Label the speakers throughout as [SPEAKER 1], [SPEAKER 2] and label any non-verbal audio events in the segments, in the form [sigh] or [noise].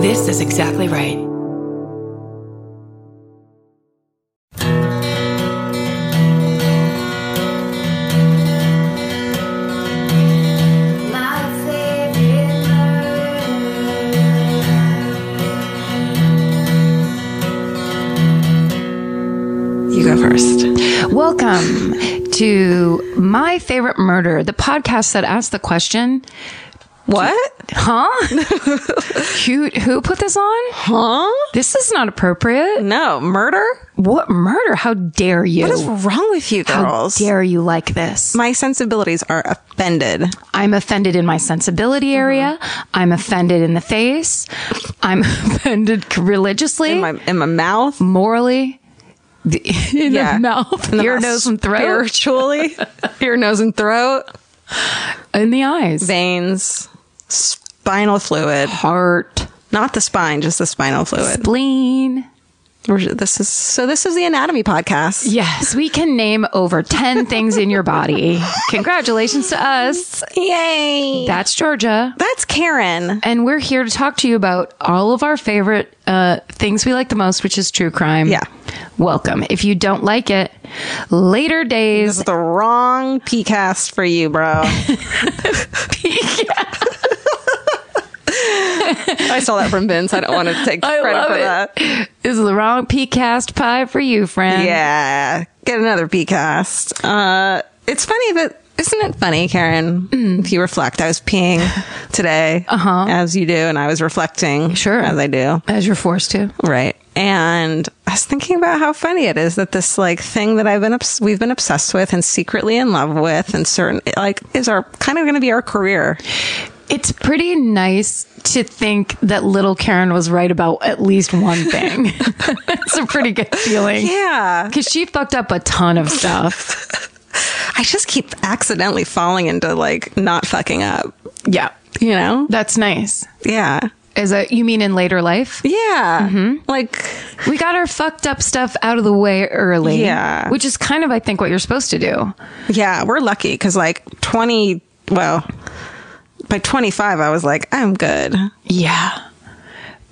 [SPEAKER 1] This is exactly right.
[SPEAKER 2] My favorite
[SPEAKER 1] You go first.
[SPEAKER 3] Welcome to My Favorite Murder, the podcast that asks the question,
[SPEAKER 4] What?
[SPEAKER 3] huh? who, who put this on?
[SPEAKER 4] Huh?
[SPEAKER 3] This is not appropriate.
[SPEAKER 4] No, murder?
[SPEAKER 3] What murder? How dare you?
[SPEAKER 4] What is wrong with you
[SPEAKER 3] How
[SPEAKER 4] girls?
[SPEAKER 3] dare you like this?
[SPEAKER 4] My sensibilities are offended.
[SPEAKER 3] I'm offended in my sensibility area.
[SPEAKER 4] Mm-hmm.
[SPEAKER 3] I'm offended in the face. I'm [laughs] offended religiously,
[SPEAKER 4] In my in my mouth.
[SPEAKER 3] morally, [laughs] the, in
[SPEAKER 4] Yeah.
[SPEAKER 3] the mouth,
[SPEAKER 4] In the
[SPEAKER 3] ear,
[SPEAKER 4] mouth.
[SPEAKER 3] nose, and throat,
[SPEAKER 4] [laughs] Spiritually. Ear, nose, and throat.
[SPEAKER 3] in the eyes,
[SPEAKER 4] Veins. Spinal fluid.
[SPEAKER 3] heart,
[SPEAKER 4] Not the spine, just the spinal fluid.
[SPEAKER 3] spleen.
[SPEAKER 4] We're- This is so this is the anatomy podcast.
[SPEAKER 3] Yes, we can name over 10 things in your body. Congratulations to us.
[SPEAKER 4] Yay.
[SPEAKER 3] That's Georgia.
[SPEAKER 4] That's Karen.
[SPEAKER 3] And we're here to talk to you about all of our favorite uh, things we like the most, which is true crime.
[SPEAKER 4] Yeah.
[SPEAKER 3] Welcome. If you don't like it, later
[SPEAKER 4] This
[SPEAKER 3] days.
[SPEAKER 4] is the wrong PCast for
[SPEAKER 3] [laughs]
[SPEAKER 4] you, bro. I stole that from Vince. I don't want to take
[SPEAKER 3] I
[SPEAKER 4] credit
[SPEAKER 3] love
[SPEAKER 4] for
[SPEAKER 3] it.
[SPEAKER 4] that.
[SPEAKER 3] This is the wrong PCast pie for you, friend.
[SPEAKER 4] Yeah, get another PCast. Uh, it's funny that isn't it funny, Karen?
[SPEAKER 3] Mm.
[SPEAKER 4] If you reflect, I was peeing today, uh-huh. as you do, and I was reflecting,
[SPEAKER 3] Sure.
[SPEAKER 4] as I do,
[SPEAKER 3] As you're forced to.
[SPEAKER 4] right? And I was thinking about how funny it is that this like thing that I've been obs- we've been obsessed with and secretly in love with, and certain like is our kind of going to be our career.
[SPEAKER 3] It's pretty nice to think that little Karen was right about at least one thing.
[SPEAKER 4] [laughs]
[SPEAKER 3] it's a pretty good feeling.
[SPEAKER 4] Yeah,
[SPEAKER 3] Because she fucked up a ton of stuff.
[SPEAKER 4] I just keep accidentally falling into like not fucking up.
[SPEAKER 3] yeah.
[SPEAKER 4] You know?
[SPEAKER 3] That's nice.
[SPEAKER 4] Yeah.
[SPEAKER 3] Is that you mean in later life?
[SPEAKER 4] Yeah. Like
[SPEAKER 3] We got our fucked up stuff out of the way early.
[SPEAKER 4] Yeah.
[SPEAKER 3] Which is kind of, I think, what you're supposed to do.
[SPEAKER 4] Yeah, we're lucky because like 20, well, by 25, I was like, I'm good.
[SPEAKER 3] Yeah.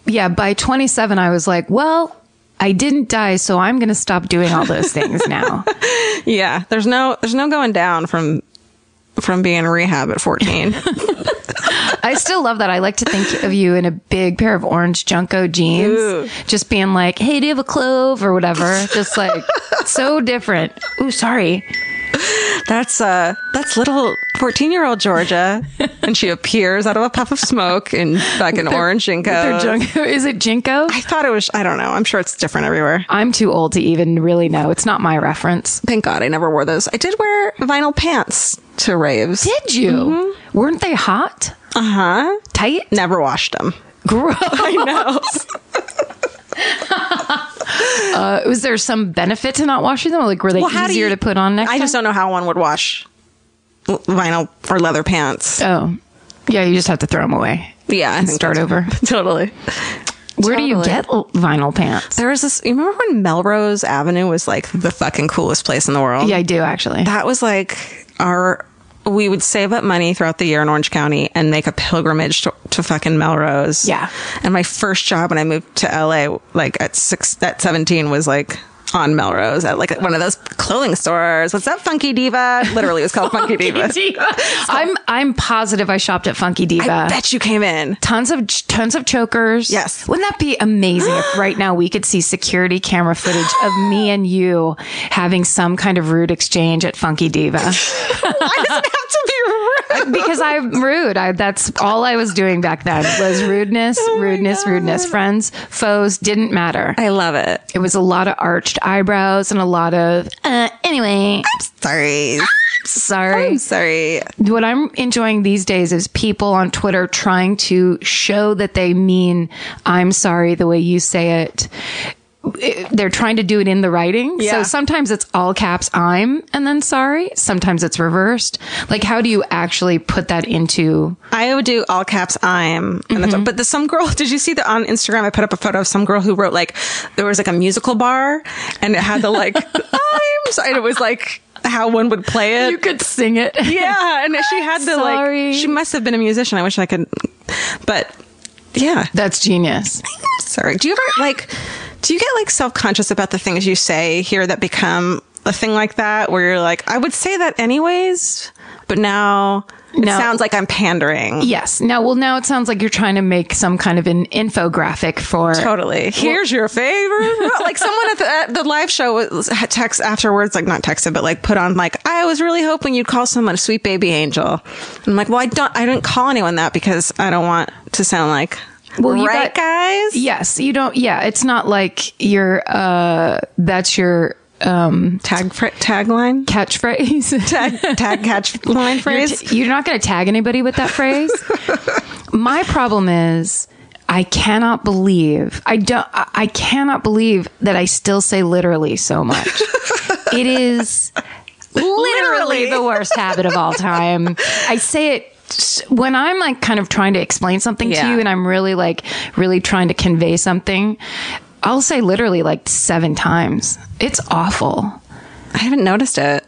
[SPEAKER 3] Yeah. By 27, I was like, well, I didn't die, so I'm going to stop doing all
[SPEAKER 4] [laughs]
[SPEAKER 3] those things now.
[SPEAKER 4] Yeah, there's no, there's no going down from, from being in rehab at 14.
[SPEAKER 3] I still love that. I like to think of you in a big pair of orange Junko jeans,
[SPEAKER 4] Ooh.
[SPEAKER 3] just being like, hey, do you have a clove or whatever? Just like, so different. Ooh, sorry.
[SPEAKER 4] that's, uh, that's little 14 year old Georgia. And she appears out of a puff of smoke in like an orange
[SPEAKER 3] With their
[SPEAKER 4] Jinko.
[SPEAKER 3] Junko. [laughs] Is it Jinko?
[SPEAKER 4] Uh, I thought it was, I don't know. I'm sure it's different everywhere.
[SPEAKER 3] I'm too old to even really know. It's not my reference.
[SPEAKER 4] Thank God I never wore those. I did wear vinyl pants to raves.
[SPEAKER 3] Did you? Mm-hmm. Weren't they hot?
[SPEAKER 4] Uh huh. [laughs]
[SPEAKER 3] Tight?
[SPEAKER 4] Never washed them.
[SPEAKER 3] Gross. I know.
[SPEAKER 4] [laughs]
[SPEAKER 3] uh, was there some benefit to not washing them? Like, were they
[SPEAKER 4] Well, how do
[SPEAKER 3] easier
[SPEAKER 4] you-
[SPEAKER 3] to put on next
[SPEAKER 4] I just don't know how one would wash l- vinyl or leather pants.
[SPEAKER 3] don't. Oh. Yeah, you just have to throw them away.
[SPEAKER 4] Yeah, I think
[SPEAKER 3] Start
[SPEAKER 4] that's-
[SPEAKER 3] over.
[SPEAKER 4] [laughs] Totally.
[SPEAKER 3] Where do you
[SPEAKER 4] Totally.
[SPEAKER 3] get l- vinyl pants?
[SPEAKER 4] There was this. You remember when Melrose Avenue was like the fucking coolest place in the world?
[SPEAKER 3] Yeah, I do actually.
[SPEAKER 4] that [laughs] was like our. We would save up money throughout the year in Orange County and make a pilgrimage to, to fucking Melrose.
[SPEAKER 3] Yeah.
[SPEAKER 4] And my first job when I moved to LA, like at six, at seventeen, was like on Melrose at like one of those clothing stores. What's up, Funky Diva? Literally, it was called [laughs] Funky Diva.
[SPEAKER 3] [laughs] I'm I'm positive I shopped at Funky Diva.
[SPEAKER 4] I bet you came in. [laughs]
[SPEAKER 3] Tons of tons of chokers.
[SPEAKER 4] Yes.
[SPEAKER 3] Wouldn't that be amazing
[SPEAKER 4] [gasps]
[SPEAKER 3] if right now we could see security camera footage of me and you having some kind of rude exchange at Funky
[SPEAKER 4] [laughs]
[SPEAKER 3] Diva?
[SPEAKER 4] Why does it have to be rude?
[SPEAKER 3] because [laughs] I'm rude. I that's all I was doing back then was rudeness, rudeness, rudeness. Friends, foes didn't matter.
[SPEAKER 4] I love it.
[SPEAKER 3] It was a lot of arched eyebrows and a lot of uh, anyway.
[SPEAKER 4] Sorry.
[SPEAKER 3] Sorry.
[SPEAKER 4] I'm sorry.
[SPEAKER 3] what I'm enjoying these days is people on Twitter trying to show that they mean I'm sorry the way you say it. It- They're trying to do it in the writing. So
[SPEAKER 4] Yeah.
[SPEAKER 3] sometimes it's all caps I'm and then sorry. Sometimes it's reversed. Like how do you actually put that into
[SPEAKER 4] I would do all caps. I'm, and
[SPEAKER 3] Mm-hmm.
[SPEAKER 4] that's but the some girl. [laughs] Did you see that on Instagram? I put up a photo of some girl who wrote like there was like a musical bar, and it had
[SPEAKER 3] [laughs]
[SPEAKER 4] the like I'm, and it was like how one would play it.
[SPEAKER 3] You could sing it. [laughs]
[SPEAKER 4] yeah, and she had the
[SPEAKER 3] Sorry.
[SPEAKER 4] like. She must have been a musician. I wish I could, but Yeah.
[SPEAKER 3] That's genius.
[SPEAKER 4] Sorry. Do you ever like do you get like self-conscious about the things you say here that become a thing like that where you're like, I would say that anyways, but now it
[SPEAKER 3] No.
[SPEAKER 4] sounds like I'm pandering.
[SPEAKER 3] Yes. Now, well, now it sounds like you're trying to make some kind of an infographic for.
[SPEAKER 4] Totally. Here's your [laughs] favorite. ro- like someone at the, at the live show was- had text afterwards, like not texted, but like put on like, I was really hoping you'd call someone a sweet baby angel. I'm like, well, I don't, I didn't call anyone that because I don't want to sound like,
[SPEAKER 3] Well, you got-
[SPEAKER 4] right, guys.
[SPEAKER 3] Yes. You don't. Yeah. It's not like your. Uh, that's your
[SPEAKER 4] Tag fr- tagline,
[SPEAKER 3] catchphrase. [laughs]
[SPEAKER 4] tag tag catch line phrase.
[SPEAKER 3] You're not going to tag anybody with that
[SPEAKER 4] [laughs]
[SPEAKER 3] phrase. My problem is I cannot believe I don't I I cannot believe that I still say literally so
[SPEAKER 4] [laughs]
[SPEAKER 3] much. it is literally
[SPEAKER 4] Literally.
[SPEAKER 3] the worst habit of all time. I say it s- when I'm like kind of trying to explain something to
[SPEAKER 4] Yeah.
[SPEAKER 3] you and I'm really like really trying to convey something, I'll say literally like 7 times. It's awful.
[SPEAKER 4] I haven't noticed it.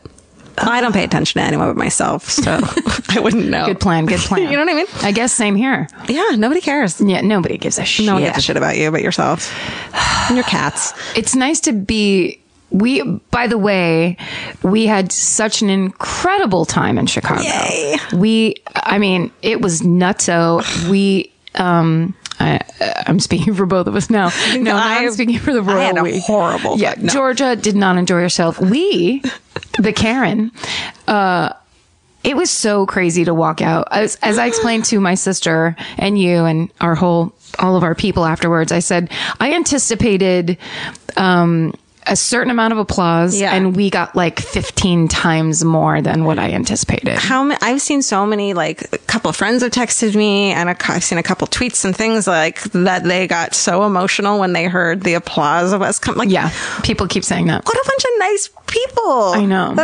[SPEAKER 3] Oh.
[SPEAKER 4] I don't pay attention to anyone but myself, so
[SPEAKER 3] [laughs]
[SPEAKER 4] I wouldn't know.
[SPEAKER 3] Good plan,
[SPEAKER 4] [laughs]
[SPEAKER 3] good plan.
[SPEAKER 4] Oh. You know what I mean?
[SPEAKER 3] I guess same here.
[SPEAKER 4] Yeah, nobody cares.
[SPEAKER 3] Yeah, nobody gives a shit.
[SPEAKER 4] No one gives a shit about you but yourself and your cats.
[SPEAKER 3] It's nice to be. We, by the way, we had such an incredible time in Chicago.
[SPEAKER 4] Yay.
[SPEAKER 3] We, I mean, it was nutso.
[SPEAKER 4] [sighs]
[SPEAKER 3] We, um, I, I'm speaking for both of us
[SPEAKER 4] [laughs]
[SPEAKER 3] now. No,
[SPEAKER 4] I-
[SPEAKER 3] I'm speaking for the royal
[SPEAKER 4] I had a
[SPEAKER 3] we.
[SPEAKER 4] horrible-
[SPEAKER 3] Yeah,
[SPEAKER 4] no.
[SPEAKER 3] Georgia did not enjoy herself. We, the Karen, uh, it was so crazy to walk out as, as i explained to my sister and you and our whole all of our people afterwards i said i anticipated um a certain amount of applause
[SPEAKER 4] Yeah.
[SPEAKER 3] and we got like 15 times more than what i anticipated
[SPEAKER 4] how ma- I've seen so many like a couple of friends have texted me and a cou- I've seen a couple tweets and things like that they got so emotional when they heard the applause of us come like
[SPEAKER 3] yeah people keep saying that
[SPEAKER 4] what a bunch of nice people I
[SPEAKER 3] know.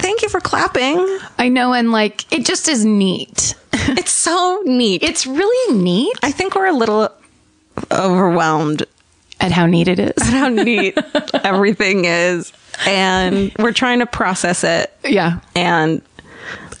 [SPEAKER 4] thank you for clapping
[SPEAKER 3] i know and like it just is neat
[SPEAKER 4] it's so neat
[SPEAKER 3] it's really neat
[SPEAKER 4] I think we're a little overwhelmed
[SPEAKER 3] at how neat it is
[SPEAKER 4] [laughs] at
[SPEAKER 3] [laughs]
[SPEAKER 4] how neat everything is and we're trying to process it
[SPEAKER 3] yeah
[SPEAKER 4] and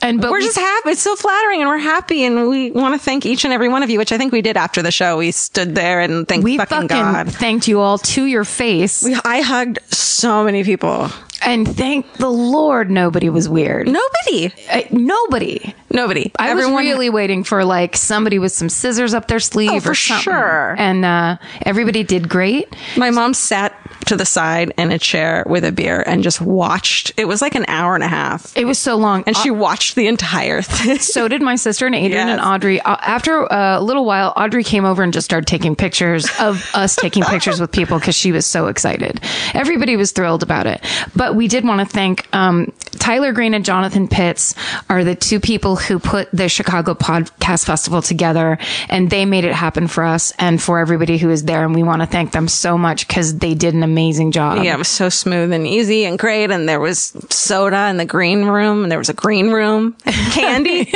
[SPEAKER 3] and but
[SPEAKER 4] we're
[SPEAKER 3] we-
[SPEAKER 4] just happy. It's so flattering, and we're happy, and we want to thank each and every one of you, which I think we did after the show. We stood there and thanked
[SPEAKER 3] we
[SPEAKER 4] fucking,
[SPEAKER 3] fucking
[SPEAKER 4] God.
[SPEAKER 3] thanked you all to your face
[SPEAKER 4] We- I hugged so many people.
[SPEAKER 3] and thank the lord nobody was weird
[SPEAKER 4] Nobody,
[SPEAKER 3] I- nobody
[SPEAKER 4] nobody.
[SPEAKER 3] I was really waiting for like somebody with some scissors up their sleeve
[SPEAKER 4] Oh,
[SPEAKER 3] or
[SPEAKER 4] for
[SPEAKER 3] something.
[SPEAKER 4] sure.
[SPEAKER 3] And uh, everybody did great.
[SPEAKER 4] My mom sat to the side in a chair with a beer and just watched. It was like an hour and a half,
[SPEAKER 3] It was so long.
[SPEAKER 4] and she watched the entire thing. [laughs]
[SPEAKER 3] so did my sister and Adrian
[SPEAKER 4] Yes.
[SPEAKER 3] and Audrey. Uh, after a little while, Audrey came over and just started taking pictures of us taking pictures with people because she was so excited. Everybody was thrilled about it. But we did want to thank um, Tyler Green and Jonathan Pitts are the two people who put the Chicago Podcast Festival together, and they made it happen for us and for everybody who was there. And we want to thank them so much because they did an amazing job. [laughs]
[SPEAKER 4] Yeah, it was so smooth and easy and great. And there was soda in the green room, and there was a green room, candy.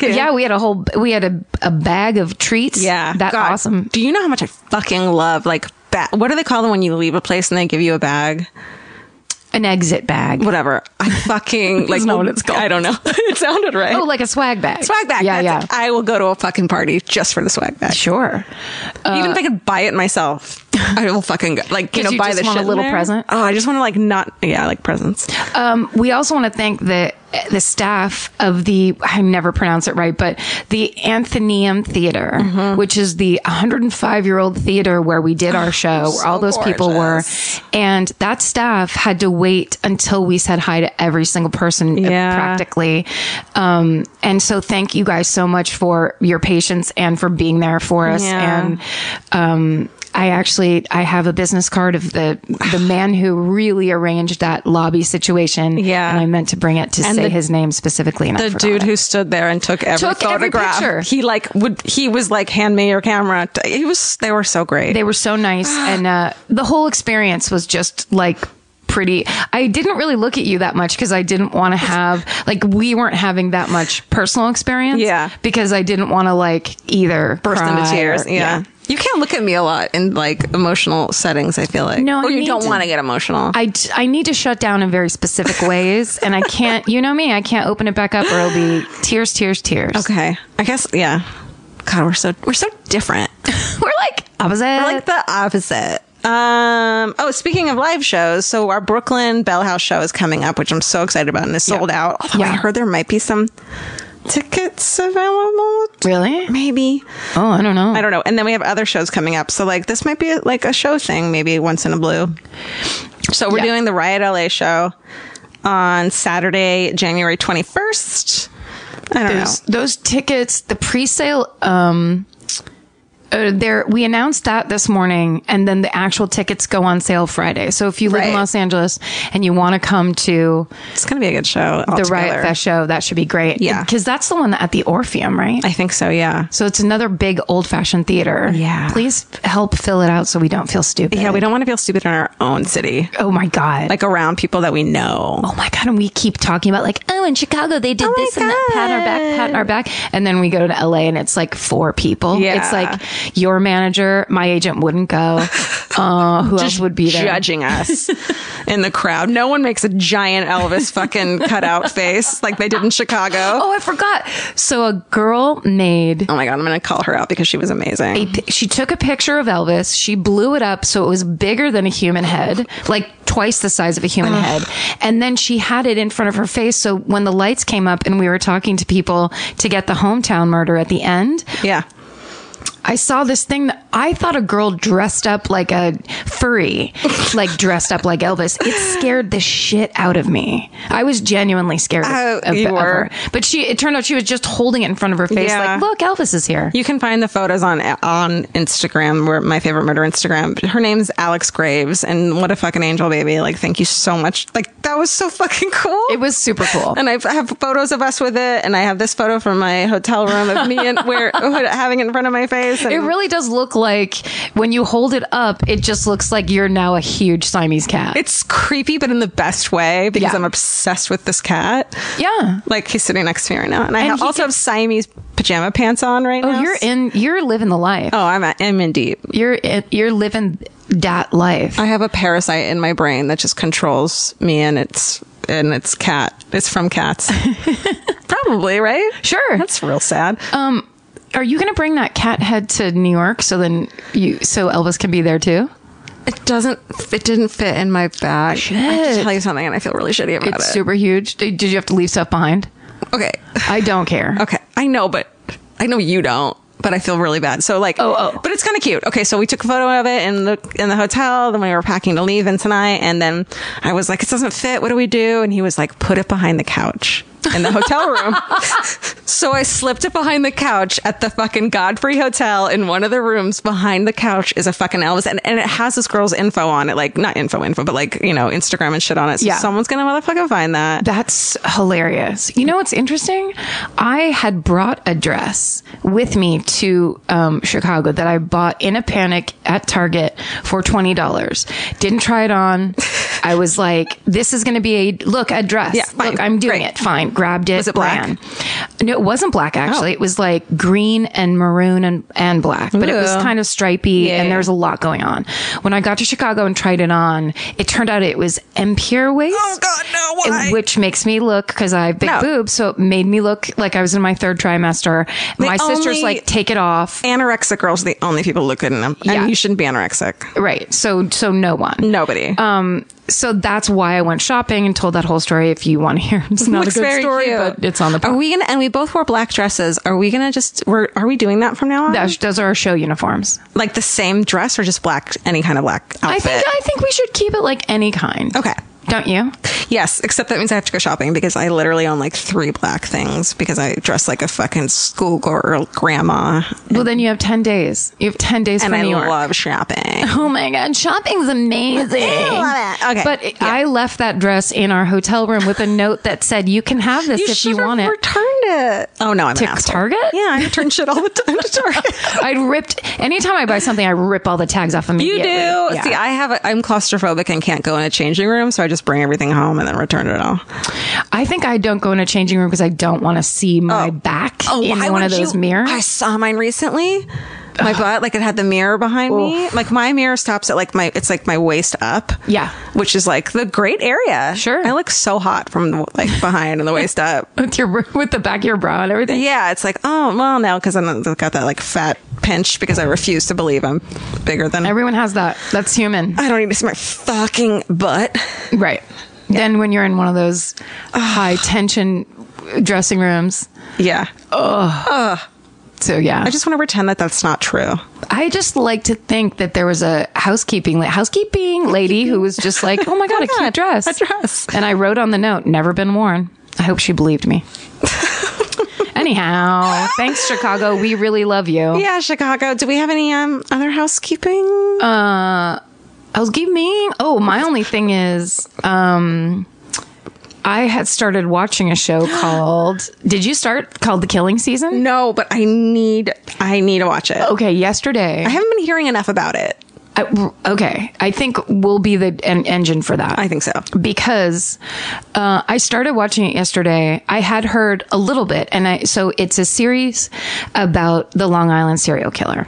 [SPEAKER 3] Yeah, we had a whole we had a, a bag of treats.
[SPEAKER 4] Yeah.
[SPEAKER 3] that's
[SPEAKER 4] God,
[SPEAKER 3] awesome.
[SPEAKER 4] Do you know how much I fucking love like ba- what do they call them when you leave a place and they give you a bag?
[SPEAKER 3] An exit bag.
[SPEAKER 4] Whatever. I fucking like
[SPEAKER 3] not what [laughs] it's called.
[SPEAKER 4] I don't know. [laughs] it sounded right.
[SPEAKER 3] Oh, like a swag bag.
[SPEAKER 4] swag bag.
[SPEAKER 3] Yeah,
[SPEAKER 4] That's
[SPEAKER 3] yeah.
[SPEAKER 4] it. I will go to a fucking party just for the swag bag.
[SPEAKER 3] sure.
[SPEAKER 4] Even if I could buy it myself, I will fucking go. like you
[SPEAKER 3] 'Cause
[SPEAKER 4] know
[SPEAKER 3] you
[SPEAKER 4] buy
[SPEAKER 3] just
[SPEAKER 4] the
[SPEAKER 3] want a
[SPEAKER 4] shit in
[SPEAKER 3] little
[SPEAKER 4] there.
[SPEAKER 3] present?
[SPEAKER 4] Oh, I just want to like not yeah like presents.
[SPEAKER 3] [sighs] Um, we also want to thank the the staff of the I never pronounce it right, but the Anthonyum Theater,
[SPEAKER 4] Mm-hmm.
[SPEAKER 3] which is the 105 year old theater where we did
[SPEAKER 4] Oh,
[SPEAKER 3] our show, where all those people were, and that staff had to wait until we said hi to every single person uh,
[SPEAKER 4] Yeah.
[SPEAKER 3] practically. Um, and so thank you guys so much for your patience and for being there for us
[SPEAKER 4] Yeah.
[SPEAKER 3] and um, I actually I have a business card of the the man who really arranged that lobby situation.
[SPEAKER 4] Yeah.
[SPEAKER 3] and I meant to bring it to
[SPEAKER 4] And
[SPEAKER 3] say
[SPEAKER 4] the-
[SPEAKER 3] his name specifically. And I
[SPEAKER 4] The
[SPEAKER 3] forgot it.
[SPEAKER 4] dude who stood there and took every
[SPEAKER 3] Took every
[SPEAKER 4] photograph.
[SPEAKER 3] picture.
[SPEAKER 4] he like would he was like hand me your camera. He was they were so great.
[SPEAKER 3] they were so
[SPEAKER 4] [gasps]
[SPEAKER 3] nice, and uh, the whole experience was just like pretty. I didn't really look at you that much because I didn't want to have like we weren't having that much personal experience.
[SPEAKER 4] Yeah.
[SPEAKER 3] because I didn't want to like either
[SPEAKER 4] burst into
[SPEAKER 3] cry
[SPEAKER 4] tears.
[SPEAKER 3] or-
[SPEAKER 4] yeah. You can't look at me a lot in like emotional settings, I feel like.
[SPEAKER 3] No, I
[SPEAKER 4] or you
[SPEAKER 3] need
[SPEAKER 4] don't
[SPEAKER 3] to-
[SPEAKER 4] want to get emotional.
[SPEAKER 3] I, d- I need to shut down in very specific ways, and I can't. You know me, I can't open it back up, or it'll be tears, tears, tears.
[SPEAKER 4] okay. I guess, yeah. God, we're so we're so
[SPEAKER 3] [laughs]
[SPEAKER 4] different.
[SPEAKER 3] [laughs] We're like opposite.
[SPEAKER 4] We're like the opposite. Um, oh, speaking of live shows, so our Brooklyn Bell House show is coming up, which I'm so excited about, and it's sold out. Although I
[SPEAKER 3] Yeah.
[SPEAKER 4] heard there might be some tickets available,
[SPEAKER 3] really?
[SPEAKER 4] maybe.
[SPEAKER 3] Oh, I don't know.
[SPEAKER 4] I don't know. And then we have other shows coming up, so like this might be like a show thing, maybe once in a blue. So we're
[SPEAKER 3] Yeah.
[SPEAKER 4] doing the Riot LA show on Saturday, January 21st. I don't know.
[SPEAKER 3] those, those tickets, the pre-sale, um, uh, there we announced that this morning, and then the actual tickets go on sale Friday. So if you live in
[SPEAKER 4] Right.
[SPEAKER 3] Los Angeles and you want to come to
[SPEAKER 4] It's gonna be a good show.
[SPEAKER 3] the
[SPEAKER 4] altogether.
[SPEAKER 3] Riot Fest show, that should be great.
[SPEAKER 4] Yeah.
[SPEAKER 3] because that's the one at the Orpheum, right?
[SPEAKER 4] I think so. Yeah.
[SPEAKER 3] so it's another big old-fashioned theater.
[SPEAKER 4] Yeah.
[SPEAKER 3] please help fill it out so we don't feel stupid.
[SPEAKER 4] Yeah, we don't want to feel stupid in our own city,
[SPEAKER 3] Oh my god.
[SPEAKER 4] like around people that we know.
[SPEAKER 3] oh my god, and we keep talking about like, oh, in Chicago they did
[SPEAKER 4] my
[SPEAKER 3] this and that, pat our back, pat our back, and then we go to LA and it's like four people.
[SPEAKER 4] Yeah.
[SPEAKER 3] It's like your manager, my agent wouldn't [laughs] go. Uh, who else would be there? [laughs]
[SPEAKER 4] Judging us in the crowd. No one makes a giant Elvis
[SPEAKER 3] [laughs]
[SPEAKER 4] fucking cutout face like they did in Chicago.
[SPEAKER 3] Oh, I forgot. So a girl made.
[SPEAKER 4] Oh my God, I'm going to call her out because she was amazing.
[SPEAKER 3] a pi- She took a picture of Elvis. She blew it up so it was bigger than a human head, like twice the size of a human head. And then she had it in front of her face. So when the lights came up and we were talking to people to get the hometown murder at the end,
[SPEAKER 4] yeah.
[SPEAKER 3] I saw this thing that I thought a girl dressed up like a
[SPEAKER 4] [laughs]
[SPEAKER 3] furry, like dressed up like Elvis. It scared the shit out of me. I was genuinely scared of,
[SPEAKER 4] Oh,
[SPEAKER 3] of-
[SPEAKER 4] you
[SPEAKER 3] of
[SPEAKER 4] were.
[SPEAKER 3] her. But she, it turned out she was just holding it in front of her face,
[SPEAKER 4] Yeah.
[SPEAKER 3] like, look, Elvis is here.
[SPEAKER 4] You can find the photos on on Instagram, where my favorite murder Instagram. Her name's Alex Graves, and what a fucking angel, baby! Like, thank you so much. Like, that was so fucking cool.
[SPEAKER 3] it was super cool.
[SPEAKER 4] [laughs] and I've- I have photos of us with it, and I have this photo from my hotel room of me and where [laughs] having it in front of my face. And
[SPEAKER 3] It really does look like when you hold it up, it just looks like you're now a huge Siamese cat.
[SPEAKER 4] it's creepy, but in the best way because
[SPEAKER 3] Yeah.
[SPEAKER 4] I'm obsessed with this cat. [laughs]
[SPEAKER 3] yeah.
[SPEAKER 4] Like he's sitting next to me right now, and I
[SPEAKER 3] And he
[SPEAKER 4] also have Siamese pajama pants on right
[SPEAKER 3] Oh,
[SPEAKER 4] now.
[SPEAKER 3] you're in. You're living the life.
[SPEAKER 4] Oh, I'm at, I'm in deep.
[SPEAKER 3] You're in, you're living that life.
[SPEAKER 4] I have a parasite in my brain that just controls me, and it's and it's cat. It's
[SPEAKER 3] [laughs]
[SPEAKER 4] from cats, probably right.
[SPEAKER 3] Sure. Um,
[SPEAKER 4] that's real sad.
[SPEAKER 3] Are you going to bring that cat head to New York so then you so Elvis can be there too?
[SPEAKER 4] it doesn't. It didn't fit in my bag. I have to
[SPEAKER 3] Shit.
[SPEAKER 4] tell you something, and I feel really shitty about
[SPEAKER 3] It's
[SPEAKER 4] it.
[SPEAKER 3] super huge. Did did you have to leave stuff behind?
[SPEAKER 4] okay,
[SPEAKER 3] I don't [laughs] care.
[SPEAKER 4] Okay, I know, but I know you don't. But I feel really bad. So like,
[SPEAKER 3] Oh, oh.
[SPEAKER 4] but it's kind of cute. Okay, so we took a photo of it in the in the hotel. Then we were packing to leave in tonight, and then I was like, "It doesn't fit. What do we do?" And he was like, "Put it behind the couch in the hotel
[SPEAKER 3] [laughs]
[SPEAKER 4] room." so I slipped it behind the couch at the fucking Godfrey Hotel in one of the rooms. Behind the couch is a fucking Elvis, and, and it has this girl's info on it, like not info info, but like you know Instagram and shit on it. So
[SPEAKER 3] Yeah.
[SPEAKER 4] someone's gonna motherfucking find that.
[SPEAKER 3] That's hilarious. You know what's interesting? I had brought a dress with me to um, Chicago that I bought in a panic at Target for twenty dollars. Didn't try it on. I was like, "This is going to be a look a dress.
[SPEAKER 4] Yeah, fine.
[SPEAKER 3] Look, I'm doing
[SPEAKER 4] Great.
[SPEAKER 3] it. Fine." Grabbed it.
[SPEAKER 4] Was it black? Oh.
[SPEAKER 3] ran. No, it wasn't black actually. It was like green and maroon and and black, but it was
[SPEAKER 4] Ooh.
[SPEAKER 3] kind of stripey and there was a lot going on. When I got to Chicago and tried it on, it turned out it was empire waist.
[SPEAKER 4] Oh, God, no, why?
[SPEAKER 3] It- which makes me look because I have big
[SPEAKER 4] No.
[SPEAKER 3] boobs, so it made me look like I was in my third trimester. my sister's
[SPEAKER 4] only-
[SPEAKER 3] like, take it off.
[SPEAKER 4] Anorexic girls are the only people who look good in them,
[SPEAKER 3] Yeah.
[SPEAKER 4] and you shouldn't be anorexic.
[SPEAKER 3] Right. So, so no one.
[SPEAKER 4] Nobody.
[SPEAKER 3] Um, so that's why I went shopping and told that whole story. If you want to hear, [laughs] it's not
[SPEAKER 4] Looks
[SPEAKER 3] a good
[SPEAKER 4] very
[SPEAKER 3] story,
[SPEAKER 4] cute.
[SPEAKER 3] but it's on the.
[SPEAKER 4] Are
[SPEAKER 3] pod.
[SPEAKER 4] we gonna? And we both wore black dresses. Are we gonna just? We're, are we doing that from now on?
[SPEAKER 3] Those, those are our show uniforms.
[SPEAKER 4] like the same dress or just black? Any kind of black outfit?
[SPEAKER 3] I think I think we should keep it like any kind.
[SPEAKER 4] Okay.
[SPEAKER 3] Don't you?
[SPEAKER 4] yes, except that means I have to go shopping because I literally own like three black things because I dress like a fucking schoolgirl grandma,
[SPEAKER 3] Well, then you have ten days. You have ten days
[SPEAKER 4] and
[SPEAKER 3] for
[SPEAKER 4] I
[SPEAKER 3] New York.
[SPEAKER 4] love shopping.
[SPEAKER 3] [laughs] Oh my god, shopping's amazing.
[SPEAKER 4] love it. Okay.
[SPEAKER 3] But
[SPEAKER 4] Yeah.
[SPEAKER 3] I left that dress in our hotel room with a note that said, "You can have this if you
[SPEAKER 4] should've
[SPEAKER 3] want it."
[SPEAKER 4] returned it. Oh no, I'm an asshole.
[SPEAKER 3] Target?
[SPEAKER 4] Yeah, I return shit all the time to
[SPEAKER 3] [laughs]
[SPEAKER 4] Target.
[SPEAKER 3] I ripped anytime I buy something, I rip all the tags off
[SPEAKER 4] You
[SPEAKER 3] immediately.
[SPEAKER 4] do.
[SPEAKER 3] Yeah.
[SPEAKER 4] See, I have. A, I'm claustrophobic and can't go in a changing room, so I just bring everything home and then return it all.
[SPEAKER 3] I think I don't go in a changing room because I don't want to see my back in
[SPEAKER 4] Oh. why
[SPEAKER 3] one
[SPEAKER 4] would
[SPEAKER 3] of those
[SPEAKER 4] you-
[SPEAKER 3] mirrors.
[SPEAKER 4] I saw mine recently. my butt. Like it had the mirror behind me. Like my mirror stops at like my it's like my waist up.
[SPEAKER 3] Yeah.
[SPEAKER 4] which is like the great area.
[SPEAKER 3] Sure.
[SPEAKER 4] I look so hot from the, like behind and the
[SPEAKER 3] [laughs]
[SPEAKER 4] waist up.
[SPEAKER 3] with your with the back of your bra and everything.
[SPEAKER 4] Yeah, it's like oh well now because I got that like fat pinch because I refuse to believe I'm bigger than.
[SPEAKER 3] Everyone has that. That's human,
[SPEAKER 4] [laughs] I don't need to see my fucking butt.
[SPEAKER 3] right? Then when you're in one of those high tension dressing rooms,
[SPEAKER 4] Yeah,
[SPEAKER 3] so yeah,
[SPEAKER 4] I just want to pretend that that's not true.
[SPEAKER 3] I just like to think that there was a housekeeping la- housekeeping lady who was just like, "Oh my god, a cute dress,
[SPEAKER 4] [laughs] a dress.
[SPEAKER 3] And I wrote on the note, "Never been worn." I hope she believed
[SPEAKER 4] [laughs]
[SPEAKER 3] me. Anyhow, thanks Chicago. We really love you.
[SPEAKER 4] Yeah, Chicago. Do we have any um other housekeeping?
[SPEAKER 3] Housekeeping. Oh, my only thing is, um, I had started watching a
[SPEAKER 4] [gasps]
[SPEAKER 3] show called. Did you start called The Killing Season?
[SPEAKER 4] no, but I need I need to watch it.
[SPEAKER 3] Okay, yesterday.
[SPEAKER 4] I haven't been hearing enough about it.
[SPEAKER 3] I- okay, I think we'll be the en- engine for that.
[SPEAKER 4] I think so.
[SPEAKER 3] because uh, I started watching it yesterday. I had heard a little bit, and I so it's a series about the Long Island serial killer.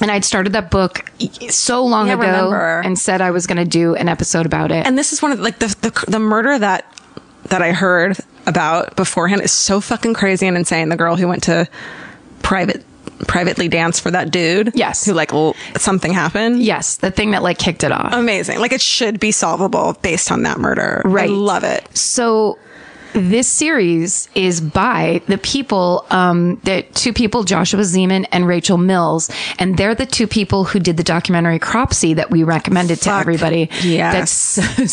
[SPEAKER 3] And I'd started that book so long
[SPEAKER 4] Yeah, I
[SPEAKER 3] ago
[SPEAKER 4] remember.
[SPEAKER 3] and said I was going to do an episode about it.
[SPEAKER 4] And this is one of like the the, the murder that that I heard about beforehand is so fucking crazy and insane. The girl who went to private privately dance for that dude.
[SPEAKER 3] Yes.
[SPEAKER 4] Who like l- something happened.
[SPEAKER 3] yes, the thing that like kicked it off.
[SPEAKER 4] Amazing. Like it should be solvable based on that murder.
[SPEAKER 3] Right.
[SPEAKER 4] I love it.
[SPEAKER 3] So this series is by the people um, that two people Joshua Zeman and Rachel Mills and they're the two people who did the documentary Cropsy that we recommended to
[SPEAKER 4] Fuck.
[SPEAKER 3] everybody
[SPEAKER 4] Yes.
[SPEAKER 3] that's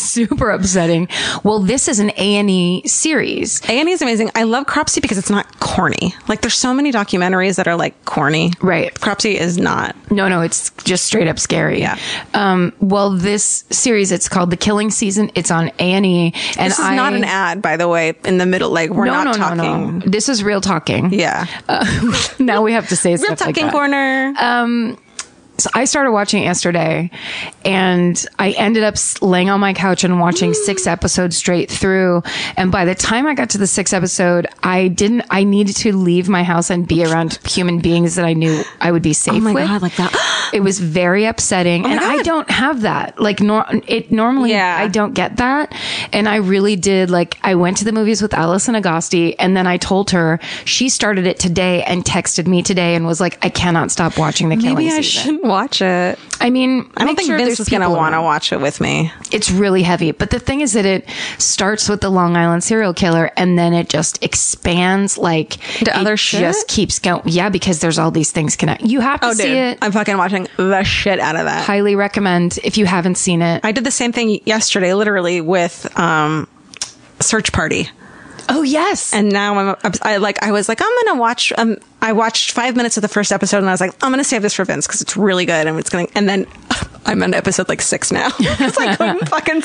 [SPEAKER 3] [laughs] super upsetting well this is an A&E series
[SPEAKER 4] A&E is amazing. I love Cropsy because it's not corny. Like there's so many documentaries that are like corny.
[SPEAKER 3] Right.
[SPEAKER 4] Cropsy is not.
[SPEAKER 3] No, no, it's just straight up scary.
[SPEAKER 4] Yeah.
[SPEAKER 3] Um, well, this series, it's called The Killing Season. It's on Annie. And
[SPEAKER 4] This is
[SPEAKER 3] I,
[SPEAKER 4] not an ad, by the way, in the middle. Like we're
[SPEAKER 3] No, no,
[SPEAKER 4] not talking.
[SPEAKER 3] no, no. This is real talking.
[SPEAKER 4] Yeah.
[SPEAKER 3] [laughs] now we have to say
[SPEAKER 4] Real
[SPEAKER 3] stuff like
[SPEAKER 4] talking
[SPEAKER 3] that. Um,
[SPEAKER 4] corner.
[SPEAKER 3] So I started watching it yesterday, and I ended up s- laying on my couch and watching six
[SPEAKER 4] Mm.
[SPEAKER 3] episodes straight through. And by the time I got to the sixth episode, I didn't. I needed to leave my house and
[SPEAKER 4] [laughs]
[SPEAKER 3] be around human beings that I knew I would be safe
[SPEAKER 4] Oh my
[SPEAKER 3] with.
[SPEAKER 4] God, like that. [gasps] Oh
[SPEAKER 3] it was very upsetting, and I
[SPEAKER 4] God.
[SPEAKER 3] don't have that. Like, nor it normally.
[SPEAKER 4] Yeah.
[SPEAKER 3] I don't get that, and I really did. Like, I went to the movies with Allison Agosti, and then I told her she started it today and texted me today and was like, "I cannot stop watching the killing
[SPEAKER 4] Maybe
[SPEAKER 3] season."
[SPEAKER 4] I shouldn't watch it.
[SPEAKER 3] I mean,
[SPEAKER 4] I don't think Vince is going to want to watch it with me.
[SPEAKER 3] It's really heavy, but the thing is that it starts with the Long Island serial killer, and then it just expands like
[SPEAKER 4] To
[SPEAKER 3] it
[SPEAKER 4] other shit?
[SPEAKER 3] Just keeps going, yeah, because there's all these things connected. You have to see it.
[SPEAKER 4] Oh, I'm fucking watching the shit out of that.
[SPEAKER 3] Highly recommend if you haven't seen it.
[SPEAKER 4] I did the same thing yesterday, literally with um, Search Party,
[SPEAKER 3] oh yes,
[SPEAKER 4] and now I'm obs- I like I was like I'm gonna watch. Um, I watched five minutes of the first episode, and I was like I'm gonna save this for Vince because it's really good, and it's gonna. And then [laughs] I'm on episode like six now. [laughs] 'Cause I couldn't fucking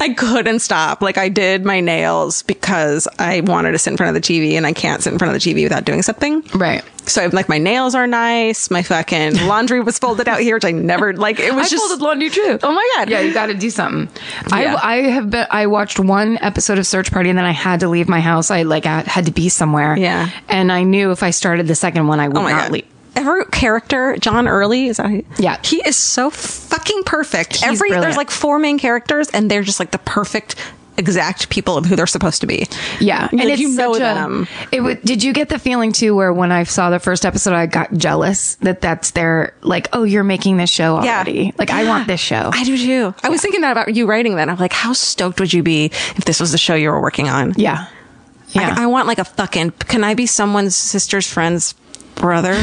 [SPEAKER 4] I couldn't stop. Like I did my nails because I wanted to sit in front of the TV, and I can't sit in front of the TV without doing something.
[SPEAKER 3] right.
[SPEAKER 4] So I'm like, my nails are nice. My fucking laundry was folded out here, which I never like. It was
[SPEAKER 3] I
[SPEAKER 4] just
[SPEAKER 3] folded laundry too.
[SPEAKER 4] Oh my god.
[SPEAKER 3] Yeah, you got to do something.
[SPEAKER 4] Yeah.
[SPEAKER 3] I, I have been. I watched one episode of Search Party, and then I had to leave my house. I like I had to be somewhere.
[SPEAKER 4] Yeah.
[SPEAKER 3] and I knew if I started the second one, I would
[SPEAKER 4] Oh my
[SPEAKER 3] not
[SPEAKER 4] god.
[SPEAKER 3] leave.
[SPEAKER 4] Every character, John Early, is that? He,
[SPEAKER 3] Yeah.
[SPEAKER 4] he is so fucking perfect. Every
[SPEAKER 3] brilliant.
[SPEAKER 4] there's like four main characters, and they're just like the perfect, exact people of who they're supposed to be.
[SPEAKER 3] Yeah,
[SPEAKER 4] and you know
[SPEAKER 3] such a-
[SPEAKER 4] them.
[SPEAKER 3] It w- did you get the feeling too, where when I saw the first episode, I got jealous that that's their like, oh, you're making this show
[SPEAKER 4] Yeah.
[SPEAKER 3] already. Like, I want this show.
[SPEAKER 4] I do too. I was thinking that about you writing that. I'm like, how stoked would you be if this was the show you were working on?
[SPEAKER 3] yeah, yeah.
[SPEAKER 4] I, I want like a fucking. Can I be someone's sister's friend's [laughs] brother?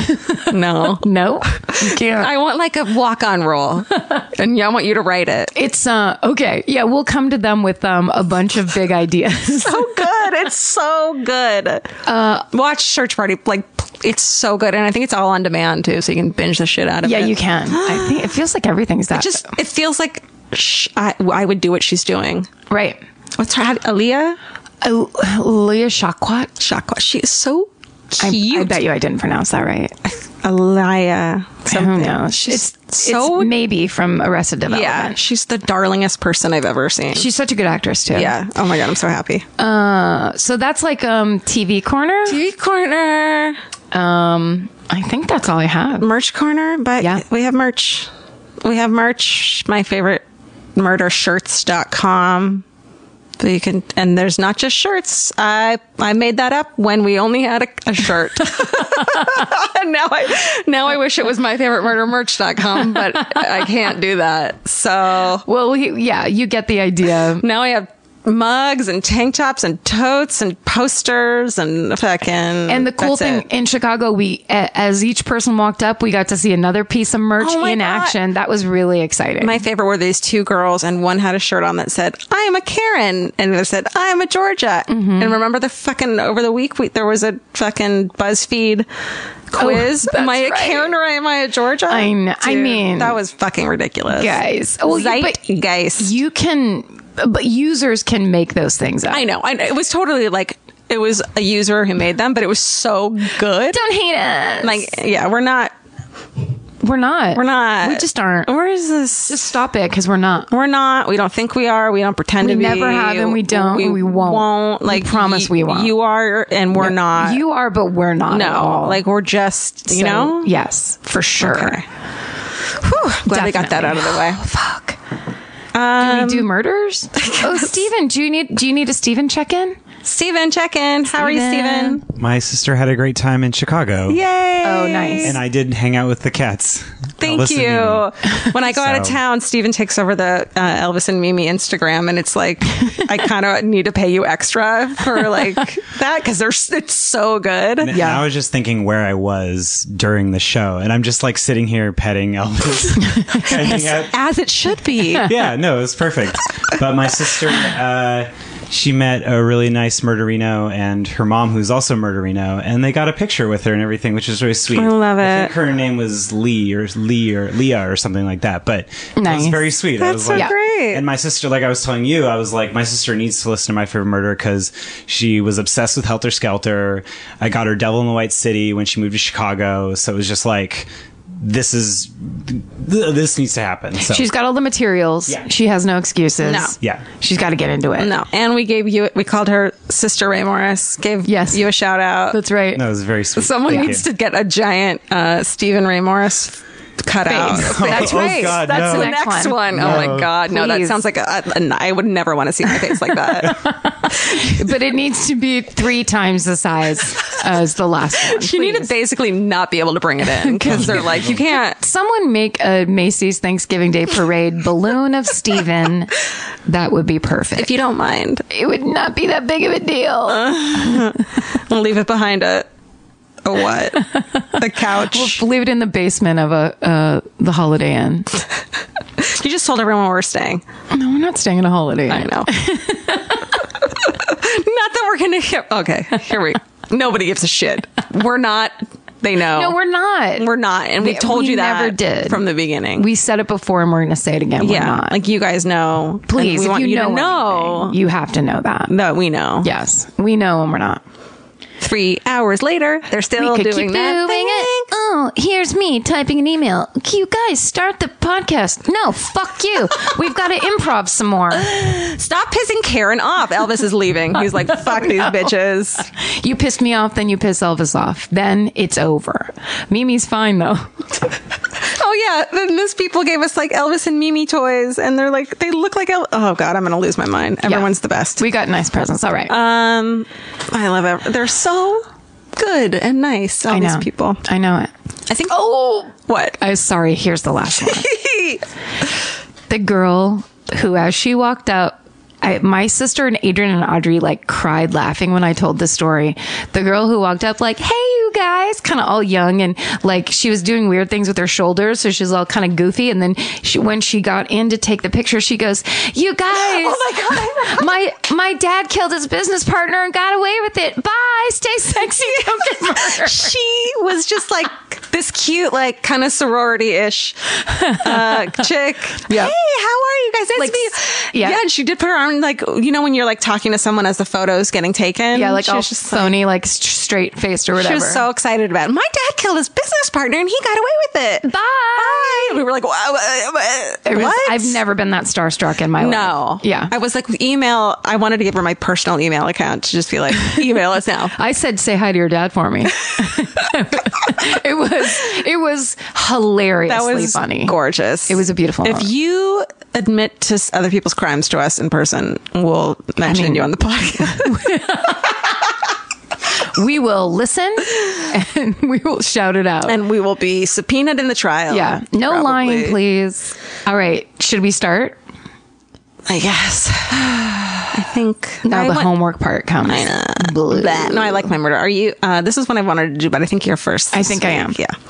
[SPEAKER 4] no.
[SPEAKER 3] no, [laughs] you can't.
[SPEAKER 4] [laughs] I want like a walk on role, [laughs] and I want you to write it.
[SPEAKER 3] it's uh okay. Yeah, we'll come to them with um a bunch of big ideas.
[SPEAKER 4] [laughs] So good. It's so good. Uh, Watch Search Party. Like, it's so good. And I think it's all on demand too, so you can binge the shit out
[SPEAKER 3] [laughs]
[SPEAKER 4] of
[SPEAKER 3] yeah,
[SPEAKER 4] it.
[SPEAKER 3] you can. I think it feels like everything's that
[SPEAKER 4] Just, it feels like sh- I, I would do what she's doing.
[SPEAKER 3] right.
[SPEAKER 4] What's her, Aaliyah?
[SPEAKER 3] Oh, Leah Shakwat.
[SPEAKER 4] Shakwa. She is so
[SPEAKER 3] I,
[SPEAKER 4] cute.
[SPEAKER 3] I bet you I didn't pronounce that right.
[SPEAKER 4] Aaliyah.
[SPEAKER 3] Who
[SPEAKER 4] Something.
[SPEAKER 3] knows?
[SPEAKER 4] She's
[SPEAKER 3] it's
[SPEAKER 4] so.
[SPEAKER 3] maybe from Arrested Development.
[SPEAKER 4] yeah. She's the darlingest person I've ever seen.
[SPEAKER 3] She's such a good actress too.
[SPEAKER 4] yeah. Oh my God. I'm so happy.
[SPEAKER 3] So that's like um TV corner.
[SPEAKER 4] TV corner.
[SPEAKER 3] Um, I think that's all I have.
[SPEAKER 4] merch corner, but
[SPEAKER 3] Yeah.
[SPEAKER 4] we have merch. We have merch. My favorite murdershirts.com. So you can, and there's not just shirts. I I made that up when we only had a, a shirt.
[SPEAKER 3] [laughs]
[SPEAKER 4] [laughs] and now I now I wish it was my favorite murdermerch.com, but I can't do that. So
[SPEAKER 3] Well, he, yeah, you get the
[SPEAKER 4] [laughs]
[SPEAKER 3] idea.
[SPEAKER 4] now I have mugs and tank tops and totes and posters and fucking.
[SPEAKER 3] And the cool
[SPEAKER 4] that's
[SPEAKER 3] thing
[SPEAKER 4] it.
[SPEAKER 3] in Chicago, we a- as each person walked up, we got to see another piece of merch
[SPEAKER 4] Oh my
[SPEAKER 3] in
[SPEAKER 4] God.
[SPEAKER 3] action. That was really exciting.
[SPEAKER 4] My favorite were these two girls, and one had a shirt on that said, I am a Karen, and the other said, I am a Georgia.
[SPEAKER 3] Mm-hmm.
[SPEAKER 4] And remember the fucking, over the week, we, there was a fucking BuzzFeed
[SPEAKER 3] [laughs]
[SPEAKER 4] quiz.
[SPEAKER 3] Oh, that's
[SPEAKER 4] am I a
[SPEAKER 3] right.
[SPEAKER 4] Karen or am I a Georgia?
[SPEAKER 3] I kn- I mean-
[SPEAKER 4] that was fucking ridiculous.
[SPEAKER 3] guys, Oh, well, you- but
[SPEAKER 4] Zeitgeist.
[SPEAKER 3] you can, but users can make those things up.
[SPEAKER 4] I know. I know. It was totally like, it was a user who made them, but it was so good.
[SPEAKER 3] Don't hate us.
[SPEAKER 4] Like, yeah, we're not,
[SPEAKER 3] we're not.
[SPEAKER 4] we're not.
[SPEAKER 3] We just aren't.
[SPEAKER 4] Where is this?
[SPEAKER 3] Just stop it because we're not.
[SPEAKER 4] We're not. We don't think we are. We don't pretend
[SPEAKER 3] We
[SPEAKER 4] to be.
[SPEAKER 3] never have and we don't and we won't. We
[SPEAKER 4] Like
[SPEAKER 3] promise
[SPEAKER 4] y-
[SPEAKER 3] we won't.
[SPEAKER 4] You are and we're not.
[SPEAKER 3] You are, but we're not.
[SPEAKER 4] no.
[SPEAKER 3] at all.
[SPEAKER 4] Like we're just. You
[SPEAKER 3] So,
[SPEAKER 4] know.
[SPEAKER 3] Yes, for sure.
[SPEAKER 4] Okay. Whew, glad we got that out of the way.
[SPEAKER 3] Oh, Fuck.
[SPEAKER 4] Uh,
[SPEAKER 3] do we do
[SPEAKER 4] [laughs]
[SPEAKER 3] murders? Um, Oh, Steven, do you need do you need a Steven check in?
[SPEAKER 4] Steven, check in. How are you,
[SPEAKER 3] Steven.
[SPEAKER 4] Steven?
[SPEAKER 2] My sister had a great time in Chicago.
[SPEAKER 4] Yay!
[SPEAKER 3] Oh, nice.
[SPEAKER 2] And I did hang out with the cats.
[SPEAKER 4] Thank
[SPEAKER 2] Elvis and
[SPEAKER 4] you.
[SPEAKER 2] Mimi.
[SPEAKER 4] When I go out of
[SPEAKER 2] So-
[SPEAKER 4] town, Steven takes over the uh, Elvis and Mimi Instagram, and it's like
[SPEAKER 3] [laughs]
[SPEAKER 4] I kind of need to pay you extra for like that because they're s- it's so good.
[SPEAKER 2] And I was just thinking where I was during the show, and I'm just like sitting here
[SPEAKER 4] [laughs]
[SPEAKER 2] petting Elvis. I think I-
[SPEAKER 4] As it should [laughs] be.
[SPEAKER 2] yeah, no, it was perfect. But my sister, uh, she met a really nice murderino and her mom, who's also murderino, and they got a picture with her and everything, which was really sweet.
[SPEAKER 4] I love
[SPEAKER 2] I think
[SPEAKER 4] it.
[SPEAKER 2] her name was Lee or Lee or Leah or something like that. But it
[SPEAKER 3] Nice.
[SPEAKER 2] was very sweet. I
[SPEAKER 4] That's
[SPEAKER 2] was
[SPEAKER 4] so
[SPEAKER 2] like,
[SPEAKER 4] great.
[SPEAKER 2] And my sister, like I was telling you, I was like, my sister needs to listen to my favorite murder because she was obsessed with Helter Skelter. I got her Devil in the White City when she moved to Chicago, so it was just like. This is th- this needs to happen. So.
[SPEAKER 3] She's got all the materials.
[SPEAKER 2] Yeah.
[SPEAKER 3] She has no excuses.
[SPEAKER 4] No.
[SPEAKER 2] Yeah.
[SPEAKER 3] She's got to get into it.
[SPEAKER 4] No, and we gave you. We called her Sister Ray Morris. Gave
[SPEAKER 3] Yes.
[SPEAKER 4] you a shout out.
[SPEAKER 3] That's right.
[SPEAKER 2] That was very sweet.
[SPEAKER 4] Someone
[SPEAKER 2] Thank
[SPEAKER 4] needs
[SPEAKER 2] you.
[SPEAKER 4] to get a giant uh, Stephen Ray Morris cut out.
[SPEAKER 3] That's
[SPEAKER 2] [laughs] Oh,
[SPEAKER 3] right.
[SPEAKER 2] God,
[SPEAKER 3] That's
[SPEAKER 2] no.
[SPEAKER 3] the
[SPEAKER 4] The
[SPEAKER 3] next,
[SPEAKER 4] next
[SPEAKER 3] one.
[SPEAKER 4] one. Oh my god! No, that
[SPEAKER 3] Please.
[SPEAKER 4] sounds like a, a- an- I would never want to see my face like that.
[SPEAKER 3] But it needs to be three times the
[SPEAKER 4] [laughs]
[SPEAKER 3] size as the last one.
[SPEAKER 4] you need to basically not be able to bring it in because they're like, you can't.
[SPEAKER 3] Someone make a Macy's Thanksgiving Day Parade balloon of
[SPEAKER 4] [laughs]
[SPEAKER 3] Steven. That would be perfect.
[SPEAKER 4] If you Uh. don't mind,
[SPEAKER 3] It would not be that big of a deal.
[SPEAKER 4] we'll leave it behind a a what? The couch.
[SPEAKER 3] Leave it in the basement of a uh, the Holiday Inn.
[SPEAKER 4] You just told everyone where we're staying.
[SPEAKER 3] No, we're not staying at a Holiday Inn.
[SPEAKER 4] I [laughs] know. not that we're gonna hear. Okay, here we. Nobody gives a shit. We're not. They know.
[SPEAKER 3] No, we're not.
[SPEAKER 4] We're not. And we
[SPEAKER 3] We-
[SPEAKER 4] told
[SPEAKER 3] we
[SPEAKER 4] you that
[SPEAKER 3] never did.
[SPEAKER 4] from the beginning.
[SPEAKER 3] we said it before, and we're going to say it again.
[SPEAKER 4] yeah,
[SPEAKER 3] we're not.
[SPEAKER 4] like you guys know. and
[SPEAKER 3] please,
[SPEAKER 4] we
[SPEAKER 3] if
[SPEAKER 4] want
[SPEAKER 3] you,
[SPEAKER 4] you,
[SPEAKER 3] know
[SPEAKER 4] to know
[SPEAKER 3] anything, you have to know that.
[SPEAKER 4] that we know.
[SPEAKER 3] Yes, we know, and we're not.
[SPEAKER 4] Three hours later, they're still
[SPEAKER 3] could
[SPEAKER 4] doing that
[SPEAKER 3] it.
[SPEAKER 4] thing.
[SPEAKER 3] Oh, here's me typing an email. You guys start the podcast. No, fuck you. We've got to improv some more.
[SPEAKER 4] Stop pissing Karen off. Elvis is [laughs] leaving. He's like, "Fuck these bitches."
[SPEAKER 3] You pissed me off, then you piss Elvis off. Then it's over. Mimi's fine though.
[SPEAKER 4] [laughs] Oh yeah, then those people gave us like Elvis and Mimi toys, and they're like, they look like El- oh god, I'm gonna lose my mind. Everyone's
[SPEAKER 3] Yeah.
[SPEAKER 4] the best.
[SPEAKER 3] We got nice presents. All right.
[SPEAKER 4] Um, I love it. They're so good and nice. All
[SPEAKER 3] I know
[SPEAKER 4] these people.
[SPEAKER 3] I know it.
[SPEAKER 4] I think. Oh, what?
[SPEAKER 3] I sorry. Here's the last one.
[SPEAKER 4] [laughs]
[SPEAKER 3] the girl who, as she walked out, I, my sister and Adrian and Audrey like cried laughing when I told the story. The girl who walked up like, "Hey, you guys," kind of all young and like she was doing weird things with her shoulders, so she's all kind of goofy. And then she, when she got in to take the picture, she goes, "You guys,
[SPEAKER 4] Oh [laughs]
[SPEAKER 3] my my dad killed his business partner and got away with it. Bye, stay
[SPEAKER 4] [laughs]
[SPEAKER 3] sexy, don't get murdered."
[SPEAKER 4] she was just like this cute, like kind of sorority ish
[SPEAKER 3] [laughs]
[SPEAKER 4] uh, chick.
[SPEAKER 3] Yeah.
[SPEAKER 4] Hey, how are you guys? Nice
[SPEAKER 3] Like,
[SPEAKER 4] to meet
[SPEAKER 3] s-
[SPEAKER 4] you.
[SPEAKER 3] yeah.
[SPEAKER 4] And she did put her arm like you know when you're like talking to someone as the photos getting taken.
[SPEAKER 3] Yeah, like
[SPEAKER 4] she
[SPEAKER 3] all
[SPEAKER 4] was just like,
[SPEAKER 3] phony, like, straight faced or
[SPEAKER 4] she
[SPEAKER 3] whatever.
[SPEAKER 4] was so
[SPEAKER 5] so excited about. it. My dad killed his business partner and he got away with it.
[SPEAKER 3] Bye.
[SPEAKER 5] Bye. We were like, wow, what?
[SPEAKER 3] It was- I've never been that starstruck in my life.
[SPEAKER 5] No.
[SPEAKER 3] Yeah.
[SPEAKER 5] I was like, email. I wanted to give her my personal email account to just be
[SPEAKER 3] [laughs]
[SPEAKER 5] like, email us now.
[SPEAKER 3] I said, "Say hi to your dad for me." [laughs] it was it was hilariously
[SPEAKER 5] That was
[SPEAKER 3] funny.
[SPEAKER 5] gorgeous.
[SPEAKER 3] It was a beautiful
[SPEAKER 5] If
[SPEAKER 3] moment.
[SPEAKER 5] you admit to s- other people's crimes to us in person, we'll mention
[SPEAKER 3] mean-
[SPEAKER 5] you on the
[SPEAKER 3] [laughs]
[SPEAKER 5] podcast.
[SPEAKER 3] We will listen and [laughs] we will shout it out.
[SPEAKER 5] and we will be subpoenaed in the trial.
[SPEAKER 3] yeah, no
[SPEAKER 5] Probably.
[SPEAKER 3] lying, please. All right, should we start?
[SPEAKER 5] I
[SPEAKER 3] [sighs]
[SPEAKER 5] guess. I think
[SPEAKER 3] Now
[SPEAKER 5] I
[SPEAKER 3] the
[SPEAKER 5] want-
[SPEAKER 3] homework part comes. I know.
[SPEAKER 5] [sighs] Blah. No, I like my murder. Are you? Uh, this is one I wanted to do, but I think you're first.
[SPEAKER 3] I
[SPEAKER 5] this
[SPEAKER 3] think I
[SPEAKER 5] week.
[SPEAKER 3] am.
[SPEAKER 5] Yeah.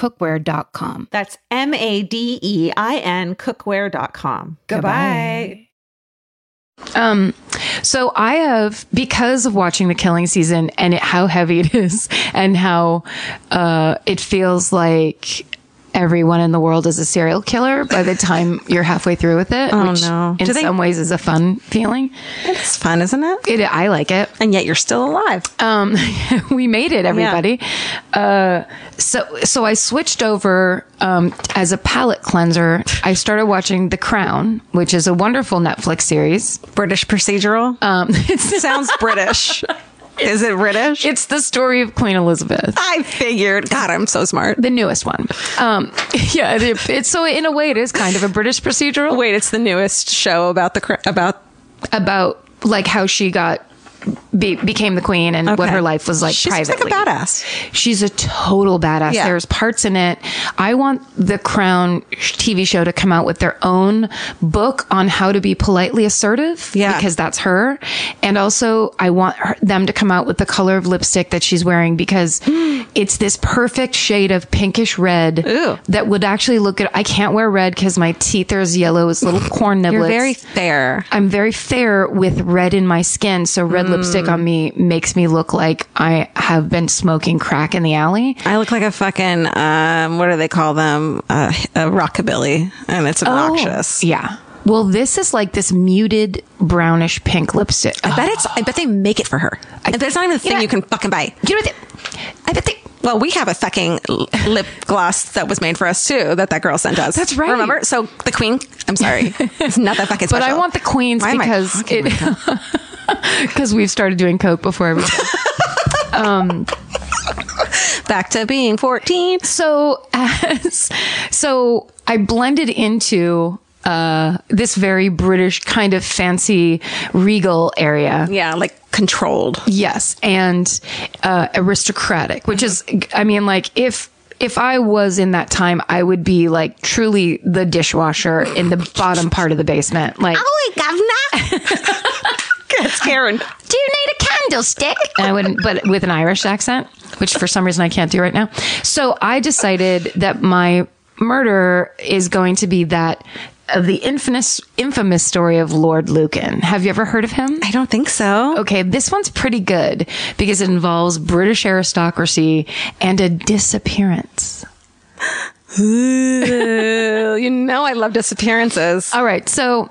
[SPEAKER 6] madeincookware.com.
[SPEAKER 4] That's M A D E I N cookware.com. Goodbye.
[SPEAKER 3] Um, so I have because of watching the killing season and it, how heavy [laughs] it is and how uh, it feels like everyone in the world is a serial killer by the time you're halfway through with it.
[SPEAKER 5] Oh,
[SPEAKER 3] which
[SPEAKER 5] no.
[SPEAKER 3] In
[SPEAKER 5] Do they-
[SPEAKER 3] some ways, is a fun feeling.
[SPEAKER 5] It's fun, isn't it?
[SPEAKER 3] It, I like it.
[SPEAKER 5] And yet you're still alive.
[SPEAKER 4] Uh,
[SPEAKER 3] Um, [laughs] we made it, everybody. Uh, so, so I switched over um, as a palate cleanser. I started watching The Crown, which is a wonderful Netflix series.
[SPEAKER 5] British procedural.
[SPEAKER 4] uh.
[SPEAKER 3] Um, [laughs] it's
[SPEAKER 5] Sounds
[SPEAKER 4] [laughs]
[SPEAKER 5] British. is it British?
[SPEAKER 3] It's the story of Queen Elizabeth,
[SPEAKER 5] I figured. God, I'm so smart.
[SPEAKER 3] the newest one. Um, [laughs] yeah, it, it's so in a way it is kind of a British procedural
[SPEAKER 5] Wait, it's the newest show about the cr- about.
[SPEAKER 3] about like how she got be, became the queen and what
[SPEAKER 5] Okay.
[SPEAKER 3] her life was like.
[SPEAKER 5] She seems
[SPEAKER 3] privately,
[SPEAKER 5] like a badass.
[SPEAKER 3] She's a total badass.
[SPEAKER 5] Yeah.
[SPEAKER 3] There's parts in it. I want the Crown TV show to come out with their own book on how to be politely assertive.
[SPEAKER 5] Yeah.
[SPEAKER 3] Because that's her. And also, I want her, them to come out with the color of lipstick that she's
[SPEAKER 5] [gasps]
[SPEAKER 3] wearing because it's this perfect shade of pinkish red that would actually look good. I can't wear red because my teeth are as yellow
[SPEAKER 5] [laughs]
[SPEAKER 3] as little corn niblets.
[SPEAKER 5] You're very fair.
[SPEAKER 3] I'm very fair with red in my skin, so red lipstick
[SPEAKER 4] Mm.
[SPEAKER 3] on me makes me look like I have been smoking crack in the alley.
[SPEAKER 5] I look like a fucking
[SPEAKER 4] Oh.
[SPEAKER 5] um, what do they call them? Uh, a rockabilly, and it's obnoxious.
[SPEAKER 3] Oh, Yeah. Well, this is like this muted brownish pink lipstick.
[SPEAKER 4] I bet it's. I bet they make it for her. I, bet it's not even a thing
[SPEAKER 3] Yeah.
[SPEAKER 4] you can fucking buy.
[SPEAKER 3] You know what? They, I bet they.
[SPEAKER 4] Well, we have a fucking l- lip gloss that was made for us too that that girl sent us.
[SPEAKER 3] That's right.
[SPEAKER 4] Remember? So the queen. I'm sorry, it's not that fucking.
[SPEAKER 3] [laughs] But I
[SPEAKER 4] special.
[SPEAKER 3] want the queens
[SPEAKER 4] Why am I
[SPEAKER 3] because
[SPEAKER 4] talking
[SPEAKER 3] it [laughs] because we've started doing coke before
[SPEAKER 4] [laughs]
[SPEAKER 3] everything.
[SPEAKER 4] back to being 14.
[SPEAKER 3] so as so I blended into uh, this very British kind of fancy regal area.
[SPEAKER 4] Yeah, like controlled.
[SPEAKER 3] Yes, and uh, aristocratic, which is, I mean, like if if I was in that time, I would be like truly the dishwasher in the bottom part of the basement. Like,
[SPEAKER 4] [laughs] It's Karen.
[SPEAKER 3] do you need a candlestick? And I wouldn't, but with an Irish accent, which for some reason I can't do right now. So I decided that my murder is going to be that of the infamous infamous story of Lord Lucan. Have you ever heard of him?
[SPEAKER 4] I don't think so.
[SPEAKER 3] Okay, this one's pretty good because it involves British aristocracy and a disappearance.
[SPEAKER 4] you know I love disappearances.
[SPEAKER 3] All right, so.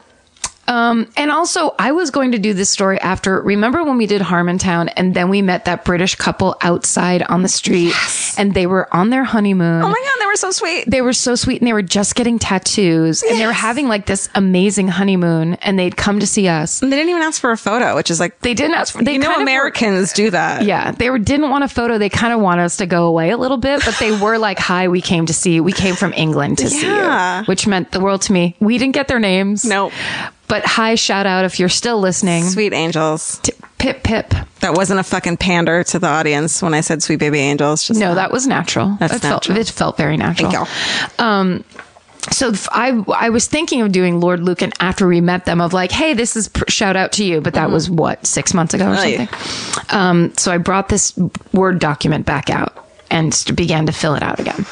[SPEAKER 3] Um, and also, I was going to do this story after. Remember when we did Harmontown and then we met that British couple outside on the street and they were on their honeymoon.
[SPEAKER 4] Oh my god, they were so sweet.
[SPEAKER 3] they were so sweet and they were just getting tattoos and they were having like this amazing honeymoon and they'd come to see us.
[SPEAKER 4] They didn't even ask for a photo, which is like
[SPEAKER 3] They didn't ask for- they
[SPEAKER 4] you know
[SPEAKER 3] kind of were-
[SPEAKER 4] Americans do that.
[SPEAKER 3] Yeah, they were didn't want a photo. They kind of want us to go away a little bit, but they were
[SPEAKER 4] [laughs]
[SPEAKER 3] like, "Hi, we came to see. You. We came from England to see
[SPEAKER 4] Yeah.
[SPEAKER 3] you," which meant the world to me. We didn't get their names.
[SPEAKER 4] Nope.
[SPEAKER 3] But hi, shout out if you're still listening.
[SPEAKER 4] Sweet angels.
[SPEAKER 3] T- pip pip.
[SPEAKER 4] That wasn't a fucking pander to the audience when I said sweet baby angels. Just
[SPEAKER 3] No, that was natural.
[SPEAKER 4] That's
[SPEAKER 3] it felt,
[SPEAKER 4] natural.
[SPEAKER 3] It felt very natural.
[SPEAKER 4] Thank y'all.
[SPEAKER 3] Um, so f- I I was thinking of doing Lord Lucan after we met them of like, hey, this is pr- shout out to you, but that was what six months ago or
[SPEAKER 4] yeah.
[SPEAKER 3] something. Um, so I brought this Word document back out and st- began to fill it out again.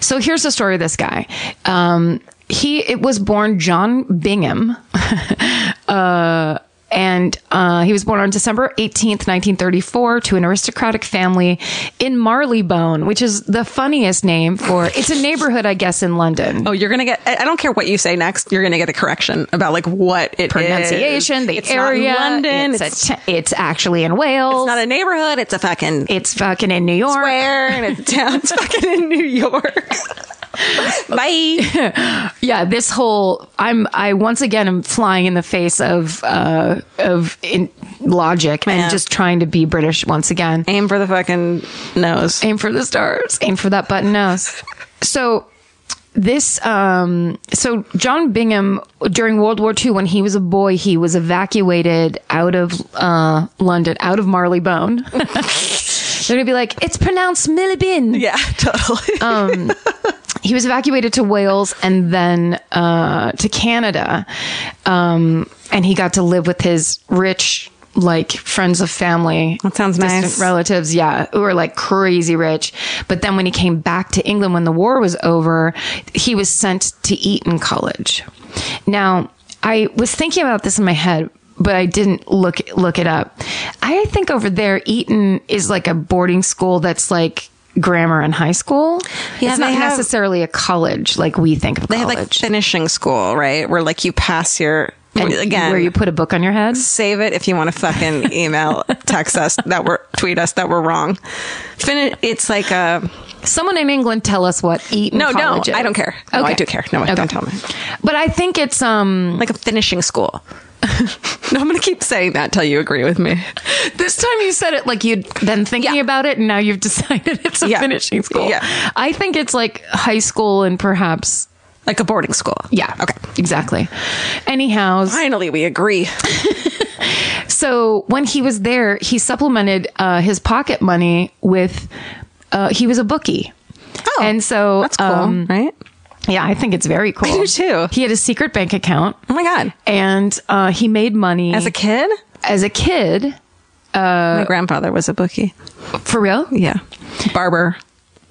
[SPEAKER 3] So here's the story of this guy. Um, he it was born John Bingham. [laughs] uh, and uh, he was born on December 18th, 1934, to an aristocratic family in Marleybone, which is the funniest name for it's a neighborhood, I guess, in London.
[SPEAKER 4] Oh, you're gonna get. I I don't care what you say next. You're gonna get a correction about like what it is.
[SPEAKER 3] pronunciation, the
[SPEAKER 4] it's
[SPEAKER 3] area.
[SPEAKER 4] Not in London. It's,
[SPEAKER 3] It's, a t- it's actually in Wales.
[SPEAKER 4] it's not a neighborhood. It's a fucking
[SPEAKER 3] It's fucking in New York.
[SPEAKER 4] square
[SPEAKER 3] [laughs]
[SPEAKER 4] and it's down. It's fucking in New York. Bye.
[SPEAKER 3] Yeah, this whole I'm I once again am flying in the face of uh of in logic
[SPEAKER 4] Yeah.
[SPEAKER 3] and just trying to be British once again.
[SPEAKER 4] Aim for the fucking nose.
[SPEAKER 3] Aim for the stars. Aim for that button nose. So this um so John Bingham during World War II when he was a boy he was evacuated out of uh London out of Marleybone. [laughs] They're gonna be like it's pronounced Millibin. [laughs]
[SPEAKER 4] Yeah, totally.
[SPEAKER 3] He was evacuated to Wales and then uh to Canada, um and he got to live with his rich like friends of family
[SPEAKER 4] that sounds
[SPEAKER 3] distant
[SPEAKER 4] nice.
[SPEAKER 3] relatives, yeah, who were like crazy rich. But then when he came back to England when the war was over, he was sent to Eton College. Now, I was thinking about this in my head, but I didn't look look it up. I think over there, Eton is like a boarding school that's like grammar and high school.
[SPEAKER 4] Yeah,
[SPEAKER 3] it's not
[SPEAKER 4] they have-
[SPEAKER 3] necessarily a college like we think of
[SPEAKER 4] they have
[SPEAKER 3] college.
[SPEAKER 4] like finishing school, right? Where like you pass your
[SPEAKER 3] And
[SPEAKER 4] again.
[SPEAKER 3] where you put a book on your head.
[SPEAKER 4] save it if you want
[SPEAKER 3] [laughs]
[SPEAKER 4] to fucking email, text us that we're tweet us that we're wrong. Fini- it's like a
[SPEAKER 3] Someone in England tell us what Eton
[SPEAKER 4] no, no.
[SPEAKER 3] College is.
[SPEAKER 4] I don't care. No, I
[SPEAKER 3] Okay.
[SPEAKER 4] do care. No,
[SPEAKER 3] Okay.
[SPEAKER 4] don't tell me.
[SPEAKER 3] But I think it's um
[SPEAKER 4] Like a finishing school. [laughs] no, I'm gonna keep saying that till you agree with me.
[SPEAKER 3] This time you said it like you'd been thinking
[SPEAKER 4] Yeah.
[SPEAKER 3] about it, and now you've [laughs] decided it's a
[SPEAKER 4] Yeah.
[SPEAKER 3] finishing school.
[SPEAKER 4] Yeah.
[SPEAKER 3] I think it's like high school and perhaps.
[SPEAKER 4] Like a boarding school.
[SPEAKER 3] Yeah.
[SPEAKER 4] Okay.
[SPEAKER 3] Exactly. Anyhow,
[SPEAKER 4] Finally, we agree.
[SPEAKER 3] so when he was there, he supplemented uh, his pocket money with. Uh, he was a bookie.
[SPEAKER 4] Oh,
[SPEAKER 3] and so
[SPEAKER 4] that's cool,
[SPEAKER 3] um,
[SPEAKER 4] right?
[SPEAKER 3] yeah, I think it's very cool.
[SPEAKER 4] do too.
[SPEAKER 3] He had a secret bank account,
[SPEAKER 4] Oh my god!
[SPEAKER 3] and uh, he made money
[SPEAKER 4] As a kid,
[SPEAKER 3] as a kid. Uh,
[SPEAKER 4] my grandfather was a bookie.
[SPEAKER 3] For real?
[SPEAKER 4] Yeah, barber.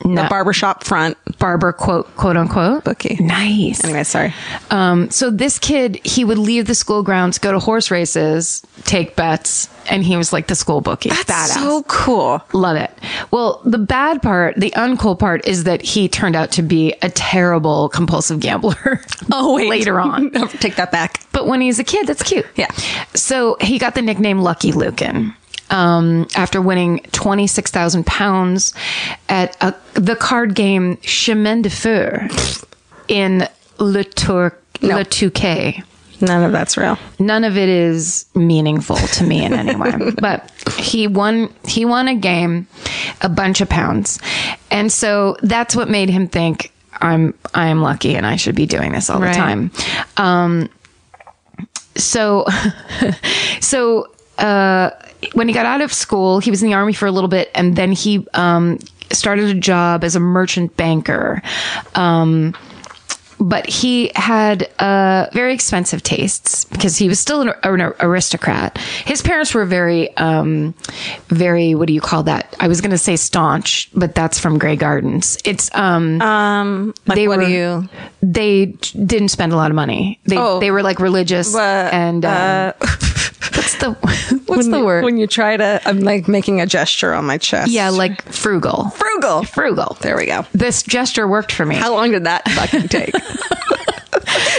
[SPEAKER 4] the barbershop front
[SPEAKER 3] barber quote quote unquote
[SPEAKER 4] bookie.
[SPEAKER 3] Nice.
[SPEAKER 4] Anyway, sorry.
[SPEAKER 3] Um, so this kid, he would leave the school grounds, go to horse races, take bets, and he was like the school bookie. Badass.
[SPEAKER 4] So [laughs] cool.
[SPEAKER 3] Love it. Well, the bad part, the uncool part, is that he turned out to be a terrible compulsive gambler.
[SPEAKER 4] Oh, wait.
[SPEAKER 3] [laughs] later
[SPEAKER 4] [laughs]
[SPEAKER 3] on.
[SPEAKER 4] Take that back.
[SPEAKER 3] but when he's a kid, that's cute.
[SPEAKER 4] Yeah.
[SPEAKER 3] So he got the nickname Lucky Lucan um, after winning twenty six thousand pounds at a, the card game Chemin de Fer in Le Tour Le Touquet
[SPEAKER 4] None of that's real.
[SPEAKER 3] none of it is meaningful to me in any way. but he won he won a game, a bunch of pounds. And so that's what made him think I'm I'm lucky and I should be doing this all
[SPEAKER 4] Right.
[SPEAKER 3] the time. Um so [laughs] so uh when he got out of school, he was in the army for a little bit and then he um started a job as a merchant banker. Um but he had uh, very expensive tastes because he was still an, an aristocrat. His parents were very, um, very. What do you call that? I was going to say staunch, but that's from Grey Gardens. It's um,
[SPEAKER 4] Uh, Like,
[SPEAKER 3] they
[SPEAKER 4] what
[SPEAKER 3] were
[SPEAKER 4] do you?
[SPEAKER 3] they didn't spend a lot of money. They
[SPEAKER 4] Oh.
[SPEAKER 3] they were like religious
[SPEAKER 4] Uh,
[SPEAKER 3] and um,
[SPEAKER 4] [laughs]
[SPEAKER 3] what's the what's
[SPEAKER 4] when
[SPEAKER 3] the
[SPEAKER 4] you-
[SPEAKER 3] word?
[SPEAKER 4] When you try to, I'm like making a gesture on my chest.
[SPEAKER 3] yeah, like frugal,
[SPEAKER 4] Frugal.
[SPEAKER 3] frugal.
[SPEAKER 4] There we go.
[SPEAKER 3] This gesture worked for me.
[SPEAKER 4] How long did that [laughs] fucking take?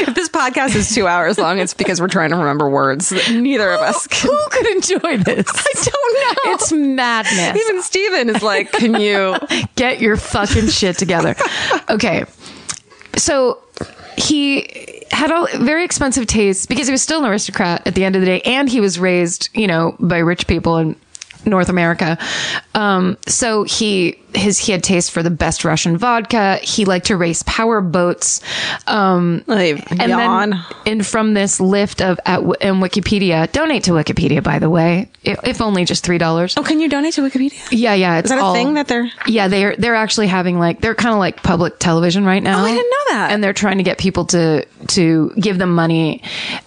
[SPEAKER 4] if this podcast is two hours long, it's because we're trying to remember words that neither of us
[SPEAKER 3] [laughs]
[SPEAKER 4] can.
[SPEAKER 3] Who could enjoy this?
[SPEAKER 4] [laughs] I don't know.
[SPEAKER 3] It's madness.
[SPEAKER 4] Even Steven is like, can you?
[SPEAKER 3] get your fucking shit together. Okay. So he had all very expensive tastes because he was still an aristocrat at the end of the day and he was raised, you know, by rich people in North America. Um, so he his he had taste for the best Russian vodka. He liked to race power boats. Um,
[SPEAKER 4] Like,
[SPEAKER 3] and
[SPEAKER 4] yawn.
[SPEAKER 3] then and from this lift of at, in Wikipedia, donate to Wikipedia by the way, if, if only just three dollars.
[SPEAKER 4] oh, [laughs] can you donate to Wikipedia?
[SPEAKER 3] Yeah, yeah. It's
[SPEAKER 4] Is that a
[SPEAKER 3] all-
[SPEAKER 4] thing that they're-
[SPEAKER 3] Yeah, they're they're actually having like they're kind of like public television right now.
[SPEAKER 4] Oh, I didn't know that.
[SPEAKER 3] And they're trying to get people to to give them money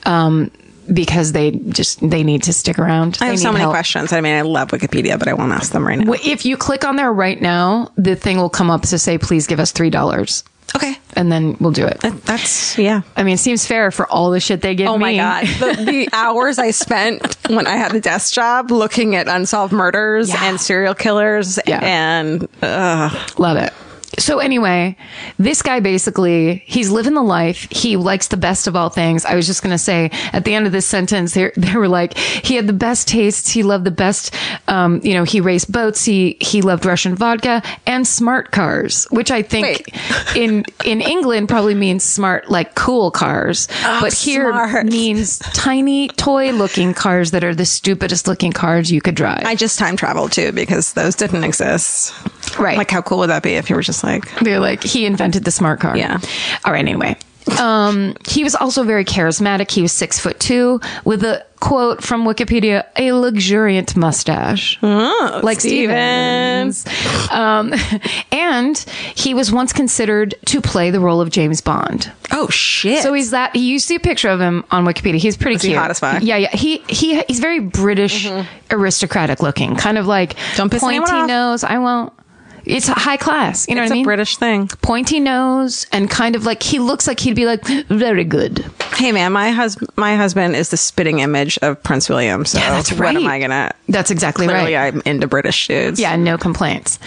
[SPEAKER 3] um, because they just they need to stick around. They
[SPEAKER 4] I have so
[SPEAKER 3] need
[SPEAKER 4] many
[SPEAKER 3] help.
[SPEAKER 4] questions. I mean, I love Wikipedia, but I won't ask them right now.
[SPEAKER 3] Well, If you click on there right now, the thing will come up to say, "Please give us three dollars,"
[SPEAKER 4] Okay.
[SPEAKER 3] and then we'll do it.
[SPEAKER 4] That- That's, yeah.
[SPEAKER 3] I mean, it seems fair for all the shit they give
[SPEAKER 4] Oh my
[SPEAKER 3] me. [laughs]
[SPEAKER 4] god, [laughs] the, the hours I spent when I had the desk job looking at unsolved murders
[SPEAKER 3] Yeah.
[SPEAKER 4] and serial killers
[SPEAKER 3] Yeah.
[SPEAKER 4] and uh,
[SPEAKER 3] Love it. So anyway, this guy basically he's living the life. He likes the best of all things. I was just gonna say at the end of this sentence, they [laughs] they were like he had the best tastes. He loved the best. Um, you know, he raced boats. He he loved Russian vodka and smart cars, which I think [laughs]
[SPEAKER 4] Wait.
[SPEAKER 3] in in England probably means smart like cool cars, but here
[SPEAKER 4] Oh, smart.
[SPEAKER 3] means tiny toy looking cars that are the stupidest looking cars you could drive.
[SPEAKER 4] I just time traveled too because those didn't exist.
[SPEAKER 3] right,
[SPEAKER 4] Like, how cool would that be if you were just like,
[SPEAKER 3] They're like, he invented the smart car.
[SPEAKER 4] Yeah.
[SPEAKER 3] All right, anyway. Um, he was also very charismatic. He was six foot two with a quote from Wikipedia, a luxuriant mustache.
[SPEAKER 4] Oh,
[SPEAKER 3] like Stevens. Um, [laughs] and he was once considered to play the role of James Bond.
[SPEAKER 4] oh shit?
[SPEAKER 3] So he's that. You see a picture of him on Wikipedia. He's pretty
[SPEAKER 4] he
[SPEAKER 3] cute.
[SPEAKER 4] hot as fuck? Mm-hmm.
[SPEAKER 3] Yeah, yeah. He he he's very British, aristocratic looking, kind of like
[SPEAKER 4] Don't piss anyone
[SPEAKER 3] pointy
[SPEAKER 4] off.
[SPEAKER 3] nose. I won't. It's high class. You know
[SPEAKER 4] it's
[SPEAKER 3] what I
[SPEAKER 4] a
[SPEAKER 3] mean?
[SPEAKER 4] British thing.
[SPEAKER 3] pointy nose and kind of like he looks like he'd be like very good.
[SPEAKER 4] Hey man, my husband, my husband is the spitting image of Prince William. So
[SPEAKER 3] that's
[SPEAKER 4] what am
[SPEAKER 3] right.
[SPEAKER 4] I gonna?
[SPEAKER 3] That's exactly
[SPEAKER 4] Clearly,
[SPEAKER 3] right.
[SPEAKER 4] I'm into British dudes.
[SPEAKER 3] yeah, no complaints.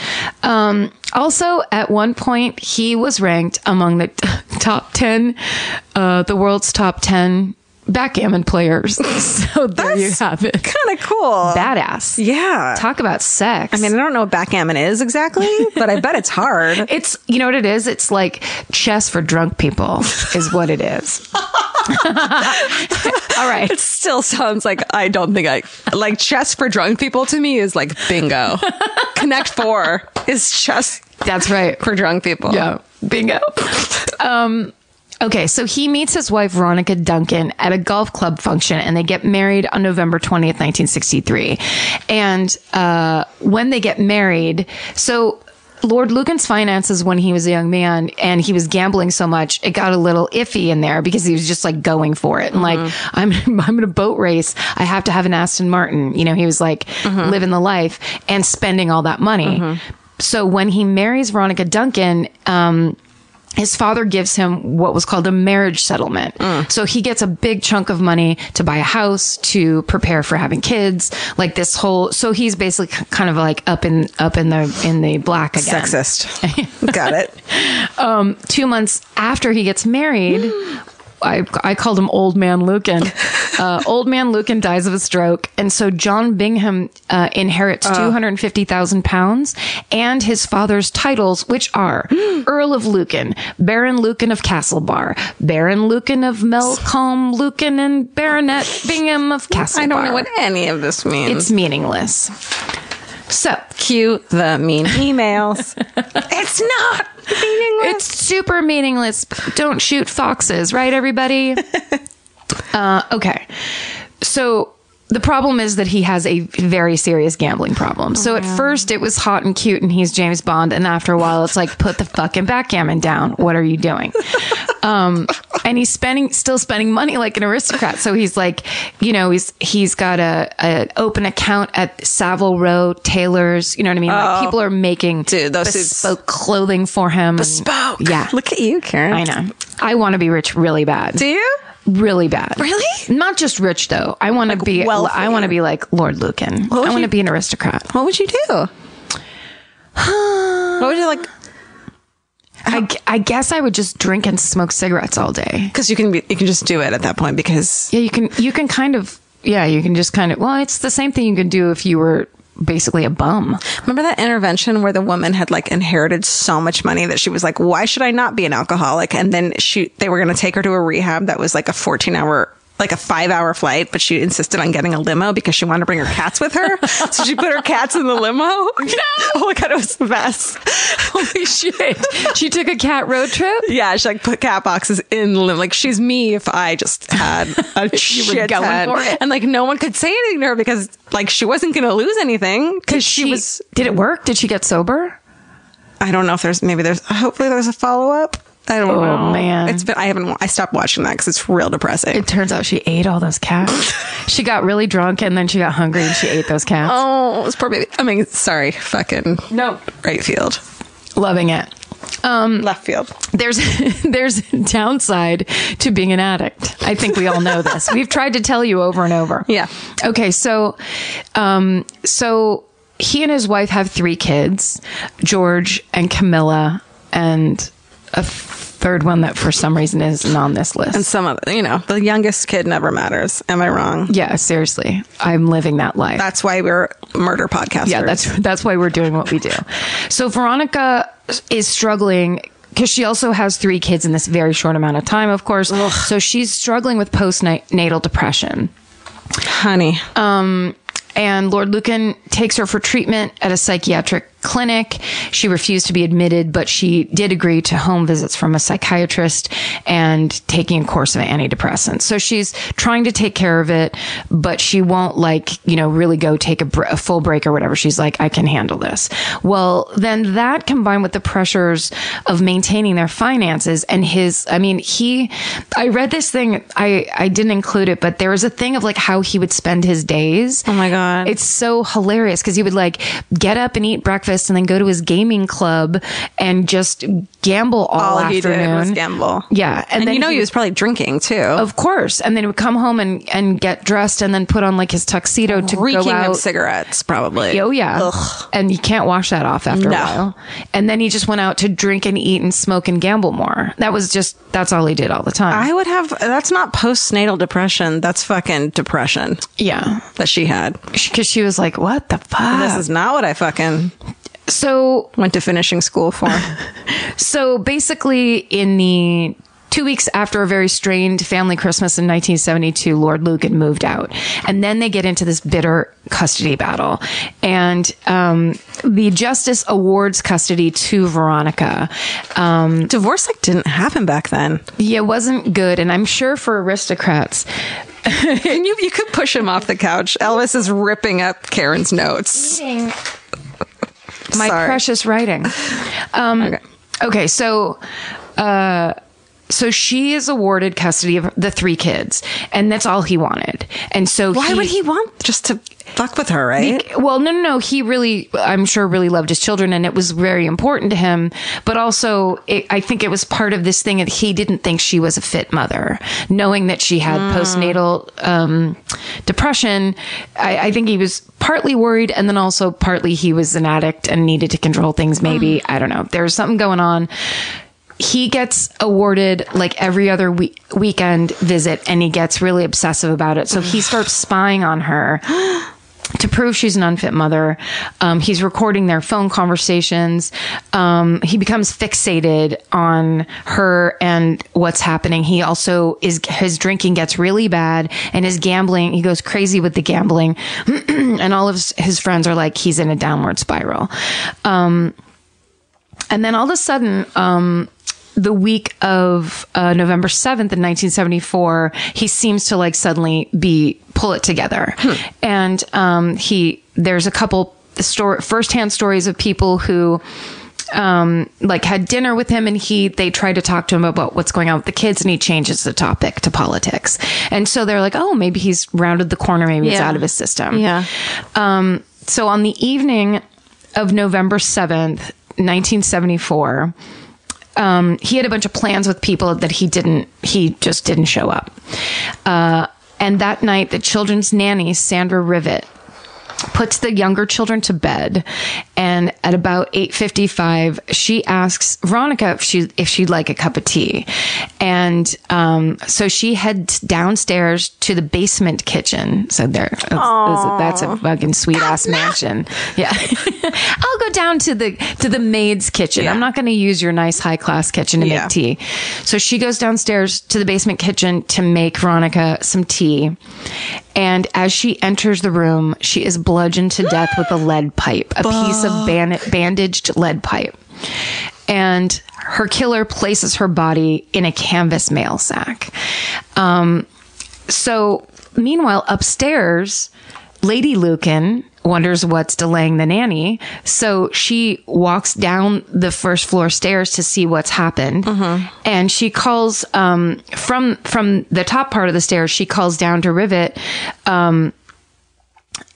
[SPEAKER 3] Um, also, at one point, he was ranked among the t- top ten, uh, the world's top ten backgammon players. [laughs] so there you
[SPEAKER 4] That's
[SPEAKER 3] have it.
[SPEAKER 4] kind of cool.
[SPEAKER 3] Badass.
[SPEAKER 4] yeah.
[SPEAKER 3] Talk about sex.
[SPEAKER 4] I mean, I don't know what backgammon is [laughs] exactly, but I bet it's hard.
[SPEAKER 3] It's you know what it is. It's like chess for drunk people is what it
[SPEAKER 4] [laughs]
[SPEAKER 3] is. [laughs] All right.
[SPEAKER 4] It still sounds like I don't think I like chess for drunk people to me is like [laughs] bingo. Connect four is chess
[SPEAKER 3] That's right.
[SPEAKER 4] for drunk people.
[SPEAKER 3] Yeah. Bingo. um, okay. So he meets his wife, Veronica Duncan, at a golf club function, and they get married on November 20th, 1963. And uh, when they get married, so. Lord Lucan's finances when he was a young man and he was gambling so much, it got a little iffy in there because he was just like going for it. And like, I'm, I'm [laughs] in a boat race. I have to have an Aston Martin. You know, he was like living the life and spending all that money So when he marries Veronica Duncan, um, his father gives him what was called a marriage settlement. So he gets a big chunk of money to buy a house, to prepare for having kids, like this whole. So he's basically k- kind of like up in up in the in the black again.
[SPEAKER 4] Sexist. [laughs] Got it.
[SPEAKER 3] Two months after he gets married. [gasps] I, I called him Old Man Lucan.
[SPEAKER 4] [laughs]
[SPEAKER 3] Uh, old Man Lucan dies of a stroke, and so John Bingham uh,
[SPEAKER 4] Oh.
[SPEAKER 3] inherits two hundred and fifty thousand pounds and his father's titles, which
[SPEAKER 4] [gasps]
[SPEAKER 3] are Earl of Lucan, Baron Lucan of Castlebar, Baron Lucan of Melcombe Lucan, and Baronet Bingham of Castlebar.
[SPEAKER 4] I don't know what any of this means.
[SPEAKER 3] it's meaningless. So
[SPEAKER 4] cue the mean [laughs] emails. it's not meaningless.
[SPEAKER 3] It's super meaningless. Don't shoot foxes, right,
[SPEAKER 4] [laughs]
[SPEAKER 3] everybody? uh, okay. So the problem is that he has a very serious gambling problem.
[SPEAKER 4] Oh,
[SPEAKER 3] So at first it was hot and cute and he's James Bond. And after a while, it's like, put the fucking backgammon down. What are you doing? Um, and he's spending, still spending money like an aristocrat. So he's like, you know, he's, he's got a, an open account at Savile Row, Taylor's, you know what I mean? Like people are making
[SPEAKER 4] Oh. Dude, those suits-
[SPEAKER 3] bespoke clothing for him. and-
[SPEAKER 4] Spoke.
[SPEAKER 3] Yeah.
[SPEAKER 4] Look at you, Karen.
[SPEAKER 3] I know. I want to be rich really bad.
[SPEAKER 4] Do you?
[SPEAKER 3] Really bad.
[SPEAKER 4] Really?
[SPEAKER 3] Not just rich though. I want to be
[SPEAKER 4] wealthy.
[SPEAKER 3] I want to be like Lord Lucan. I
[SPEAKER 4] would
[SPEAKER 3] want to
[SPEAKER 4] you-
[SPEAKER 3] be an aristocrat.
[SPEAKER 4] What would you [sighs] do? what would you like?
[SPEAKER 3] I, g- I guess I would just drink and smoke cigarettes all day.
[SPEAKER 4] Because you can be, you can just do it at that point. Because
[SPEAKER 3] Yeah, you can you can kind of yeah, you can just kind of well, it's the same thing you can do if you were basically a bum.
[SPEAKER 4] remember that intervention where the woman had like inherited so much money that she was like, "Why should I not be an alcoholic?" And then she they were going to take her to a rehab that was like a fourteen hour. Like a five hour flight, but she insisted on getting a limo because she wanted to bring her cats with her. so she put her cats in
[SPEAKER 3] [laughs]
[SPEAKER 4] the limo. [laughs] oh my God, it was the best. [laughs] Holy [laughs] shit.
[SPEAKER 3] She took a cat road trip.
[SPEAKER 4] Yeah, she like put cat boxes in the lim- like she's me if I
[SPEAKER 3] [laughs]
[SPEAKER 4] just had a
[SPEAKER 3] You were
[SPEAKER 4] shit
[SPEAKER 3] going
[SPEAKER 4] ton.
[SPEAKER 3] for it.
[SPEAKER 4] and like no one could say anything to her because like she wasn't gonna lose anything because she, was
[SPEAKER 3] Did it work? Did she get sober?
[SPEAKER 4] I don't know if there's maybe there's hopefully there's a follow up I don't
[SPEAKER 3] Oh,
[SPEAKER 4] know
[SPEAKER 3] man.
[SPEAKER 4] it's been I haven't wa- I stopped watching that because it's real depressing
[SPEAKER 3] It turns out she ate all those
[SPEAKER 4] [laughs]
[SPEAKER 3] cats. she got really drunk and then she got hungry and she ate those cats.
[SPEAKER 4] oh it's poor baby I mean sorry fucking
[SPEAKER 3] No.
[SPEAKER 4] right field
[SPEAKER 3] Loving it. Mm,
[SPEAKER 4] left field
[SPEAKER 3] there's [laughs] there's a downside to being an addict. I think we all know this. We've tried to tell you over and over.
[SPEAKER 4] Yeah.
[SPEAKER 3] Okay, so um so he and his wife have three kids, George and Camilla and a third one that for some reason isn't on this list.
[SPEAKER 4] and some of you know the youngest kid never matters am I wrong
[SPEAKER 3] yeah, seriously. I'm living that life.
[SPEAKER 4] that's why we're murder podcasters
[SPEAKER 3] Yeah, that's that's why we're doing what we do. So Veronica is struggling because she also has three kids in this very short amount of time, of course. So she's struggling with postnatal depression.
[SPEAKER 4] honey
[SPEAKER 3] Oh, And Lord Lucan takes her for treatment at a psychiatric clinic. She refused to be admitted, but she did agree to home visits from a psychiatrist and taking a course of antidepressants. So she's trying to take care of it, but she won't like, you know, really go take a, br- a full break or whatever. She's like, I can handle this. Well, then that combined with the pressures of maintaining their finances and his, I mean, he, I read this thing, I, I didn't include it, but there was a thing of like how he would spend his days.
[SPEAKER 4] Oh my God.
[SPEAKER 3] It's so hilarious because he would like get up and eat breakfast and then go to his gaming club and just gamble all,
[SPEAKER 4] all he
[SPEAKER 3] afternoon.
[SPEAKER 4] did was gamble
[SPEAKER 3] Yeah, and,
[SPEAKER 4] and,
[SPEAKER 3] then
[SPEAKER 4] you know he,
[SPEAKER 3] he Oh,
[SPEAKER 4] was probably drinking too.
[SPEAKER 3] Of course, and then he would come home and, and get dressed, and then put on like his tuxedo to go
[SPEAKER 4] reeking
[SPEAKER 3] out.
[SPEAKER 4] of cigarettes, probably.
[SPEAKER 3] Oh yeah, and you can't wash that off after
[SPEAKER 4] No.
[SPEAKER 3] a while. And then he just went out to drink and eat and smoke and gamble more. That was just that's all he did all the time.
[SPEAKER 4] I would have. That's not postnatal depression. That's fucking depression
[SPEAKER 3] yeah,
[SPEAKER 4] that she had.
[SPEAKER 3] because she was like, "What the fuck?"
[SPEAKER 4] This is not what I fucking
[SPEAKER 3] so
[SPEAKER 4] went to finishing school [laughs] for.
[SPEAKER 3] So basically, in the two weeks after a very strained family Christmas in 1972, Lord Lucan moved out. And then they get into this bitter custody battle. And um, the justice awards custody to Veronica. Um,
[SPEAKER 4] Divorce like didn't happen back then.
[SPEAKER 3] yeah, it wasn't good. And I'm sure for aristocrats,
[SPEAKER 4] And you you could push him off the couch. Elvis is ripping up Karen's notes.
[SPEAKER 3] my
[SPEAKER 4] Sorry.
[SPEAKER 3] precious writing. Um, okay. so. Uh, So she is awarded custody of the three kids, and that's all he wanted. And so
[SPEAKER 4] Why would he want just to fuck with her, right?
[SPEAKER 3] well, no, no, no. He really, I'm sure, really loved his children, and it was very important to him. But also, it, I think it was part of this thing that he didn't think she was a fit mother, knowing that she had postnatal um, depression. I, I think he was partly worried, and then also partly he was an addict and needed to control things. Maybe I don't know. There was something going on. He gets awarded like every other week weekend visit, and he gets really obsessive about it. So he starts spying on her [gasps] to prove she's an unfit mother. Um, he's recording their phone conversations. Um, he becomes fixated on her and what's happening. He also is his drinking gets really bad and his gambling. He goes crazy with the gambling, [clears throat] and all of his friends are like he's in a downward spiral. Um, and then all of a sudden, um, the week of uh, November 7th in 1974, he seems to like suddenly be pull it together.
[SPEAKER 4] Hmm.
[SPEAKER 3] And um, he, there's a couple store, firsthand stories of people who um like had dinner with him and he they tried to talk to him about what's going on with the kids and he changes the topic to politics and so they're like oh maybe he's rounded the corner maybe he's
[SPEAKER 4] Yeah.
[SPEAKER 3] out of his system
[SPEAKER 4] Yeah.
[SPEAKER 3] um, so on the evening of November 7th, 1974, um, he had a bunch of plans with people that he didn't, he just didn't show up. Uh, and that night, the children's nanny, Sandra Rivet, puts the younger children to bed and at about 8.55 she asks veronica if she if she'd like a cup of tea and um, so she heads downstairs to the basement kitchen so there that's, that's a fucking sweet ass mansion yeah [laughs] i'll go down to the to the maid's kitchen i'm not going to use your nice high class kitchen to
[SPEAKER 4] Yeah.
[SPEAKER 3] make tea so she goes downstairs to the basement kitchen to make veronica some tea and as she enters the room, she is bludgeoned to death with a lead pipe, a piece of ban- bandaged lead pipe. And her killer places her body in a canvas mail sack. Um, so, meanwhile, upstairs, Lady Lucan wonders what's delaying the nanny. So she walks down the first floor stairs to see what's happened. And she calls um, from from the top part of the stairs, she calls down to Rivet um,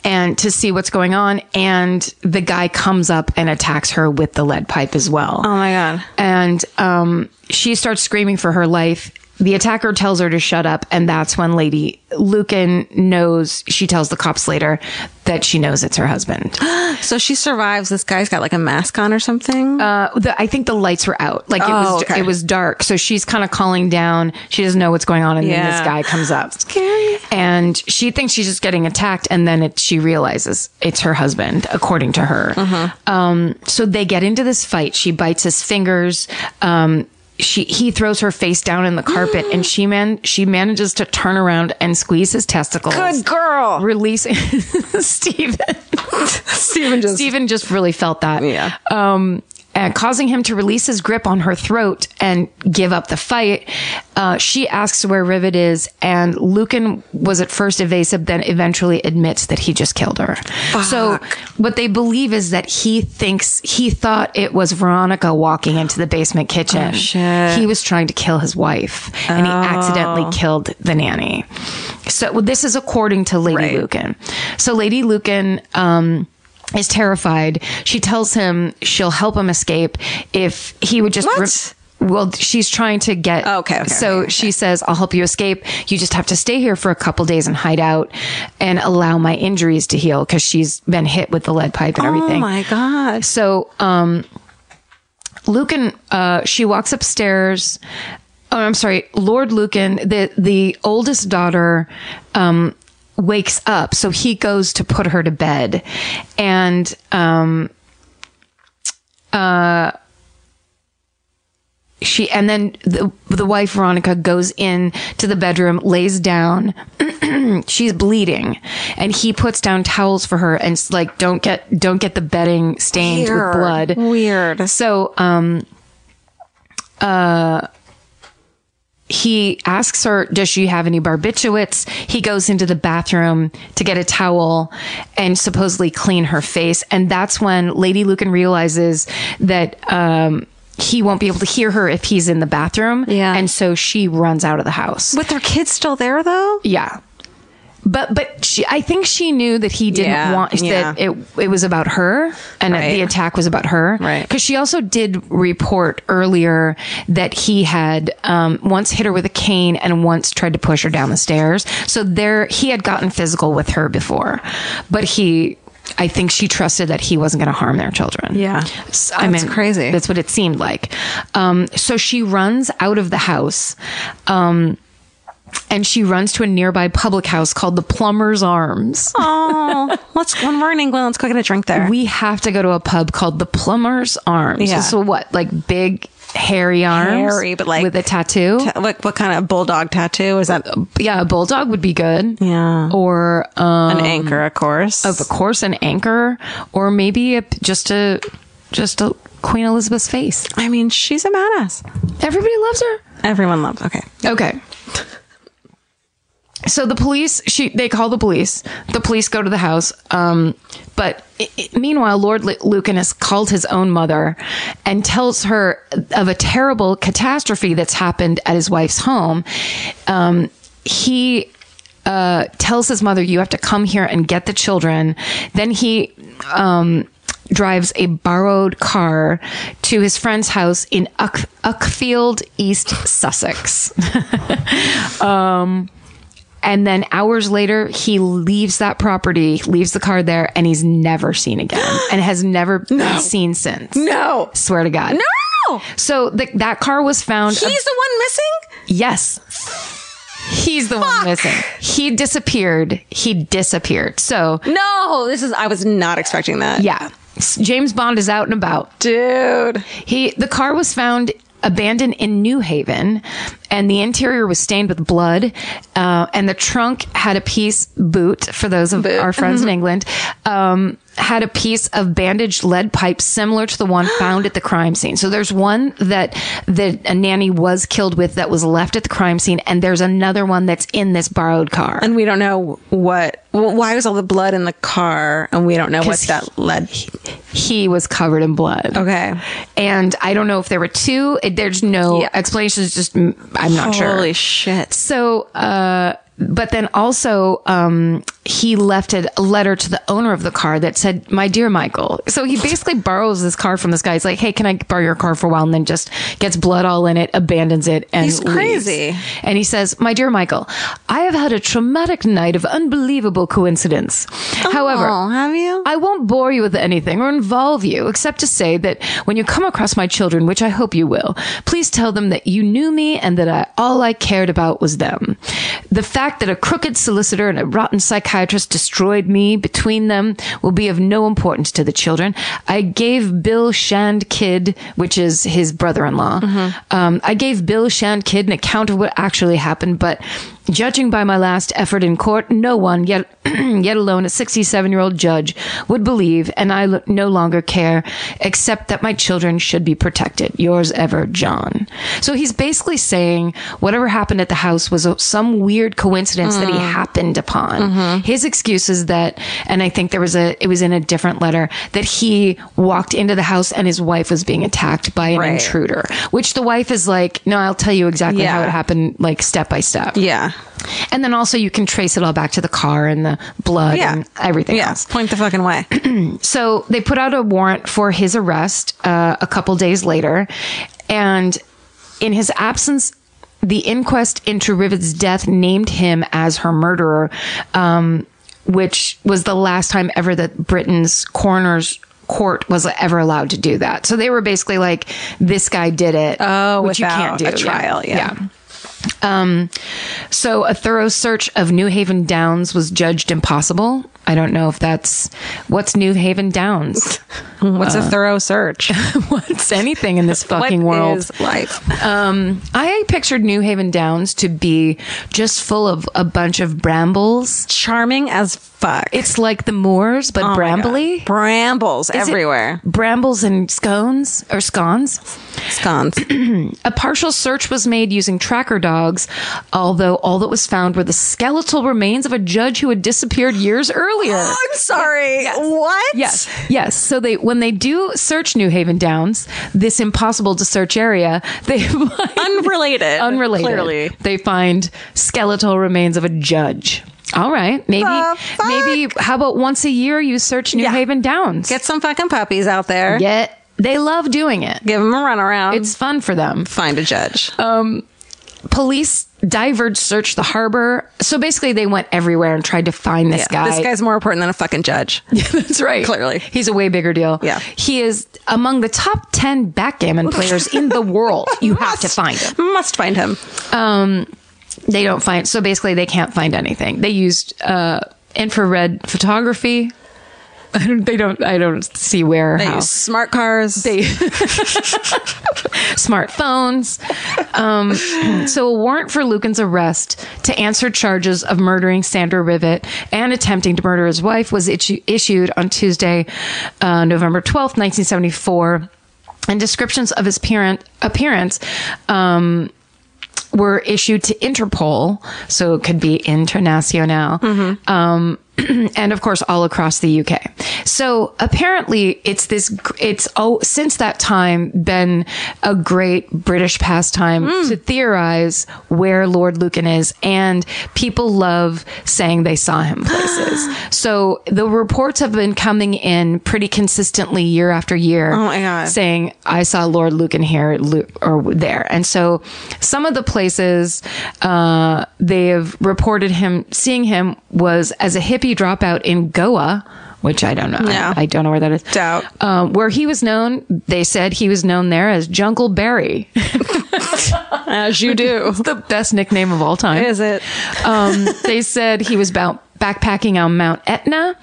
[SPEAKER 3] and to see what's going on. And the guy comes up and attacks her with the lead pipe as well.
[SPEAKER 4] Oh my god.
[SPEAKER 3] And um, she starts screaming for her life. The attacker tells her to shut up, and that's when Lady Lucan knows. She tells the cops later that she knows it's her husband.
[SPEAKER 4] So she survives. This guy's got like a mask on or something.
[SPEAKER 3] Uh, the, I think the lights were out, like it
[SPEAKER 4] Oh,
[SPEAKER 3] was
[SPEAKER 4] okay.
[SPEAKER 3] it was dark. So she's kind of calling down. She doesn't know what's going on, and then this
[SPEAKER 4] Yeah.
[SPEAKER 3] guy comes up,
[SPEAKER 4] Scary.
[SPEAKER 3] and she thinks she's just getting attacked, and then it, she realizes it's her husband, according to her.
[SPEAKER 4] Mm-hmm.
[SPEAKER 3] Um, so they get into this fight. She bites his fingers. Um, she he throws her face down in the carpet, and she man she manages to turn around and squeeze his testicles.
[SPEAKER 4] Good girl.
[SPEAKER 3] Releasing [laughs] Steven.
[SPEAKER 4] Steven just
[SPEAKER 3] Steven just really felt that.
[SPEAKER 4] Yeah.
[SPEAKER 3] Um, and causing him to release his grip on her throat and give up the fight. Uh, she asks where Rivet is, and Lucan was at first evasive, then eventually admits that he just killed her. So, what they believe is that he thinks he thought it was Veronica walking into the basement kitchen. He was trying to kill his wife, and he accidentally killed the nanny. So, well, this is according to Lady Lucan. So, Lady Lucan, um, is terrified. She tells him she'll help him escape if he would just.
[SPEAKER 4] What? Oh,
[SPEAKER 3] well, she's trying to get.
[SPEAKER 4] Okay, okay,
[SPEAKER 3] so
[SPEAKER 4] okay,
[SPEAKER 3] she says, I'll help you escape. You just have to stay here for a couple days and hide out and allow my injuries to heal because she's been hit with the lead pipe and
[SPEAKER 4] Oh
[SPEAKER 3] everything.
[SPEAKER 4] my god.
[SPEAKER 3] So, um, Lucan, uh, she walks upstairs. Oh, I'm sorry, Lord Lucan, the the oldest daughter, um, wakes up. So he goes to put her to bed, and um, uh, she and then the the wife Veronica goes in to the bedroom, lays down, [clears throat] she's bleeding and he puts down towels for her and s- like don't get don't get the bedding stained
[SPEAKER 4] Weird.
[SPEAKER 3] with blood
[SPEAKER 4] Weird.
[SPEAKER 3] so um uh he asks her does she have any barbiturates he goes into the bathroom to get a towel and supposedly clean her face and that's when lady lucan realizes that um he won't be able to hear her if he's in the bathroom.
[SPEAKER 4] Yeah.
[SPEAKER 3] And so she runs out of the house.
[SPEAKER 4] With their kids still there [laughs] though?
[SPEAKER 3] Yeah. But but she I think she knew that he didn't
[SPEAKER 4] Yeah,
[SPEAKER 3] want
[SPEAKER 4] yeah.
[SPEAKER 3] that it it was about her and that the
[SPEAKER 4] Right.
[SPEAKER 3] attack was about her.
[SPEAKER 4] Right.
[SPEAKER 3] Cuz she also did report earlier that he had um, once hit her with a cane and once tried to push her down the stairs. So there he had gotten physical with her before. But he I think she trusted that he wasn't going to harm their children.
[SPEAKER 4] Yeah.
[SPEAKER 3] S- I
[SPEAKER 4] That's
[SPEAKER 3] mean,
[SPEAKER 4] crazy.
[SPEAKER 3] That's what it seemed like. Um, so she runs out of the house. Um, and she runs to a nearby public house called the Plumber's Arms.
[SPEAKER 4] Oh, [laughs] let's when we're in England, let's go get a drink there.
[SPEAKER 3] We have to go to a pub called the Plumber's Arms.
[SPEAKER 4] Yeah.
[SPEAKER 3] So what? Like big hairy arms,
[SPEAKER 4] Hairy, but like-
[SPEAKER 3] with a tattoo.
[SPEAKER 4] Ta- what what kind of bulldog tattoo is that? An
[SPEAKER 3] yeah, a bulldog would be good.
[SPEAKER 4] Yeah.
[SPEAKER 3] Or um,
[SPEAKER 4] anchor, of course.
[SPEAKER 3] of course an anchor, or maybe a, just a just a Queen Elizabeth's face.
[SPEAKER 4] I mean, she's a badass.
[SPEAKER 3] Everybody loves her.
[SPEAKER 4] Everyone loves. Okay.
[SPEAKER 3] Okay. So the police, she they call the police. The police go to the house. Um, but i i- meanwhile, Lord Lu- Lucan has called his own mother and tells her of a terrible catastrophe that's happened at his wife's home. Um, he uh, tells his mother, "You have to come here and get the children." Then he um, drives a borrowed car to his friend's house in Uck- Uckfield, East Sussex. Um, And then hours later, he leaves that property, leaves the car there, and he's never seen
[SPEAKER 4] [gasps]
[SPEAKER 3] again and has never been seen since.
[SPEAKER 4] No.
[SPEAKER 3] Swear to God.
[SPEAKER 4] No.
[SPEAKER 3] So the, that car was found. um,
[SPEAKER 4] He's the one missing.
[SPEAKER 3] yes. He's the one
[SPEAKER 4] Fuck.
[SPEAKER 3] missing. He disappeared. He disappeared. So,
[SPEAKER 4] No, this is. I was not expecting that.
[SPEAKER 3] yeah. S- James Bond is out and about.
[SPEAKER 4] dude.
[SPEAKER 3] He the car was found abandoned in New Haven, and the interior was stained with blood, uh, and the trunk had a piece boot for those of our friends
[SPEAKER 4] [laughs]
[SPEAKER 3] in England. Um, had a piece of bandaged lead pipe similar to the one
[SPEAKER 4] [gasps]
[SPEAKER 3] found at the crime scene. So there's one that that a nanny was killed with that was left at the crime scene, and there's another one that's in this borrowed car.
[SPEAKER 4] And we don't know what. Well, why was all the blood in the car? And we don't know what
[SPEAKER 3] 'Cause
[SPEAKER 4] that led.
[SPEAKER 3] he was covered in blood.
[SPEAKER 4] Okay.
[SPEAKER 3] and I don't know if there were two. It- There's no
[SPEAKER 4] Yeah.
[SPEAKER 3] explanation. It's just mm, I'm not sure.
[SPEAKER 4] Holy shit.
[SPEAKER 3] So, uh, but then also, um, he left a letter to the owner of the car that said, "My dear Michael." So he basically borrows this car from this guy. He's like, "Hey, can I borrow your car for a while?" And then just gets blood all in it, abandons it, and
[SPEAKER 4] He's
[SPEAKER 3] leaves.
[SPEAKER 4] crazy.
[SPEAKER 3] And he says, "My dear Michael, I have had a traumatic night of unbelievable coincidence. However,
[SPEAKER 4] Oh, have you?
[SPEAKER 3] I won't bore you with anything or involve you, except to say that when you come across my children, which I hope you will, please tell them that you knew me and that I, all I cared about was them. The fact that a crooked solicitor and a rotten psychiatrist destroyed me between them will be of no importance to the children. I gave Bill Shandkid, which is his brother-in-law, um, I gave Bill Shandkid an account of what actually happened, but Judging by my last effort in court, no one, yet, [clears throat] yet alone a 67 year old judge, would believe, and I lo- no longer care, except that my children should be protected. Yours ever, John. So he's basically saying whatever happened at the house was a, some weird coincidence that
[SPEAKER 4] Mm-hmm.
[SPEAKER 3] he happened upon. His excuse is that, and I think there was a, it was in a different letter, that he walked into the house and his wife was being attacked by an
[SPEAKER 4] Right.
[SPEAKER 3] intruder, which the wife is like, no, I'll tell you exactly how
[SPEAKER 4] Yeah.
[SPEAKER 3] it happened, like step by step.
[SPEAKER 4] Yeah.
[SPEAKER 3] And then also you can trace it all back to the car and the blood
[SPEAKER 4] Yeah.
[SPEAKER 3] and everything
[SPEAKER 4] Yeah.
[SPEAKER 3] else.
[SPEAKER 4] Point the fucking way.
[SPEAKER 3] So they put out a warrant for his arrest uh, a couple days later. And in his absence, the inquest into Rivet's death named him as her murderer, um, which was the last time ever that Britain's coroner's court was ever allowed to do that. So they were basically like, this guy did it.
[SPEAKER 4] Oh,
[SPEAKER 3] which you can't do.
[SPEAKER 4] without a trial, yeah.
[SPEAKER 3] yeah. Um, so a thorough search of New Haven Downs was judged impossible. I don't know if that's what's New Haven
[SPEAKER 4] [laughs]
[SPEAKER 3] Downs.
[SPEAKER 4] [clears throat] What's a thorough [laughs] search?
[SPEAKER 3] what's anything in this fucking
[SPEAKER 4] [laughs] What
[SPEAKER 3] world?
[SPEAKER 4] is life?
[SPEAKER 3] Um, I pictured New Haven Downs to be just full of a bunch of brambles.
[SPEAKER 4] Charming as fuck.
[SPEAKER 3] It's like the moors, but
[SPEAKER 4] Oh my God.
[SPEAKER 3] brambly.
[SPEAKER 4] Brambles
[SPEAKER 3] Is it
[SPEAKER 4] everywhere.
[SPEAKER 3] Brambles and scones or scones.
[SPEAKER 4] [coughs] scones.
[SPEAKER 3] A partial search was made using tracker dogs, although all that was found were the skeletal remains of a judge who had disappeared years
[SPEAKER 4] [gasps]
[SPEAKER 3] earlier.
[SPEAKER 4] Oh, I'm sorry. What?
[SPEAKER 3] Yes, yes. So they when they do search New Haven Downs, this impossible to search area, [laughs] they find
[SPEAKER 4] [laughs] Unrelated.
[SPEAKER 3] unrelated.
[SPEAKER 4] Clearly.
[SPEAKER 3] They find skeletal remains of a judge. All right, maybe maybe how about once a year you search New
[SPEAKER 4] Yeah.
[SPEAKER 3] Haven Downs?
[SPEAKER 4] Get some fucking puppies out there.
[SPEAKER 3] yeah, they love doing it.
[SPEAKER 4] Give them a runaround.
[SPEAKER 3] It's fun for them.
[SPEAKER 4] find a judge.
[SPEAKER 3] Police diverged searched the harbor. So basically they went everywhere and tried to find this guy.
[SPEAKER 4] This guy's more important than a fucking [laughs] judge.
[SPEAKER 3] [laughs] That's right.
[SPEAKER 4] Clearly.
[SPEAKER 3] He's a way bigger deal.
[SPEAKER 4] Yeah.
[SPEAKER 3] He is among the top 10 backgammon players in the
[SPEAKER 4] [laughs]
[SPEAKER 3] world. You have to find him.
[SPEAKER 4] Must find him.
[SPEAKER 3] um, they don't find so basically they can't find anything they used uh, infrared photography [laughs] I don't, they don't i don't see where or
[SPEAKER 4] They
[SPEAKER 3] how
[SPEAKER 4] use smart cars. They
[SPEAKER 3] smartphones um, so a warrant for lucan's arrest to answer charges of murdering sandra rivet and attempting to murder his wife was itchu- issued on tuesday uh, november 12th 1974 and descriptions of his parent appearance um, were issued to Interpol, so it could be international, um, and of course all across the UK. So apparently, it's this. gr- It's oh, since that time been a great British pastime to theorize where Lord Lucan is, and people love saying they saw him places. so the reports have been coming in pretty consistently year after year
[SPEAKER 4] Oh my God.
[SPEAKER 3] saying I saw Lord Lucan here Lu- or there, and so some of the places uh, they have reported him seeing him was as a hippie dropout in Goa, which I don't know.
[SPEAKER 4] Yeah.
[SPEAKER 3] I, I don't know where that is.
[SPEAKER 4] Doubt.
[SPEAKER 3] Um, where he was known, they said he was known there as Jungle Berry,
[SPEAKER 4] [laughs] as you do.
[SPEAKER 3] the best nickname of all time.
[SPEAKER 4] Is it?
[SPEAKER 3] Um, they said he was about backpacking on Mount Etna.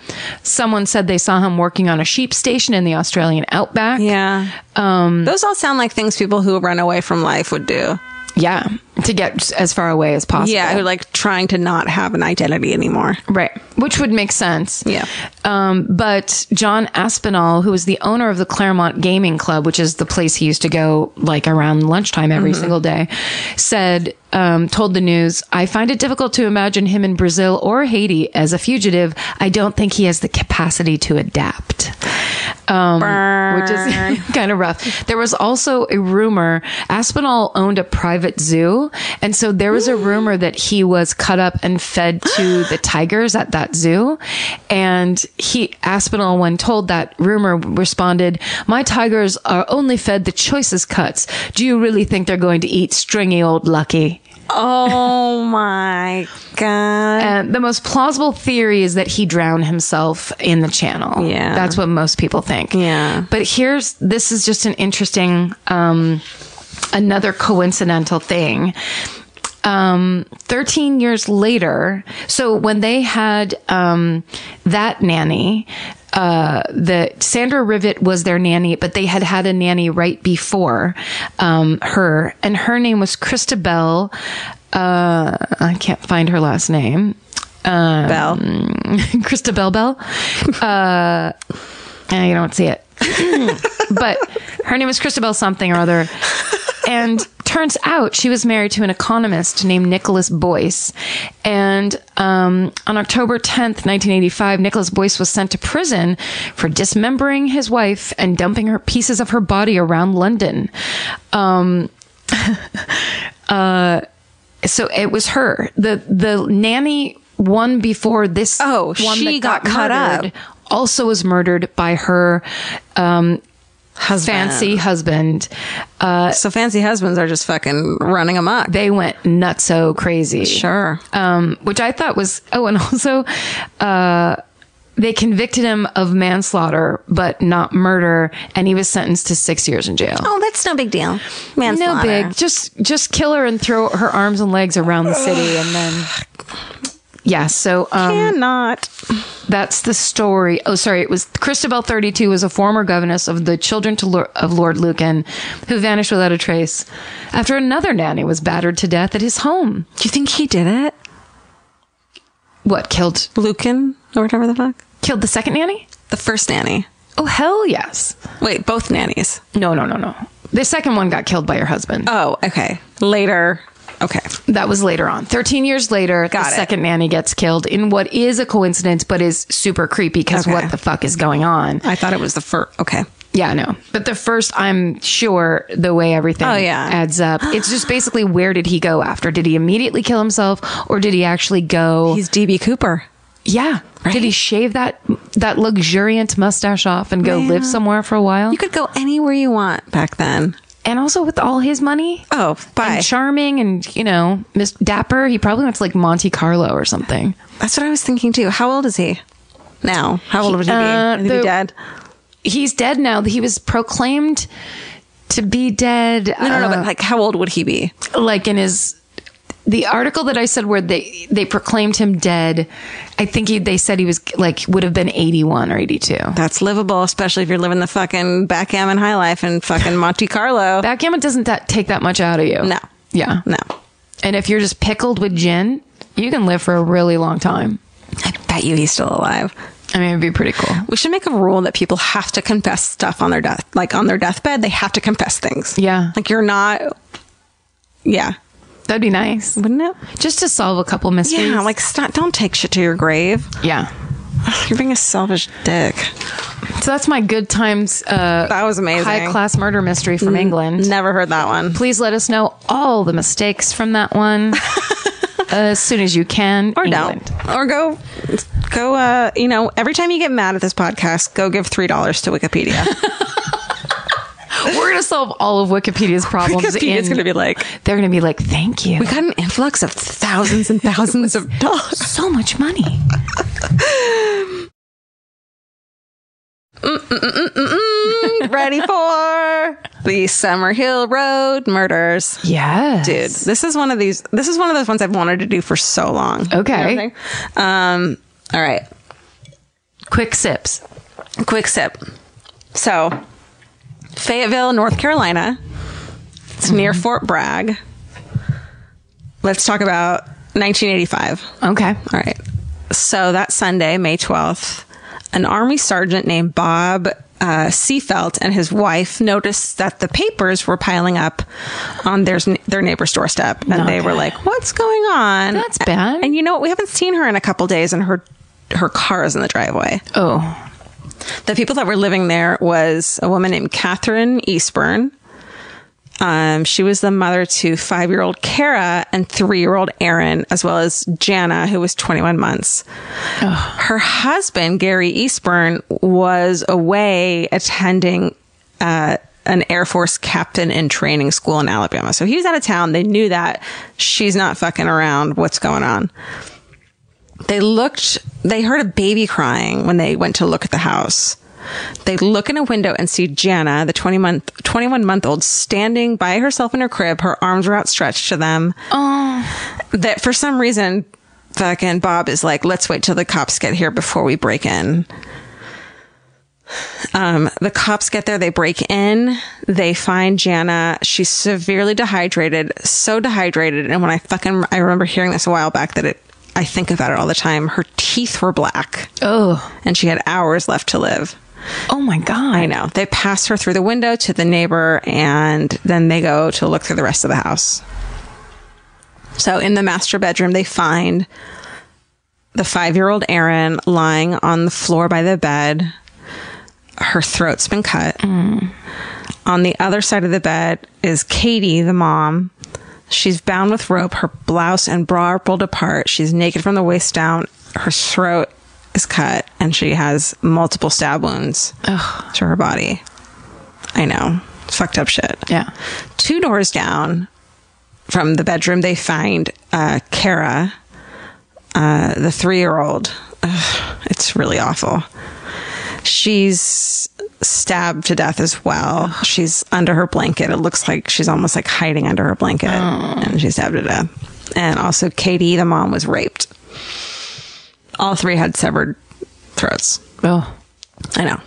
[SPEAKER 3] Someone said they saw him working on a sheep station in the Australian outback.
[SPEAKER 4] Yeah. Um, Those all sound like things people who run away from life would do.
[SPEAKER 3] Yeah, to get as far away as possible.
[SPEAKER 4] Yeah, who like trying to not have an identity anymore.
[SPEAKER 3] right, which would make sense.
[SPEAKER 4] Yeah.
[SPEAKER 3] Um, but John Aspinall, who was the owner of the Claremont Gaming Club, which is the place he used to go like around lunchtime every single day, said, um, told the news, I find it difficult to imagine him in Brazil or Haiti as a fugitive. I don't think he has the capacity to adapt. Um, which is [laughs] kind of rough. There was also a rumor Aspinall owned a private zoo. And so there was a rumor that he was cut up and fed to the tigers at that zoo. And he, Aspinall, when told that rumor, responded, My tigers are only fed the choicest cuts. Do you really think they're going to eat stringy old lucky?
[SPEAKER 4] [laughs] Oh my god.
[SPEAKER 3] And the most plausible theory is that he drowned himself in the channel.
[SPEAKER 4] Yeah.
[SPEAKER 3] That's what most people think.
[SPEAKER 4] Yeah.
[SPEAKER 3] But here's this is just an interesting um another coincidental thing. Um 13 years later, so when they had um that nanny uh, the Sandra Rivet was their nanny, but they had had a nanny right before um, her, and her name was Christabel. Uh, I can't find her last name. [laughs]
[SPEAKER 4] Bell.
[SPEAKER 3] Christabel Bell. Uh, I don't see it. but her name was Christabel something or other. And turns out she was married to an economist named Nicholas Boyce. And um, on October 10th, 1985, Nicholas Boyce was sent to prison for dismembering his wife and dumping her pieces of her body around London. Um, [laughs] uh, so it was her. The, the nanny one before this
[SPEAKER 4] Oh,
[SPEAKER 3] one
[SPEAKER 4] she got cut
[SPEAKER 3] murdered
[SPEAKER 4] up.
[SPEAKER 3] also was murdered by her um, fancy husband. Uh,
[SPEAKER 4] uh, So fancy husbands are just fucking running amok. Uh,
[SPEAKER 3] They went nuts so crazy.
[SPEAKER 4] sure.
[SPEAKER 3] Um, which I thought was, oh, and [laughs] also uh, they convicted him of manslaughter, but not murder. And he was sentenced to six years in jail.
[SPEAKER 4] Oh, that's no big deal.
[SPEAKER 3] no
[SPEAKER 4] Manslaughter.
[SPEAKER 3] big. Just just kill her and throw her arms and legs around the city and then. Yeah, so um,
[SPEAKER 4] Cannot.
[SPEAKER 3] That's the story. Oh, sorry. It was Christabel 32 was a former governess of the children to Lord, of Lord Lucan who vanished without a trace after another nanny was battered to death at his home.
[SPEAKER 4] Do you think he did it?
[SPEAKER 3] What killed
[SPEAKER 4] Lucan or whatever the fuck?
[SPEAKER 3] killed the second nanny?
[SPEAKER 4] The first nanny.
[SPEAKER 3] Oh, hell yes.
[SPEAKER 4] Wait, both nannies.
[SPEAKER 3] No, no, no, no. The second one got killed by her husband.
[SPEAKER 4] Oh, okay. Later. Okay.
[SPEAKER 3] That was later on. 13 years later,
[SPEAKER 4] Got
[SPEAKER 3] the
[SPEAKER 4] it.
[SPEAKER 3] second nanny gets killed in what is a coincidence, but is super creepy because
[SPEAKER 4] Okay.
[SPEAKER 3] what the fuck is going on?
[SPEAKER 4] I thought it was the first. Okay.
[SPEAKER 3] Yeah, no. But the first, I'm sure the way everything
[SPEAKER 4] Oh, yeah.
[SPEAKER 3] adds
[SPEAKER 4] [gasps]
[SPEAKER 3] up, it's just basically where did he go after? Did he immediately kill himself or did he actually go?
[SPEAKER 4] He's DB Cooper.
[SPEAKER 3] yeah. Did he shave that that luxuriant mustache off and go live somewhere for a while?
[SPEAKER 4] You could go anywhere you want back then.
[SPEAKER 3] and also with all his money?
[SPEAKER 4] Oh, bye.
[SPEAKER 3] And charming and, you know, Miss Dapper, he probably went to like Monte Carlo or something.
[SPEAKER 4] That's what I was thinking too. How old is he now? How old would he be?
[SPEAKER 3] Uh,
[SPEAKER 4] Is he
[SPEAKER 3] the-
[SPEAKER 4] dead?
[SPEAKER 3] he's dead now. He was proclaimed to be dead.
[SPEAKER 4] No, no, no. But like, how old would he be?
[SPEAKER 3] like in his the article that I said where they they proclaimed him dead. I think he, they said he was like would have been eighty one or eighty two.
[SPEAKER 4] That's livable, especially if you're living the fucking backgammon high life in fucking Monte [laughs] Carlo.
[SPEAKER 3] Backgammon doesn't that take that much out of you.
[SPEAKER 4] No.
[SPEAKER 3] Yeah.
[SPEAKER 4] no.
[SPEAKER 3] And if you're just pickled with gin, you can live for a really long time.
[SPEAKER 4] I bet you he's still alive.
[SPEAKER 3] I mean, it'd be pretty cool.
[SPEAKER 4] We should make a rule that people have to confess stuff on their death, like on their deathbed. They have to confess things.
[SPEAKER 3] Yeah.
[SPEAKER 4] Like you're not. Yeah.
[SPEAKER 3] That'd be nice.
[SPEAKER 4] Wouldn't it?
[SPEAKER 3] Just to solve a couple mysteries.
[SPEAKER 4] Yeah. Like, stop, don't take shit to your grave.
[SPEAKER 3] yeah.
[SPEAKER 4] You're being a selfish dick.
[SPEAKER 3] So that's my good times uh,
[SPEAKER 4] That was amazing.
[SPEAKER 3] high class murder mystery from England.
[SPEAKER 4] Never heard that one.
[SPEAKER 3] please let us know all the mistakes from that
[SPEAKER 4] [laughs]
[SPEAKER 3] one as soon as you can.
[SPEAKER 4] or
[SPEAKER 3] England.
[SPEAKER 4] don't or go go uh you know every time you get mad at this podcast go give three dollars to wikipedia
[SPEAKER 3] We're going to solve all of [laughs] Wikipedia's [laughs] problems.
[SPEAKER 4] wikipedia's
[SPEAKER 3] in-
[SPEAKER 4] gonna be like
[SPEAKER 3] they're going to be like, thank you.
[SPEAKER 4] we got an influx of thousands and
[SPEAKER 3] [laughs]
[SPEAKER 4] thousands of dollars
[SPEAKER 3] so much money.
[SPEAKER 4] Mm, ready for the summer hill road murders
[SPEAKER 3] Yes.
[SPEAKER 4] dude this is one of these this is one of those ones i've wanted to do for so long You know what I'm
[SPEAKER 3] Okay.
[SPEAKER 4] saying? um all right
[SPEAKER 3] Quick sips.
[SPEAKER 4] quick sip. So, Fayetteville, North Carolina. It's near
[SPEAKER 3] Mm-hmm.
[SPEAKER 4] Fort Bragg. Let's talk about 1985.
[SPEAKER 3] Okay.
[SPEAKER 4] All right. So that Sunday, May 12th, an Army sergeant named Bob uh, Seafelt and his wife noticed that the papers were piling up on their, their neighbor's doorstep. And
[SPEAKER 3] Not
[SPEAKER 4] they were
[SPEAKER 3] good.
[SPEAKER 4] like, what's going on?
[SPEAKER 3] That's bad.
[SPEAKER 4] And you know what? We haven't seen her in a couple days and her, her car is in the driveway.
[SPEAKER 3] Oh,
[SPEAKER 4] The people that were living there was a woman named Catherine Eastburn. Um, she was the mother to five year old Kara and three year old Aaron, as well as Jana, who was 21 months. Her husband, Gary Eastburn, was away attending uh, an Air Force captain in training school in Alabama. So he was out of town. They knew that. She's not fucking around. What's going on? They looked, they heard a baby crying when they went to look at the house. They look in a window and see Jana, the 20 month, 21 month old, standing by herself in her crib. Her arms were outstretched to them. That for some reason, fucking Bob is like, let's wait till the cops get here before we break in. Um, the cops get there, they break in, they find Jana. She's severely dehydrated, so dehydrated. And when I fucking, I remember hearing this a while back that it, I think about it all the time. Her teeth were black
[SPEAKER 3] oh,
[SPEAKER 4] and she had hours left to live.
[SPEAKER 3] oh my God.
[SPEAKER 4] I know. They pass her through the window to the neighbor and then they go to look through the rest of the house. So in the master bedroom, they find the five year old Erin lying on the floor by the bed. Her throat's been cut. On the other side of the bed is Katie, the mom. She's bound with rope. Her blouse and bra are pulled apart. She's naked from the waist down. Her throat is cut, and she has multiple stab wounds to her body. I know. Fucked up shit.
[SPEAKER 3] Yeah.
[SPEAKER 4] Two doors down from the bedroom, they find uh, Kara, uh, the three year old. It's really awful. She's stabbed to death as well. She's under her blanket. It looks like she's almost like hiding under her blanket, and she's stabbed to death. And also, Katie, the mom, was raped. All three had severed throats.
[SPEAKER 3] Oh,
[SPEAKER 4] I know.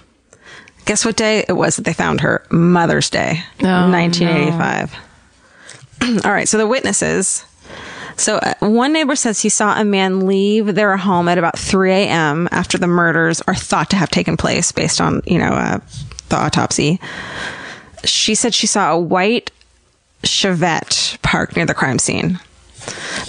[SPEAKER 4] Guess what day it was that they found her? Mother's Day, 1985. [clears throat] All right, so the witnesses. So uh, one neighbor says he saw a man leave their home at about 3 a.m. after the murders are thought to have taken place based on, you know, uh, the autopsy. she said she saw a white Chevette parked near the crime scene.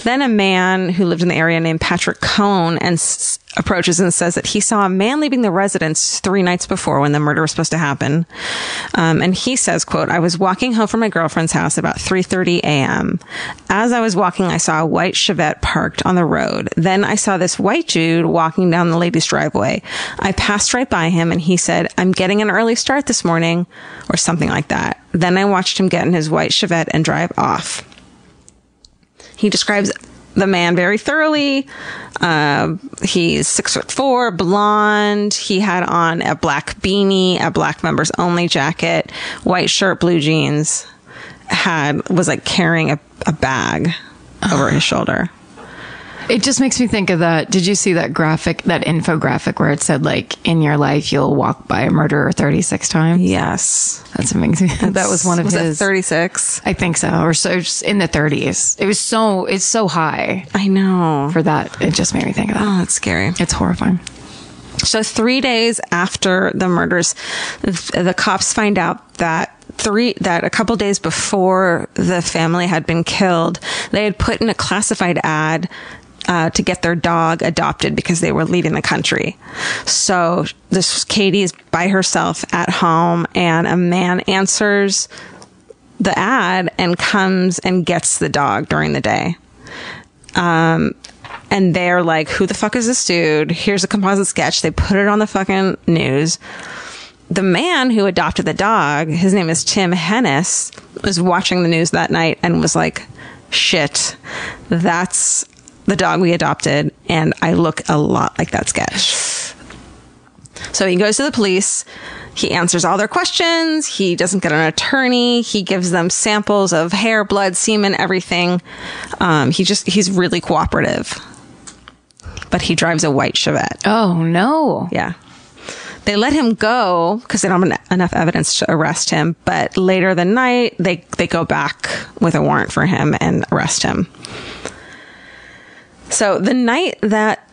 [SPEAKER 4] Then a man who lived in the area named Patrick Cohn and s- approaches and says that he saw a man leaving the residence three nights before when the murder was supposed to happen. Um, and he says, "quote I was walking home from my girlfriend's house about 3:30 a.m. As I was walking, I saw a white Chevette parked on the road. Then I saw this white dude walking down the lady's driveway. I passed right by him, and he said, "I'm getting an early start this morning," or something like that. Then I watched him get in his white Chevette and drive off he describes the man very thoroughly. Uh, he's six foot four, blonde. He had on a black beanie, a black members only jacket, white shirt, blue jeans. Had was like carrying a, a bag over
[SPEAKER 3] [sighs]
[SPEAKER 4] his shoulder.
[SPEAKER 3] It just makes me think of that. Did you see that graphic, that infographic where it said, like, in your life, you'll walk by a murderer 36 times?
[SPEAKER 4] Yes,
[SPEAKER 3] That's amazing. [laughs] that was one of
[SPEAKER 4] was
[SPEAKER 3] his.
[SPEAKER 4] Thirty six.
[SPEAKER 3] I think so. Or so just in the 30s. It was so, it's so high
[SPEAKER 4] I know.
[SPEAKER 3] for that. It just made me think of that.
[SPEAKER 4] Oh, that's scary.
[SPEAKER 3] It's horrifying.
[SPEAKER 4] So, three days after the murders, th- the cops find out that three that a couple days before the family had been killed, they had put in a classified ad uh, to get their dog adopted because they were leaving the country. So, this Katie is by herself at home, and a man answers the ad and comes and gets the dog during the day and they're like, "Who the fuck is this dude?" Here's a composite sketch. They put it on the fucking news. The man who adopted the dog, his name is Tim Hennis, was watching the news that night and was like, "Shit, that's the dog we adopted, and I look a lot like that sketch." So he goes to the police. He answers all their questions. He doesn't get an attorney. He gives them samples of hair, blood, semen, everything. Um, he just, he's really cooperative. But he drives a white Chevette.
[SPEAKER 3] Oh, no.
[SPEAKER 4] Yeah. They let him go because they don't have en- enough evidence to arrest him. But later the night, they, they go back with a warrant for him and arrest him. So the night that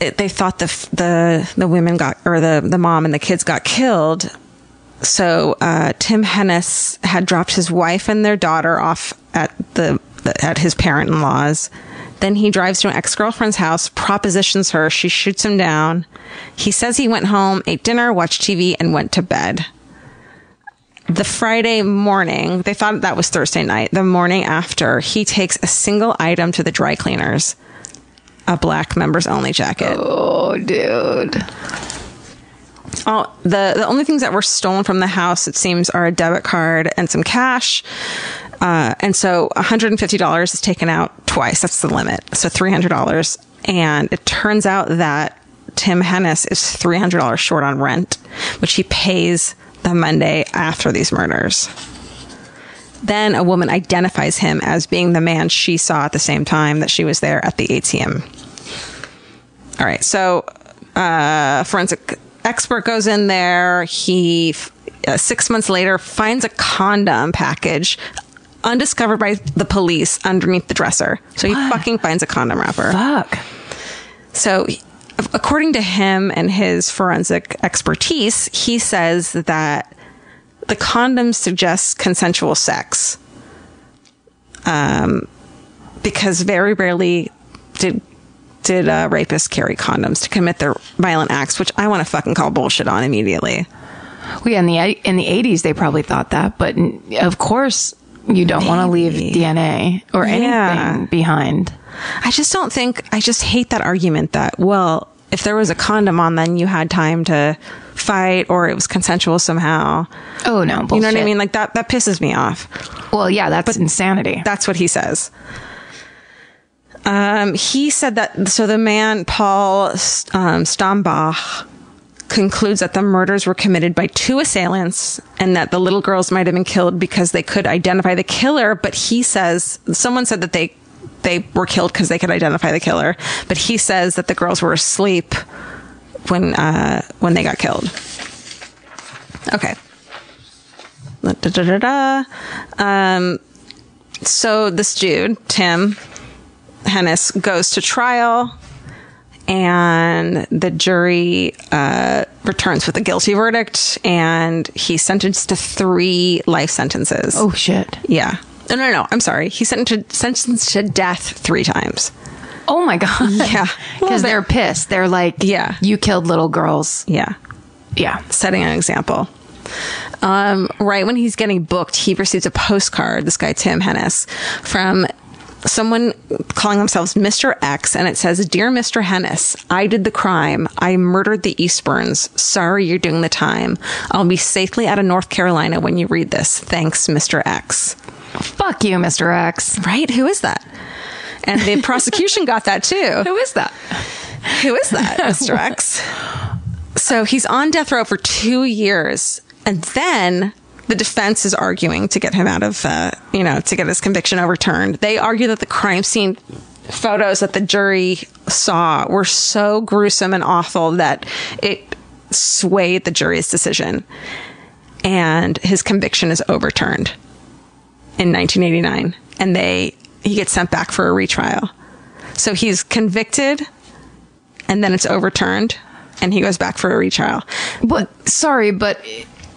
[SPEAKER 4] it, they thought the f- the the women got or the the mom and the kids got killed, so uh, Tim Hennis had dropped his wife and their daughter off at the, the at his parent in law's. Then he drives to an ex girlfriend's house, propositions her. She shoots him down. He says he went home, ate dinner, watched TV, and went to bed the Friday morning, they thought that was Thursday night, the morning after, he takes a single item to the dry cleaners a black members only jacket.
[SPEAKER 3] Oh, dude.
[SPEAKER 4] All, the, the only things that were stolen from the house, it seems, are a debit card and some cash. Uh, and so $150 is taken out twice. That's the limit. So $300. And it turns out that Tim Hennis is $300 short on rent, which he pays the Monday after these murders. Then a woman identifies him as being the man she saw at the same time that she was there at the ATM. All right, so uh, forensic expert goes in there. He f- uh, six months later finds a condom package undiscovered by the police underneath the dresser. So he fucking finds a condom wrapper.
[SPEAKER 3] Fuck.
[SPEAKER 4] So, according to him and his forensic expertise, he says that the condom suggests consensual sex. Um, because very rarely did did uh, rapists carry condoms to commit their violent acts, which I want to fucking call bullshit on immediately.
[SPEAKER 3] Well, yeah, in the in the eighties, they probably thought that, but n- of course, you don't want to leave DNA or anything
[SPEAKER 4] Yeah.
[SPEAKER 3] behind.
[SPEAKER 4] I just don't think. I just hate that argument that well, if there was a condom on, then you had time to fight or it was consensual somehow.
[SPEAKER 3] Oh no, bullshit.
[SPEAKER 4] You know what I mean? Like that. That pisses me off.
[SPEAKER 3] well, yeah, that's insanity.
[SPEAKER 4] That's what he says. Um, he said that. So the man, Paul um, Stambach, concludes that the murders were committed by two assailants and that the little girls might have been killed because they could identify the killer. But he says someone said that they they were killed because they could identify the killer. But he says that the girls were asleep when uh, when they got killed. Okay. Da, da, da, da, da. Um, so this dude, Tim Hennis, goes to trial, and the jury uh, returns with a guilty verdict and he's sentenced to three life sentences.
[SPEAKER 3] Oh shit.
[SPEAKER 4] Yeah. No, no, no. I'm sorry. He's sentenced to, sentenced to death three times.
[SPEAKER 3] Oh my god.
[SPEAKER 4] [laughs] Yeah.
[SPEAKER 3] Because they're pissed. They're like,
[SPEAKER 4] Yeah.
[SPEAKER 3] you killed little girls.
[SPEAKER 4] Yeah.
[SPEAKER 3] Yeah.
[SPEAKER 4] setting an example. Um, right when he's getting booked, he receives a postcard, this guy Tim Hennis, from someone calling themselves Mr. X, and it says, Dear Mr. Hennis, I did the crime. I murdered the Eastburns. Sorry you're doing the time. I'll be safely out of North Carolina when you read this. Thanks, Mr. X.
[SPEAKER 3] Fuck you, Mr. X.
[SPEAKER 4] Right? Who is that? And the prosecution got that too.
[SPEAKER 3] [laughs] Who is that?
[SPEAKER 4] Who
[SPEAKER 3] [laughs]
[SPEAKER 4] is that, Mr. X? So he's on death row for two years, and then the defense is arguing to get him out of, uh, you know, to get his conviction overturned. They argue that the crime scene photos that the jury saw were so gruesome and awful that it swayed the jury's decision, and his conviction is overturned in 1989, and they he gets sent back for a retrial. So he's convicted and then it's overturned and he goes back for a retrial.
[SPEAKER 3] But sorry, but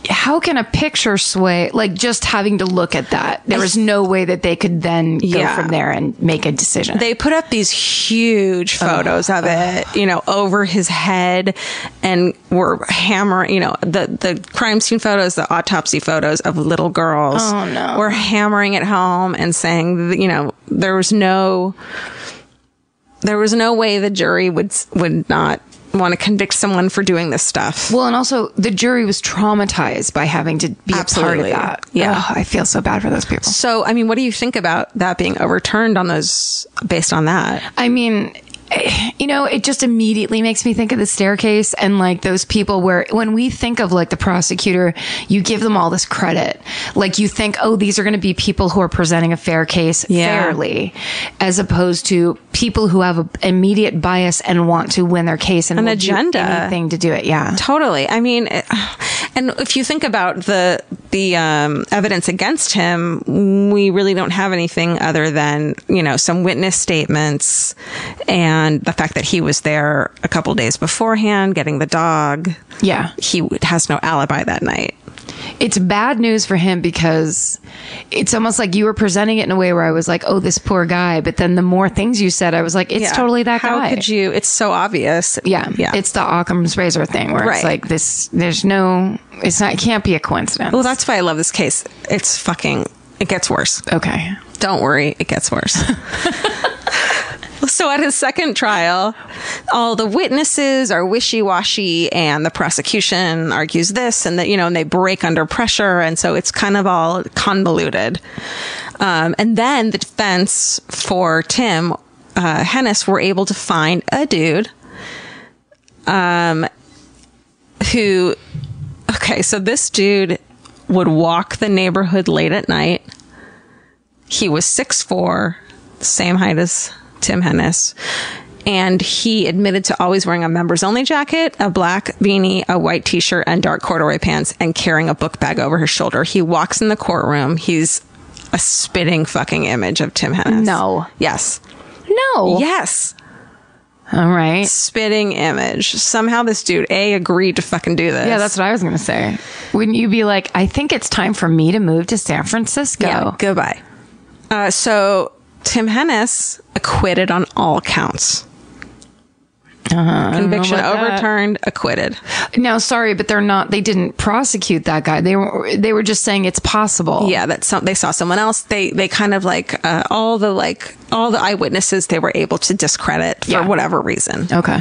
[SPEAKER 3] how can a picture sway? Like just having to look at that, there was no way that they could then go
[SPEAKER 4] Yeah.
[SPEAKER 3] from there and make a decision.
[SPEAKER 4] They put up these huge photos of it, you know, over his head and were hammering, you know, the, the crime scene photos, the autopsy photos of little girls oh, no. were hammering it home and saying, you know, there was no, there was no way the jury would, would not want to convict someone for doing this stuff.
[SPEAKER 3] well, and also the jury was traumatized by having to be
[SPEAKER 4] Absolutely.
[SPEAKER 3] a part of that.
[SPEAKER 4] Yeah.
[SPEAKER 3] Ugh, I feel so bad for those people.
[SPEAKER 4] So, I mean, what do you think about that being overturned on those based on that?
[SPEAKER 3] I mean, you know, it just immediately makes me think of the staircase and like those people where when we think of like the prosecutor, you give them all this credit. Like you think, oh, these are going to be people who are presenting a fair case
[SPEAKER 4] Yeah.
[SPEAKER 3] fairly, as opposed to people who have an immediate bias and want to win their case and
[SPEAKER 4] An
[SPEAKER 3] will do
[SPEAKER 4] agenda.
[SPEAKER 3] anything to do it. Yeah.
[SPEAKER 4] Totally. I mean, it- and if you think about the the um, evidence against him, we really don't have anything other than you know some witness statements and the fact that he was there a couple days beforehand getting the dog.
[SPEAKER 3] Yeah.
[SPEAKER 4] He w- has no alibi that night.
[SPEAKER 3] it's bad news for him because it's almost like you were presenting it in a way where I was like, "Oh, this poor guy," but then the more things you said, I was like, "It's totally that
[SPEAKER 4] How
[SPEAKER 3] guy."
[SPEAKER 4] could you? It's so obvious.
[SPEAKER 3] yeah,
[SPEAKER 4] Yeah.
[SPEAKER 3] It's the Occam's razor thing where
[SPEAKER 4] Right.
[SPEAKER 3] it's like this. There's no. It's not. It can't be a coincidence.
[SPEAKER 4] well, that's why I love this case. It's fucking. It gets worse.
[SPEAKER 3] okay.
[SPEAKER 4] Don't worry, it gets worse. so at his second trial, all the witnesses are wishy-washy and the prosecution argues this and that, you know, and they break under pressure. And so it's kind of all convoluted. Um, and then the defense for Tim, uh, Hennis were able to find a dude, um, who, okay, so this dude would walk the neighborhood late at night he was 6'4, same height as Tim Hennis. And he admitted to always wearing a members only jacket, a black beanie, a white t shirt, and dark corduroy pants, and carrying a book bag over his shoulder. He walks in the courtroom. He's a spitting fucking image of Tim Hennis.
[SPEAKER 3] No.
[SPEAKER 4] Yes.
[SPEAKER 3] No.
[SPEAKER 4] Yes.
[SPEAKER 3] All right.
[SPEAKER 4] Spitting image. Somehow this dude, A, agreed to fucking do this.
[SPEAKER 3] Yeah, that's what I was gonna say. Wouldn't you be like, "I think it's time for me to move to San Francisco"?
[SPEAKER 4] Yeah, goodbye. Uh, so Tim Hennis acquitted on all counts.
[SPEAKER 3] Uh-huh.
[SPEAKER 4] Conviction
[SPEAKER 3] about that.
[SPEAKER 4] overturned, acquitted.
[SPEAKER 3] Now, sorry, but they're not. They didn't prosecute that guy. They were. They were just saying it's possible.
[SPEAKER 4] Yeah, that some they saw someone else. They they kind of like uh, all the like all the eyewitnesses they were able to discredit for
[SPEAKER 3] Yeah.
[SPEAKER 4] whatever reason.
[SPEAKER 3] Okay.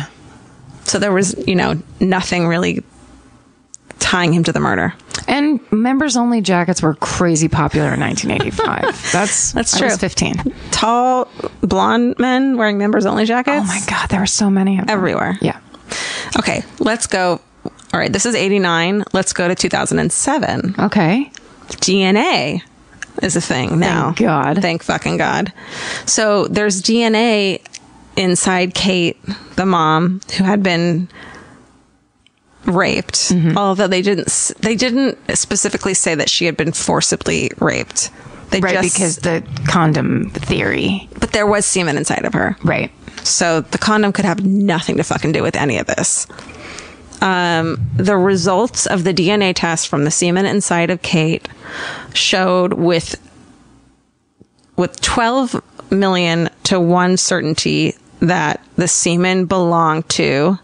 [SPEAKER 4] So there was you know nothing really tying him to the murder.
[SPEAKER 3] And members only jackets were crazy popular in 1985. That's
[SPEAKER 4] That's
[SPEAKER 3] I was Oh
[SPEAKER 4] true.
[SPEAKER 3] 15.
[SPEAKER 4] Tall blonde men wearing members only jackets.
[SPEAKER 3] Oh my god, there were so many of them.
[SPEAKER 4] Everywhere.
[SPEAKER 3] Yeah.
[SPEAKER 4] Okay, let's go. All right, this is 89. Let's go to 2007.
[SPEAKER 3] Okay.
[SPEAKER 4] DNA is a thing now.
[SPEAKER 3] God.
[SPEAKER 4] Thank fucking God. So there's DNA inside Kate, the mom who had been raped,
[SPEAKER 3] Mm-hmm.
[SPEAKER 4] although they didn't s- they didn't specifically say that she had been forcibly raped. They
[SPEAKER 3] Right
[SPEAKER 4] just
[SPEAKER 3] because the condom theory.
[SPEAKER 4] but there was semen inside of her.
[SPEAKER 3] Right.
[SPEAKER 4] So the condom could have nothing to fucking do with any of this. um, the results of the DNA test from the semen inside of Kate showed with with 12 million to one certainty that the semen belonged to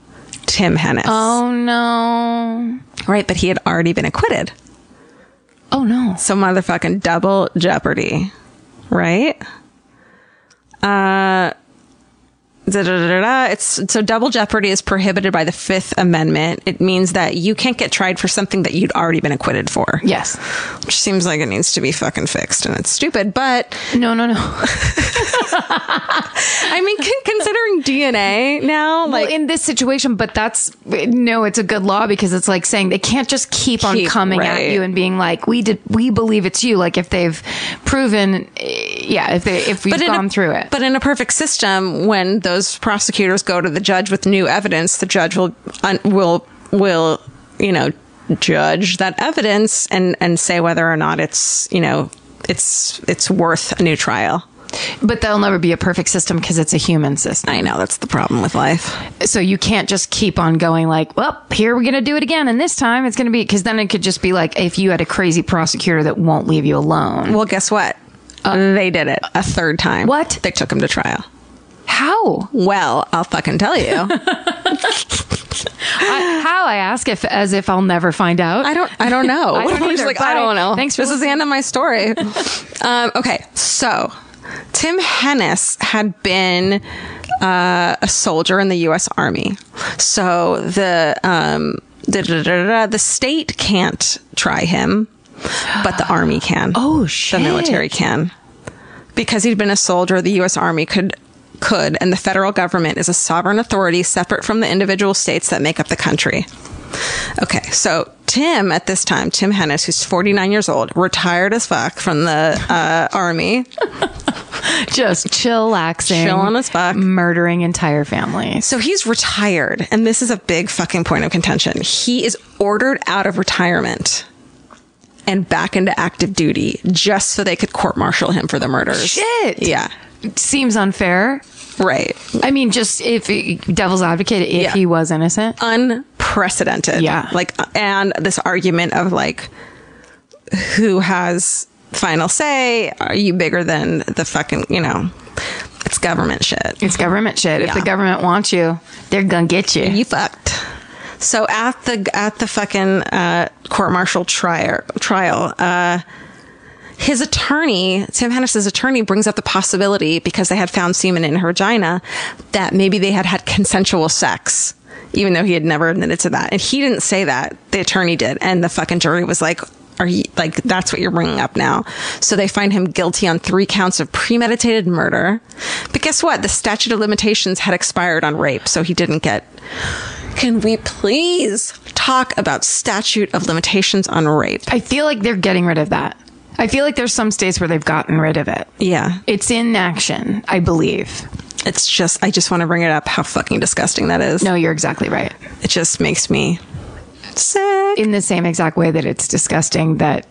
[SPEAKER 4] Tim Hennis.
[SPEAKER 3] Oh no.
[SPEAKER 4] Right, but he had already been acquitted.
[SPEAKER 3] Oh no.
[SPEAKER 4] So motherfucking double jeopardy, right? Uh, da, da, da, da, da. It's so double jeopardy is prohibited by the Fifth Amendment. It means that you can't get tried for something that you'd already been acquitted for.
[SPEAKER 3] Yes.
[SPEAKER 4] which seems like it needs to be fucking fixed, and it's stupid. But
[SPEAKER 3] No, no, no.
[SPEAKER 4] I mean, [laughs] con- considering DNA now, like
[SPEAKER 3] well, in this situation, but that's no, it's a good law because it's like saying they can't just keep, on
[SPEAKER 4] Keep-
[SPEAKER 3] coming
[SPEAKER 4] right.
[SPEAKER 3] at you and being like, "We did, we believe it's you." Like if they've proven, eh, yeah, if they if we've
[SPEAKER 4] in a-
[SPEAKER 3] gone through it,
[SPEAKER 4] But in a perfect system, when those prosecutors go to the judge with new evidence, the judge will un, will will you know judge that evidence and and say whether or not it's you know it's it's worth a new trial.
[SPEAKER 3] but there'll never be a perfect system because it's a human system.
[SPEAKER 4] I know that's the problem with life.
[SPEAKER 3] So you can't just keep on going like, "Well, here we're gonna do it again," and this time it's gonna be because then it could just be like if you had a crazy prosecutor that won't leave you alone.
[SPEAKER 4] Well, guess what? they did it a third time.
[SPEAKER 3] Uh, What?
[SPEAKER 4] They took him to trial.
[SPEAKER 3] How?
[SPEAKER 4] Well, I'll fucking tell
[SPEAKER 3] [laughs]
[SPEAKER 4] you.
[SPEAKER 3] I, how I ask if as if I'll never find out.
[SPEAKER 4] I don't. I don't
[SPEAKER 3] [laughs]
[SPEAKER 4] know.
[SPEAKER 3] I don't
[SPEAKER 4] I'm just
[SPEAKER 3] either.
[SPEAKER 4] like, I
[SPEAKER 3] Bye.
[SPEAKER 4] don't know.
[SPEAKER 3] Thanks for
[SPEAKER 4] This is the end of my story. [laughs] um, okay, so Tim Hennis had been uh, a soldier in the U.S. Army, so the um, da, da, da, da, da, the state can't try him, but the army can.
[SPEAKER 3] [gasps] Oh, shit.
[SPEAKER 4] The military can because he'd been a soldier, the U.S. Army could could, and the federal government is a sovereign authority separate from the individual states that make up the country. Okay, so Tim at this time, Tim Hennis, who's 49 years old, retired as fuck from the uh, army,
[SPEAKER 3] just [laughs] chillaxing,
[SPEAKER 4] Chilling as fuck.
[SPEAKER 3] murdering entire families.
[SPEAKER 4] So he's retired, and this is a big fucking point of contention. He is ordered out of retirement and back into active duty just so they could court martial him for the murders.
[SPEAKER 3] Shit.
[SPEAKER 4] Yeah.
[SPEAKER 3] Seems unfair.
[SPEAKER 4] Right.
[SPEAKER 3] I mean, just if devil's advocate, if
[SPEAKER 4] Yeah.
[SPEAKER 3] he was innocent,
[SPEAKER 4] Unprecedented.
[SPEAKER 3] Yeah.
[SPEAKER 4] Like, uh, and this argument of like, who has final say? Are you bigger than the fucking, you know, it's government shit.
[SPEAKER 3] it's government shit. If the
[SPEAKER 4] Yeah.
[SPEAKER 3] government wants you, they're gonna get you.
[SPEAKER 4] you fucked. So at the at the fucking uh, court martial trial trial, uh, his attorney, Tim Hennis's attorney, brings up the possibility because they had found semen in her vagina that maybe they had had consensual sex, even though he had never admitted to that. And he didn't say that; the attorney did, and the fucking jury was like. Are you like that's what you're bringing up now? So they find him guilty on three counts of premeditated murder. But guess what? The statute of limitations had expired on rape, so he didn't get can we please talk about statute of limitations on rape?
[SPEAKER 3] I feel like they're getting rid of that. I feel like there's some states where they've gotten rid of it.
[SPEAKER 4] Yeah.
[SPEAKER 3] It's in action, I believe.
[SPEAKER 4] It's just, I just want to bring it up how fucking disgusting that is.
[SPEAKER 3] No, you're exactly right.
[SPEAKER 4] It just makes me sick.
[SPEAKER 3] In the same exact way that it's disgusting that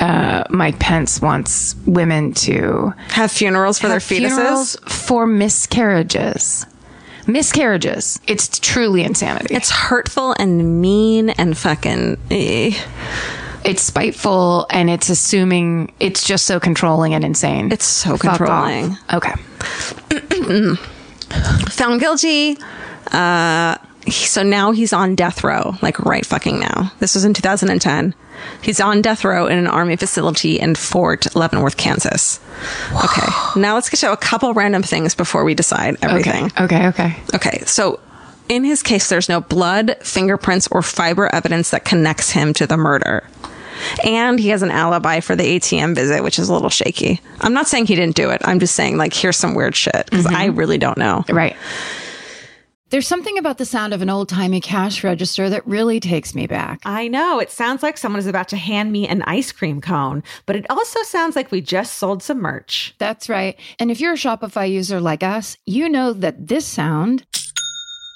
[SPEAKER 3] uh, Mike Pence wants women to
[SPEAKER 4] Have funerals for
[SPEAKER 3] have
[SPEAKER 4] their fetuses?
[SPEAKER 3] funerals for miscarriages. Miscarriages. It's truly insanity.
[SPEAKER 4] It's hurtful and mean and fucking. eh.
[SPEAKER 3] It's spiteful and it's assuming it's just so controlling and insane.
[SPEAKER 4] It's so
[SPEAKER 3] Fuck off.
[SPEAKER 4] controlling.
[SPEAKER 3] Okay.
[SPEAKER 4] Found guilty. Uh, he- so now he's on death row, like right fucking now. This was in 2010. He's on death row in an army facility in Fort Leavenworth, Kansas. Okay. Now let's get to a couple random things before we decide everything.
[SPEAKER 3] Okay. Okay.
[SPEAKER 4] Okay, so in his case, there's no blood, fingerprints, or fiber evidence that connects him to the murder. And he has an alibi for the ATM visit, which is a little shaky. I'm not saying he didn't do it. I'm just saying, like, here's some weird shit because I really don't know.
[SPEAKER 3] Right.
[SPEAKER 7] There's something about the sound of an old timey cash register that really takes me back.
[SPEAKER 6] I know. It sounds like someone is about to hand me an ice cream cone, but it also sounds like we just sold some merch.
[SPEAKER 7] That's right. And if you're a Shopify user like us, you know that this sound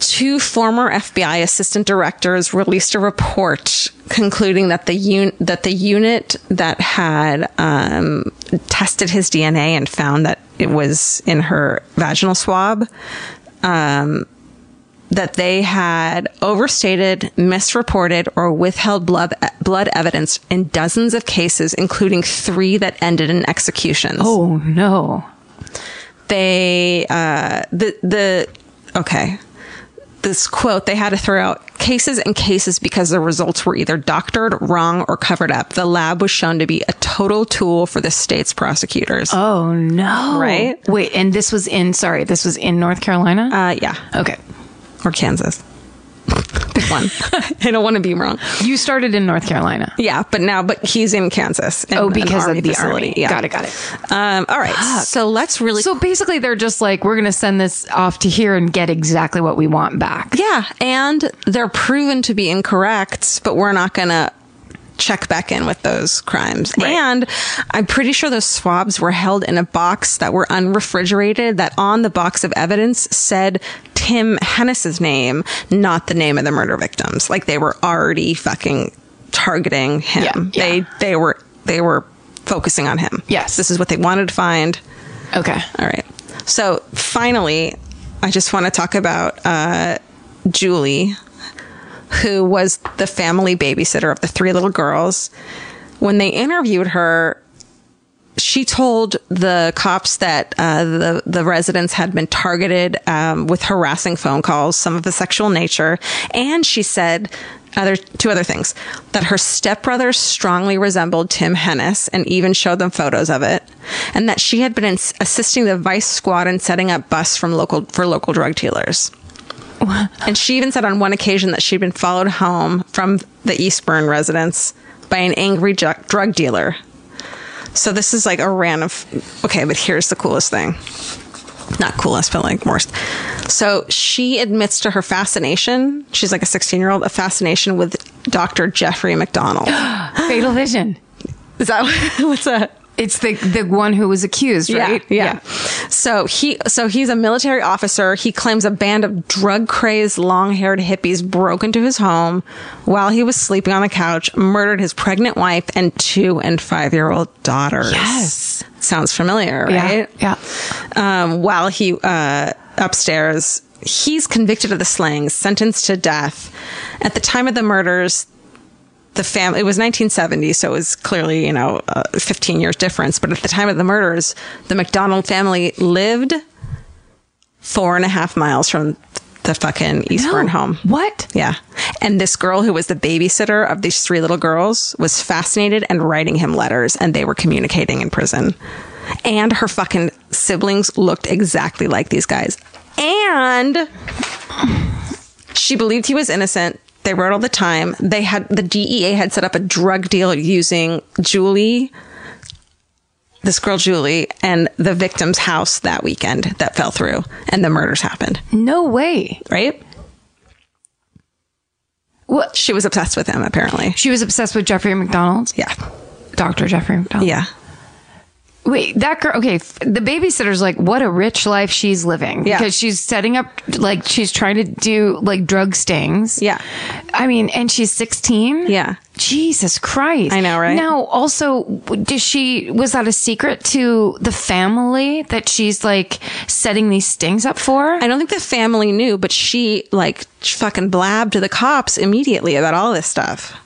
[SPEAKER 4] two former FBI assistant directors released a report concluding that the un- that the unit that had um, tested his DNA and found that it was in her vaginal swab. Um, that they had overstated, misreported, or withheld blood blood evidence in dozens of cases, including three that ended in executions.
[SPEAKER 3] Oh no.
[SPEAKER 4] They uh, the the okay. This quote they had to throw out cases and cases because the results were either doctored, wrong, or covered up. The lab was shown to be a total tool for the state's prosecutors.
[SPEAKER 3] Oh no.
[SPEAKER 4] Right?
[SPEAKER 3] Wait, and this was in sorry, this was in North Carolina?
[SPEAKER 4] Uh, yeah,
[SPEAKER 3] okay.
[SPEAKER 4] or Kansas. Pick one. [laughs] I don't want to be wrong.
[SPEAKER 3] You started in North Carolina.
[SPEAKER 4] Yeah, but now, but he's in Kansas. in
[SPEAKER 3] Oh,
[SPEAKER 4] an
[SPEAKER 3] because
[SPEAKER 4] army
[SPEAKER 3] of the
[SPEAKER 4] facility.
[SPEAKER 3] army.
[SPEAKER 4] Yeah.
[SPEAKER 3] Got it, got it.
[SPEAKER 4] Um, all right. So let's really.
[SPEAKER 3] So basically they're just like, we're gonna send this off to here and get exactly what we want back.
[SPEAKER 4] yeah, and they're proven to be incorrect, but we're not going to check back in with those crimes. And I'm pretty sure those swabs were held in a box that were unrefrigerated. That on the box of evidence said Tim Hennis's name, not the name of the murder victims. Like they were already fucking targeting him.
[SPEAKER 3] Yeah, yeah.
[SPEAKER 4] They they were they were focusing on him.
[SPEAKER 3] Yes.
[SPEAKER 4] this is what they wanted to find.
[SPEAKER 3] Okay.
[SPEAKER 4] All right. So finally, I just want to talk about uh, Julie, who was the family babysitter of the three little girls. When they interviewed her, she told the cops that uh, the the residents had been targeted um, with harassing phone calls, some of a sexual nature, and she said other two other things that her stepbrother strongly resembled Tim Hennis and even showed them photos of it, and that she had been ins- assisting the Vice Squad in setting up busts from local for local drug dealers. And she even said on one occasion that she'd been followed home from the Eastburn residence by an angry ju- drug dealer. So this is like a random. F- okay, but here's the coolest thing. Not coolest, but like worst. So she admits to her fascination. She's like a 16 year old, a fascination with Dr. Jeffrey McDonald. [gasps]
[SPEAKER 3] Fatal vision.
[SPEAKER 4] Is that [laughs] what's that?
[SPEAKER 3] It's the the one who was accused, right?
[SPEAKER 4] Yeah, yeah. So he so he's a military officer. He claims a band of drug crazed, long haired hippies broke into his home while he was sleeping on the couch, murdered his pregnant wife and two and five year old daughters.
[SPEAKER 3] Yes.
[SPEAKER 4] Sounds familiar,
[SPEAKER 3] Yeah.
[SPEAKER 4] right?
[SPEAKER 3] Yeah.
[SPEAKER 4] um, while he uh, upstairs. He's convicted of the slayings, sentenced to death. At the time of the murders, the family it was 1970, so it was clearly you know uh, 15 years difference. But at the time of the murders, the McDonald family lived four and a half miles from the fucking Eastbourne home.
[SPEAKER 3] What?
[SPEAKER 4] Yeah. And this girl who was the babysitter of these three little girls was fascinated and writing him letters, and they were communicating in prison. And her fucking siblings looked exactly like these guys. And she believed he was innocent. They wrote all the time. They had the DEA had set up a drug deal using Julie, this girl Julie, and the victim's house that weekend that fell through, and the murders happened.
[SPEAKER 3] No way.
[SPEAKER 4] Right?
[SPEAKER 3] What?
[SPEAKER 4] She was obsessed with him, apparently.
[SPEAKER 3] She was obsessed with Jeffrey McDonald,
[SPEAKER 4] Yeah.
[SPEAKER 3] Dr. Jeffrey McDonald.
[SPEAKER 4] Yeah.
[SPEAKER 3] Wait, that girl. Okay, f- the babysitter's like, what a rich life she's living
[SPEAKER 4] Yeah.
[SPEAKER 3] because she's setting up, like, she's trying to do like drug stings.
[SPEAKER 4] Yeah.
[SPEAKER 3] I mean, and she's sixteen.
[SPEAKER 4] Yeah.
[SPEAKER 3] Jesus Christ.
[SPEAKER 4] I know, right?
[SPEAKER 3] Now, also, w- does she was that a secret to the family that she's like setting these stings up for?
[SPEAKER 4] I don't think the family knew, but she like fucking blabbed to the cops immediately about all this stuff.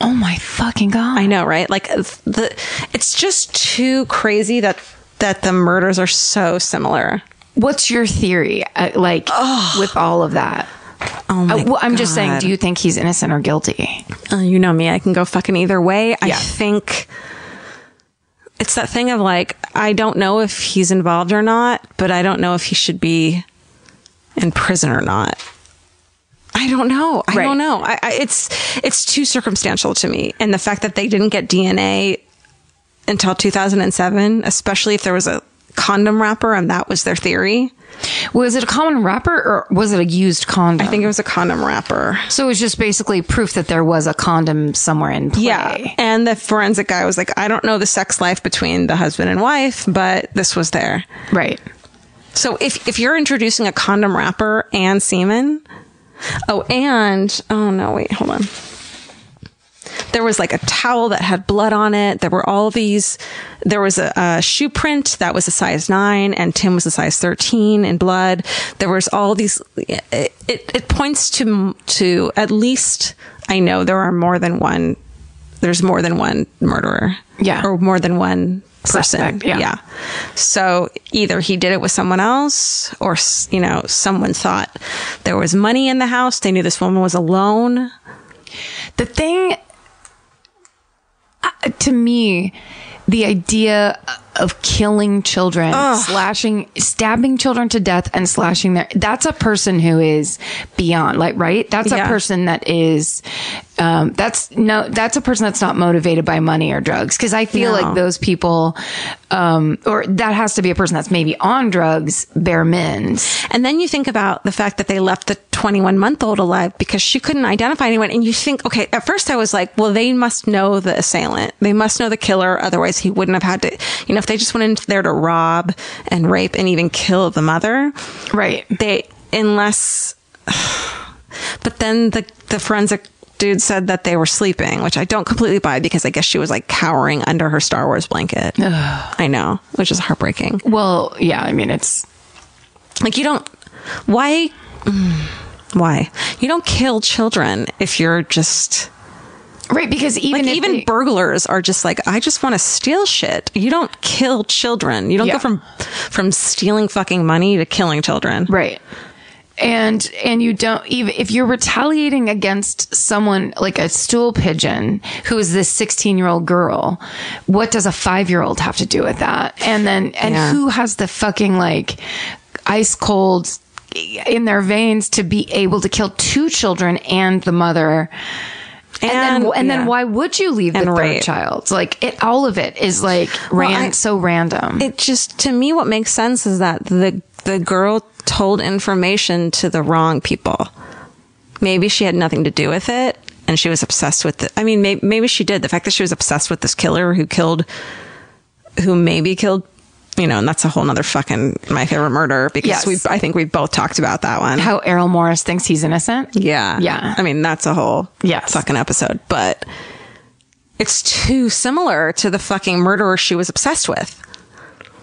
[SPEAKER 3] oh my fucking god!
[SPEAKER 4] I know, right? Like the it's just too crazy that that the murders are so similar.
[SPEAKER 3] What's your theory, uh, like, with all of that?
[SPEAKER 4] Oh my
[SPEAKER 3] Uh, well, I'm just saying,
[SPEAKER 4] God.
[SPEAKER 3] do you think he's innocent or guilty?
[SPEAKER 4] Oh, you know me, I can go fucking either way. I
[SPEAKER 3] Yeah.
[SPEAKER 4] think it's that thing of like, I don't know if he's involved or not, but I don't know if he should be in prison or not. I don't know. I
[SPEAKER 3] Right.
[SPEAKER 4] don't know. I, I, it's it's too circumstantial to me, and the fact that they didn't get DNA until 2007, especially if there was a condom wrapper and that was their theory.
[SPEAKER 3] Was it a common wrapper or was it a used condom?
[SPEAKER 4] I think it was a condom wrapper.
[SPEAKER 3] so. It was just basically proof that there was a condom somewhere in play.
[SPEAKER 4] Yeah. And the forensic guy was like, I don't know the sex life between the husband and wife, but this was there.
[SPEAKER 3] Right.
[SPEAKER 4] So if, if you're introducing a condom wrapper and semen, oh, and, oh no, wait, hold on. There was like a towel that had blood on it. There were all these, there was a, a shoe print that was a size nine and Tim was a size 13 in blood. There was all these, it, it, it points to, to at least, I know there are more than one, there's more than one murderer.
[SPEAKER 3] Yeah.
[SPEAKER 4] Or more than one person.
[SPEAKER 3] Suspect, yeah.
[SPEAKER 4] yeah. So either he did it with someone else, or s- you know, someone thought there was money in the house. They knew this woman was alone.
[SPEAKER 3] The thing uh, to me, the idea of killing children, slashing, stabbing children to death and slashing their, that's a person who is beyond, like, right? That's a
[SPEAKER 4] Yeah.
[SPEAKER 3] person that is, um, that's no, that's a person that's not motivated by money or drugs. Cause I feel
[SPEAKER 4] No.
[SPEAKER 3] like those people, um, or that has to be a person that's maybe on drugs, bare mins.
[SPEAKER 4] And then you think about the fact that they left the 21 month old alive because she couldn't identify anyone. And you think, okay, at first I was like, well, they must know the assailant. They must know the killer. Otherwise he wouldn't have had to, you know, if they just went in there to rob and rape and even kill the mother,
[SPEAKER 3] Right.
[SPEAKER 4] they unless [sighs] but then the the forensic dude said that they were sleeping which i don't completely buy because i guess she was like cowering under her star wars blanket i know which is heartbreaking
[SPEAKER 3] Well, yeah, I mean, it's,
[SPEAKER 4] like you don't why mm, why you don't kill children if you're just
[SPEAKER 3] right. Because even,
[SPEAKER 4] like
[SPEAKER 3] if
[SPEAKER 4] even
[SPEAKER 3] they-
[SPEAKER 4] burglars are just like i just want to steal shit you don't kill children you don't
[SPEAKER 3] Yeah.
[SPEAKER 4] go from from stealing fucking money to killing children
[SPEAKER 3] Right. And and you don't even if you're retaliating against someone like a stool pigeon who is this 16 year old girl, what does a five year old have to do with that? And then and
[SPEAKER 4] Yeah.
[SPEAKER 3] who has the fucking like ice cold in their veins to be able to kill two children and the mother? And, then and
[SPEAKER 4] yeah.
[SPEAKER 3] then why would you leave
[SPEAKER 4] And
[SPEAKER 3] the third
[SPEAKER 4] rape.
[SPEAKER 3] child? Like it, all of it is like ran
[SPEAKER 4] I-
[SPEAKER 3] so random.
[SPEAKER 4] it just to me what makes sense is that the the girl told information to the wrong people maybe she had nothing to do with it and she was obsessed with it i mean maybe, maybe she did the fact that she was obsessed with this killer who killed who maybe killed you know and that's a whole nother fucking my favorite murder because
[SPEAKER 3] Yes.
[SPEAKER 4] we i think we both talked about that one
[SPEAKER 3] How Errol Morris thinks he's innocent.
[SPEAKER 4] yeah
[SPEAKER 3] Yeah.
[SPEAKER 4] i mean that's a whole
[SPEAKER 3] Yes.
[SPEAKER 4] fucking episode but it's too similar to the fucking murderer she was obsessed with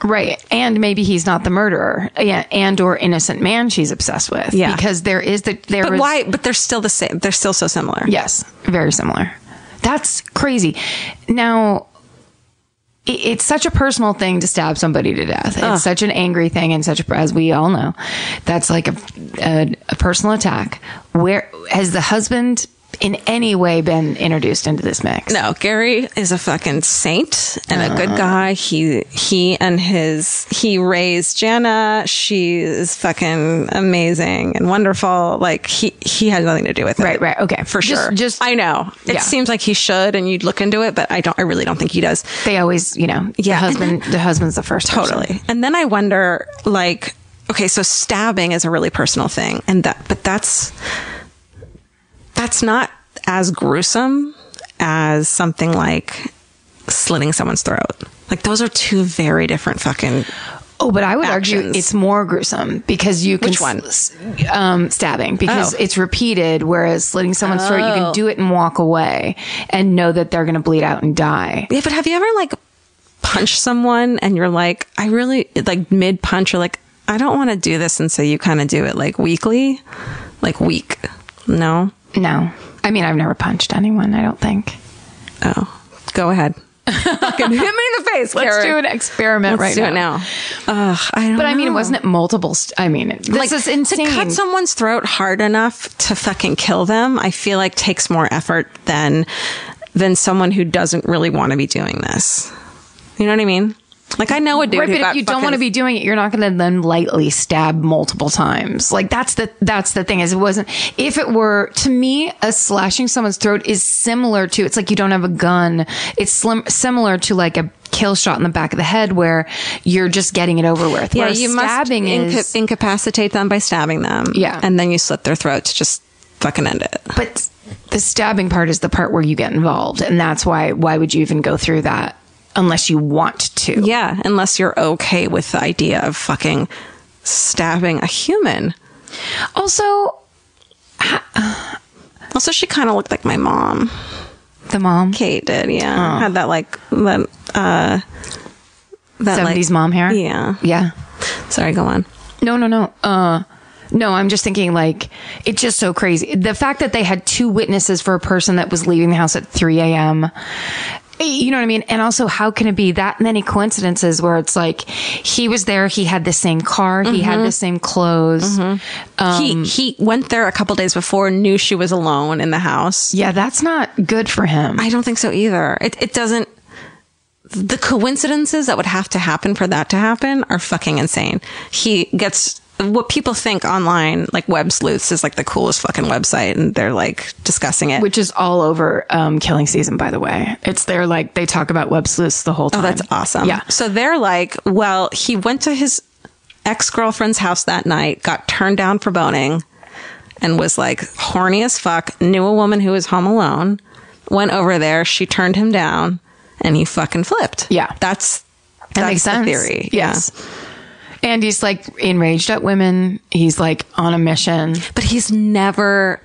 [SPEAKER 3] Right. And maybe he's not the murderer. Yeah. And or innocent man she's obsessed with.
[SPEAKER 4] Yeah.
[SPEAKER 3] Because there is the there
[SPEAKER 4] But
[SPEAKER 3] was-
[SPEAKER 4] why? But they're still the same. They're still so similar.
[SPEAKER 3] Yes. Very similar. That's crazy. Now i- it's such a personal thing to stab somebody to death. It's such an angry thing and such a, as we all know, that's like a, a, a personal attack. Where has the husband in any way been introduced into this mix?
[SPEAKER 4] No, Gary is a fucking saint and a good guy. He he and his he raised Jana. She is fucking amazing and wonderful. Like he he has nothing to do with it.
[SPEAKER 3] Right, right, okay.
[SPEAKER 4] For
[SPEAKER 3] Just-
[SPEAKER 4] sure.
[SPEAKER 3] just-
[SPEAKER 4] I know. It
[SPEAKER 3] yeah.
[SPEAKER 4] seems like he should and you'd look into it, but I don't I really don't think he does.
[SPEAKER 3] They always, you know,
[SPEAKER 4] Yeah.
[SPEAKER 3] the husband, the husband's the first. person.
[SPEAKER 4] Totally. And then I wonder, like, okay, so stabbing is a really personal thing, and that, but that's that's not as gruesome as something like slitting someone's throat. Like those are two very different fucking.
[SPEAKER 3] Oh, but I would argue
[SPEAKER 4] Actions.
[SPEAKER 3] it's more gruesome because you can
[SPEAKER 4] Which one?
[SPEAKER 3] s- um, stabbing because
[SPEAKER 4] Oh.
[SPEAKER 3] it's repeated. Whereas slitting someone's throat, you can do it and walk away and know that they're going to bleed out and die.
[SPEAKER 4] Yeah, but have you ever like punched someone and you're like, I really like mid punch. You're like, I don't want to do this, and so you kind of do it like weekly, like week. No,
[SPEAKER 3] No, I mean I've never punched anyone. I don't think.
[SPEAKER 4] oh,
[SPEAKER 3] [laughs]
[SPEAKER 4] go ahead. Fucking hit me in the face.
[SPEAKER 3] Let's
[SPEAKER 4] Karen.
[SPEAKER 3] do an experiment
[SPEAKER 4] Let's
[SPEAKER 3] right
[SPEAKER 4] do
[SPEAKER 3] now.
[SPEAKER 4] it now. Ugh, I don't
[SPEAKER 3] But I mean,
[SPEAKER 4] know.
[SPEAKER 3] wasn't it multiple? St- I mean, it, this is insane.
[SPEAKER 4] To cut someone's throat hard enough to fucking kill them, I feel like takes more effort than than someone who doesn't really want to be doing this. You know what I mean? Like I know a dude
[SPEAKER 3] right,
[SPEAKER 4] who
[SPEAKER 3] but if
[SPEAKER 4] got
[SPEAKER 3] you don't
[SPEAKER 4] fucking-
[SPEAKER 3] want to be doing it, you're not going to then lightly stab multiple times. Like that's the that's the thing is it wasn't. If it were to me, a slashing someone's throat is similar to. It's like you don't have a gun. It's slim, similar to like a kill shot in the back of the head where you're just getting it over with.
[SPEAKER 4] yeah,
[SPEAKER 3] Whereas
[SPEAKER 4] you
[SPEAKER 3] stabbing
[SPEAKER 4] must inca-
[SPEAKER 3] is.
[SPEAKER 4] incapacitate them by stabbing them.
[SPEAKER 3] Yeah.
[SPEAKER 4] and then you slit their throat to just fucking end it.
[SPEAKER 3] but the stabbing part is the part where you get involved, and that's why. Why would you even go through that unless you want to?
[SPEAKER 4] Yeah, unless you're okay with the idea of fucking stabbing a human.
[SPEAKER 3] Also,
[SPEAKER 4] Also, she kind of looked like my mom.
[SPEAKER 3] the mom.
[SPEAKER 4] Kate did,
[SPEAKER 3] Oh.
[SPEAKER 4] yeah. Had that like that uh that like-
[SPEAKER 3] 70s mom hair?
[SPEAKER 4] Yeah.
[SPEAKER 3] Yeah.
[SPEAKER 4] Sorry, go on.
[SPEAKER 3] No, no, no. Uh, no, I'm just thinking like it's just so crazy. The fact that they had two witnesses for a person that was leaving the house at 3 a.m. Eh, You know what I mean? And also, how can it be that many coincidences where it's like he was there, he had the same car, he
[SPEAKER 4] Mm-hmm.
[SPEAKER 3] had the same clothes. Um,
[SPEAKER 4] he he went there a couple days before, knew she was alone in the house.
[SPEAKER 3] Yeah, that's not good for him.
[SPEAKER 4] I don't think so either. It it doesn't the coincidences that would have to happen for that to happen are fucking insane. He gets what people think online, like Web Sleuths is like the coolest fucking website and they're like discussing it.
[SPEAKER 3] which is all over um, Killing Season, by the way. It's their like they talk about web sleuths the whole time.
[SPEAKER 4] Oh, that's awesome.
[SPEAKER 3] Yeah.
[SPEAKER 4] So they're like, well, he went to his ex girlfriend's house that night, got turned down for boning, and was like horny as fuck, knew a woman who was home alone, went over there, she turned him down, and he fucking flipped.
[SPEAKER 3] Yeah.
[SPEAKER 4] That's that's
[SPEAKER 3] That makes
[SPEAKER 4] the
[SPEAKER 3] sense.
[SPEAKER 4] theory.
[SPEAKER 3] Yes. And he's like enraged at women. He's like on a mission.
[SPEAKER 4] Yeah. But he's never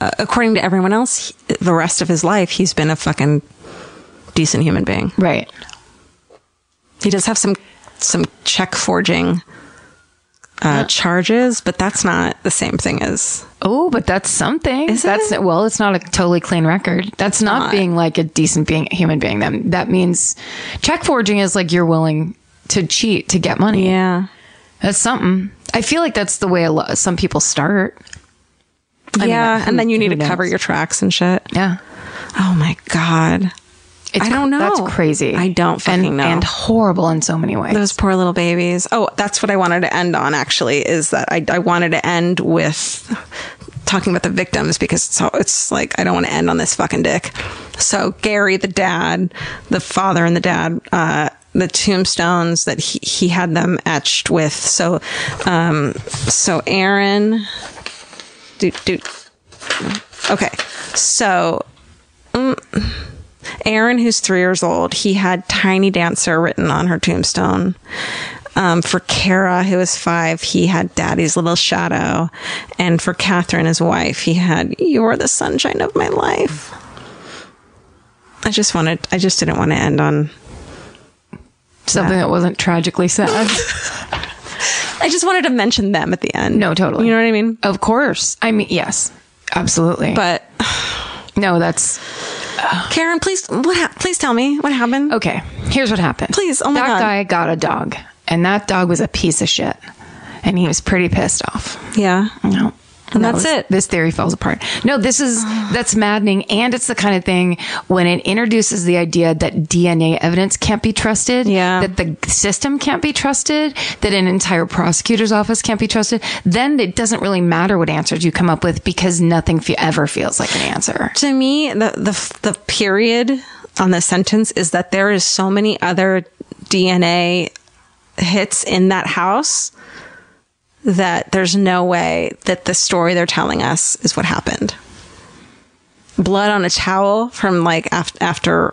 [SPEAKER 4] uh, according to everyone else, he- the rest of his life he's been a fucking decent human being.
[SPEAKER 3] Right.
[SPEAKER 4] He does have some some check forging uh, charges, but that's not the same thing as
[SPEAKER 3] Oh, but that's something.
[SPEAKER 4] Is
[SPEAKER 3] that's
[SPEAKER 4] it?
[SPEAKER 3] well, it's not a totally clean record. That's not, being like a decent being human being. Then that means check forging is like you're willing to cheat to get money.
[SPEAKER 4] yeah.
[SPEAKER 3] That's something. I feel like that's the way a lot some people start.
[SPEAKER 4] yeah,
[SPEAKER 3] who-
[SPEAKER 4] and then you need
[SPEAKER 3] who
[SPEAKER 4] to cover
[SPEAKER 3] knows?
[SPEAKER 4] your tracks and shit.
[SPEAKER 3] Yeah.
[SPEAKER 4] Oh my god, I don't know.
[SPEAKER 3] That's crazy.
[SPEAKER 4] I don't fucking
[SPEAKER 3] and,
[SPEAKER 4] know.
[SPEAKER 3] And horrible in so many ways.
[SPEAKER 4] those poor little babies. Oh, that's what I wanted to end on. Actually, is that I, I wanted to end with talking about the victims because it's, all- it's like I don't want to end on this fucking dick. So Gary, the dad, the father, and the dad, uh, the tombstones that he he had them etched with. So, um, so Aaron, do do. Okay, so Aaron, who's three years old, he had Tiny Dancer written on her tombstone. Um, for Kara, who was five, he had Daddy's Little Shadow. And for Catherine, his wife, he had You Are the Sunshine of My Life. I just wanted, I just didn't want to end on,
[SPEAKER 3] Something that wasn't tragically sad.
[SPEAKER 4] I just wanted to mention them at the end.
[SPEAKER 3] No, totally. Oh,
[SPEAKER 4] You know what I mean?
[SPEAKER 3] [laughs] of course. I mean, yes. Absolutely.
[SPEAKER 4] But
[SPEAKER 3] no, that's
[SPEAKER 4] Karen, please, what hap please tell me what happened.
[SPEAKER 3] Okay, here's what happened.
[SPEAKER 4] Please, oh my
[SPEAKER 3] that
[SPEAKER 4] God.
[SPEAKER 3] guy got a dog, and that dog was a piece of shit, and he was pretty pissed off.
[SPEAKER 4] Yeah.
[SPEAKER 3] No.
[SPEAKER 4] And
[SPEAKER 3] That
[SPEAKER 4] that's
[SPEAKER 3] was-
[SPEAKER 4] it.
[SPEAKER 3] This theory falls apart. No, this
[SPEAKER 4] [sighs]
[SPEAKER 3] is that's maddening, and it's the kind of thing when it introduces the idea that DNA evidence can't be trusted,
[SPEAKER 4] Yeah.
[SPEAKER 3] that the system can't be trusted, that an entire prosecutor's office can't be trusted. Then it doesn't really matter what answers you come up with because nothing fe- ever feels like an answer.
[SPEAKER 4] to me the the the period on the sentence is that there is so many other DNA hits in that house that there's no way that the story they're telling us is what happened. Blood on a towel from like af- after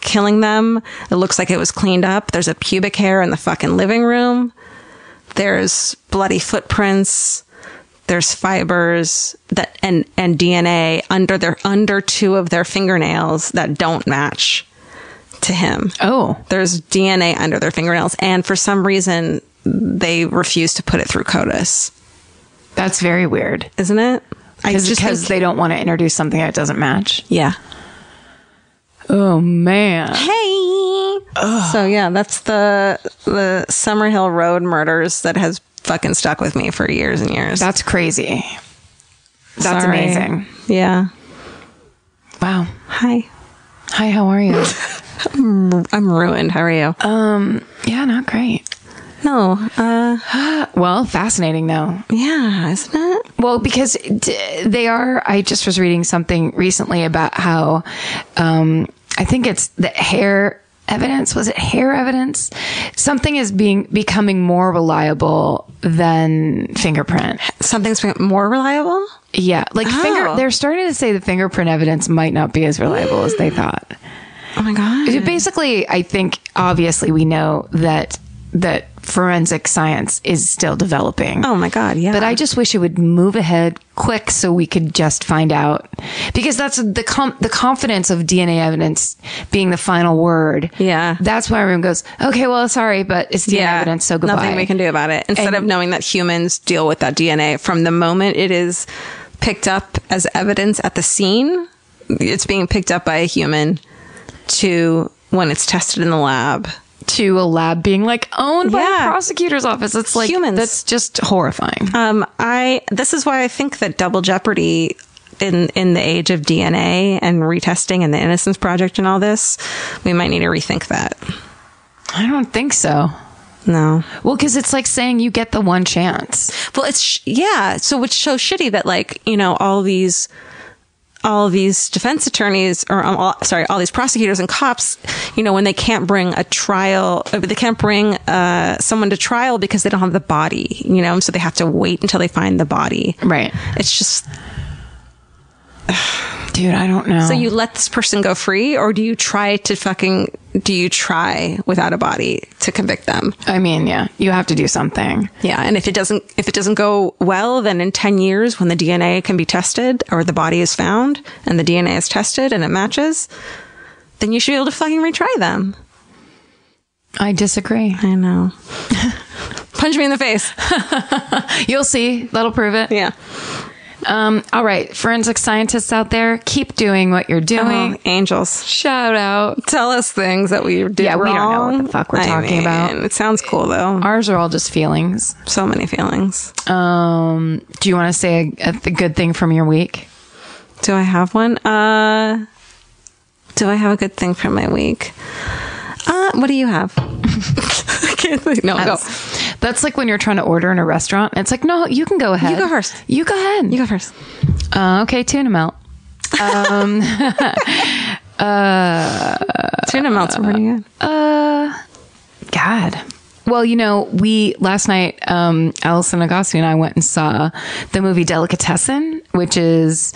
[SPEAKER 4] killing them. It looks like it was cleaned up. There's a pubic hair in the fucking living room. There's bloody footprints. There's fibers that and and DNA under their under two of their fingernails that don't match to him.
[SPEAKER 3] Oh.
[SPEAKER 4] There's DNA under their fingernails and for some reason they refuse to put it through CODIS,
[SPEAKER 3] That's very weird.
[SPEAKER 4] isn't it? I
[SPEAKER 3] Because
[SPEAKER 4] just think-
[SPEAKER 3] they don't want to introduce something that doesn't match.
[SPEAKER 4] yeah.
[SPEAKER 3] Oh, man.
[SPEAKER 4] Hey. So yeah, that's the the Summerhill Road murders that has fucking stuck with me for years and years.
[SPEAKER 3] That's crazy. That's
[SPEAKER 4] Sorry.
[SPEAKER 3] amazing.
[SPEAKER 4] Yeah.
[SPEAKER 3] Wow.
[SPEAKER 4] Hi.
[SPEAKER 3] Hi, how are
[SPEAKER 4] [laughs]
[SPEAKER 3] you?
[SPEAKER 4] I'm ruined. How are you?
[SPEAKER 3] Um, yeah, not great.
[SPEAKER 4] Uh, no. Uh
[SPEAKER 3] Well, fascinating though.
[SPEAKER 4] yeah, isn't it?
[SPEAKER 3] Well, because d- they are, I just was reading something recently about how um, I think it's the hair evidence. Was it hair evidence? Something is being becoming more reliable than fingerprint.
[SPEAKER 4] Something's been more reliable?
[SPEAKER 3] Yeah, like finger.
[SPEAKER 4] Oh.
[SPEAKER 3] They're starting to say the fingerprint evidence might not be as reliable as they thought.
[SPEAKER 4] Oh my god.
[SPEAKER 3] Basically, I think obviously we know that that forensic science is still developing.
[SPEAKER 4] Oh my god, yeah.
[SPEAKER 3] But I just wish it would move ahead quick so we could just find out because that's the com- the confidence of DNA evidence being the final word.
[SPEAKER 4] Yeah.
[SPEAKER 3] That's why everyone goes, okay, well, sorry, but it's DNA evidence, so goodbye.
[SPEAKER 4] Nothing we can do about it. Instead of knowing that humans deal with that DNA from the moment it is picked up as evidence at the scene, it's being picked up by a human to when it's tested in the lab.
[SPEAKER 3] to a lab being like owned by
[SPEAKER 4] Yeah.
[SPEAKER 3] the prosecutor's office. It's like
[SPEAKER 4] Humans.
[SPEAKER 3] That's just horrifying.
[SPEAKER 4] Um, I this is why I think that double jeopardy in in the age of DNA and retesting and the Innocence Project and all this, we might need to rethink that.
[SPEAKER 3] I don't think so.
[SPEAKER 4] No,
[SPEAKER 3] Well, because it's like saying you get the one chance.
[SPEAKER 4] Well, it's sh- yeah. So it's so shitty that like you know all these, all these defense attorneys or um, all, sorry, all these prosecutors and cops, you know, when they can't bring a trial, uh, they can't bring uh, someone to trial because they don't have the body, you know, so they have to wait until they find the body.
[SPEAKER 3] Right.
[SPEAKER 4] It's just
[SPEAKER 3] Dude, I don't know.
[SPEAKER 4] so you let this person go free, or do you try to fucking do you try without a body to convict them?
[SPEAKER 3] I mean, yeah, you have to do something.
[SPEAKER 4] Yeah, and if it doesn't if it doesn't go well, then in 10 years when the DNA can be tested or the body is found and the DNA is tested and it matches, then you should be able to fucking retry them.
[SPEAKER 3] I disagree. [laughs]
[SPEAKER 4] I know. Punch me in the face.
[SPEAKER 3] You'll see. That'll prove it.
[SPEAKER 4] Yeah.
[SPEAKER 3] Um, all right, forensic scientists out there, keep doing what you're doing.
[SPEAKER 4] Oh, angels.
[SPEAKER 3] Shout out.
[SPEAKER 4] Tell us things that we did
[SPEAKER 3] Yeah, we
[SPEAKER 4] wrong.
[SPEAKER 3] don't know what the fuck we're talking about.
[SPEAKER 4] It sounds cool though.
[SPEAKER 3] Ours are all just feelings.
[SPEAKER 4] So many feelings.
[SPEAKER 3] Um, do you want to say a, a good thing from your week?
[SPEAKER 4] Do I have one? Uh do I have a good thing from my week? Uh, what do you have? [laughs] I can't think. No, go.
[SPEAKER 3] That's, that's like when you're trying to order in a restaurant. It's like, no, you can go ahead.
[SPEAKER 4] go first.
[SPEAKER 3] You go ahead.
[SPEAKER 4] You go first.
[SPEAKER 3] Uh, okay, tuna melt.
[SPEAKER 4] Tuna melts are pretty good.
[SPEAKER 3] God. Well, you know, we last night, um, Allison Agassi and I went and saw the movie Delicatessen, which is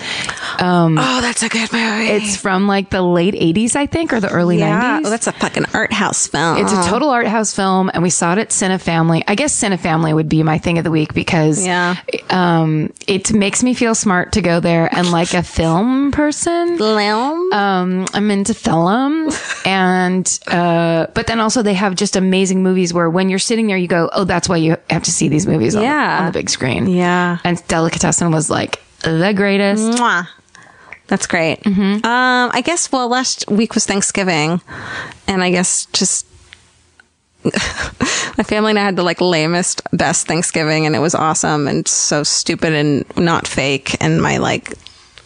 [SPEAKER 4] Oh, that's a good movie.
[SPEAKER 3] it's from like the late '80s, I think, or the early
[SPEAKER 4] yeah, Uh-huh.
[SPEAKER 3] '90s.
[SPEAKER 4] oh, that's a fucking art house film.
[SPEAKER 3] It's a total art house film, and we saw it at Cine Family. I guess Cine Family would be my thing of the week because
[SPEAKER 4] Yeah.
[SPEAKER 3] um, it makes me feel smart to go there and like a film person.
[SPEAKER 4] film.
[SPEAKER 3] Um, I'm into film, [laughs] and uh, but then also they have just amazing movies where when you're sitting there, you go, "Oh, that's why you have to see these movies on, the-
[SPEAKER 4] Yeah.
[SPEAKER 3] on the big screen."
[SPEAKER 4] Yeah.
[SPEAKER 3] and Delicatessen was like the greatest.
[SPEAKER 4] Mwah. That's great. Um, I guess. Well, last week was Thanksgiving, and I guess just [laughs] my family and I had the like lamest, best Thanksgiving, and it was awesome and so stupid and not fake. And my like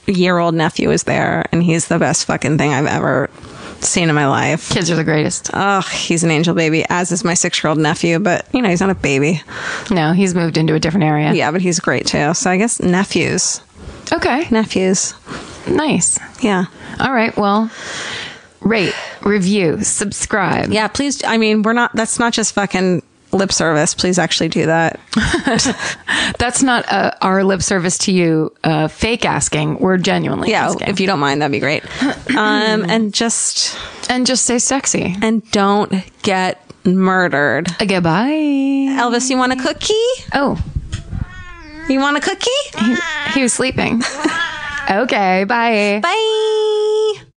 [SPEAKER 4] year old nephew was there, and he's the best fucking thing I've ever seen in my life.
[SPEAKER 3] Kids are the greatest.
[SPEAKER 4] Oh, he's an angel baby, as is my six year old nephew, but you know, he's not a baby.
[SPEAKER 3] No, he's moved into a different area.
[SPEAKER 4] Yeah, but he's great too. So I guess nephews.
[SPEAKER 3] Okay.
[SPEAKER 4] Nephews.
[SPEAKER 3] Nice.
[SPEAKER 4] Yeah.
[SPEAKER 3] All right. Well, rate, review, subscribe.
[SPEAKER 4] Yeah, please. I mean, we're not, that's not just fucking lip service, please actually do that.
[SPEAKER 3] That's not uh, our lip service to you, uh, fake asking. We're genuinely
[SPEAKER 4] Yeah,
[SPEAKER 3] asking.
[SPEAKER 4] if you don't mind, that'd be great. Um, and just
[SPEAKER 3] and just say sexy.
[SPEAKER 4] and don't get murdered.
[SPEAKER 3] Uh, Goodbye.
[SPEAKER 4] Elvis, you want a cookie?
[SPEAKER 3] Oh,
[SPEAKER 4] You want a cookie?
[SPEAKER 3] he was sleeping. [laughs] okay, bye.
[SPEAKER 4] Bye.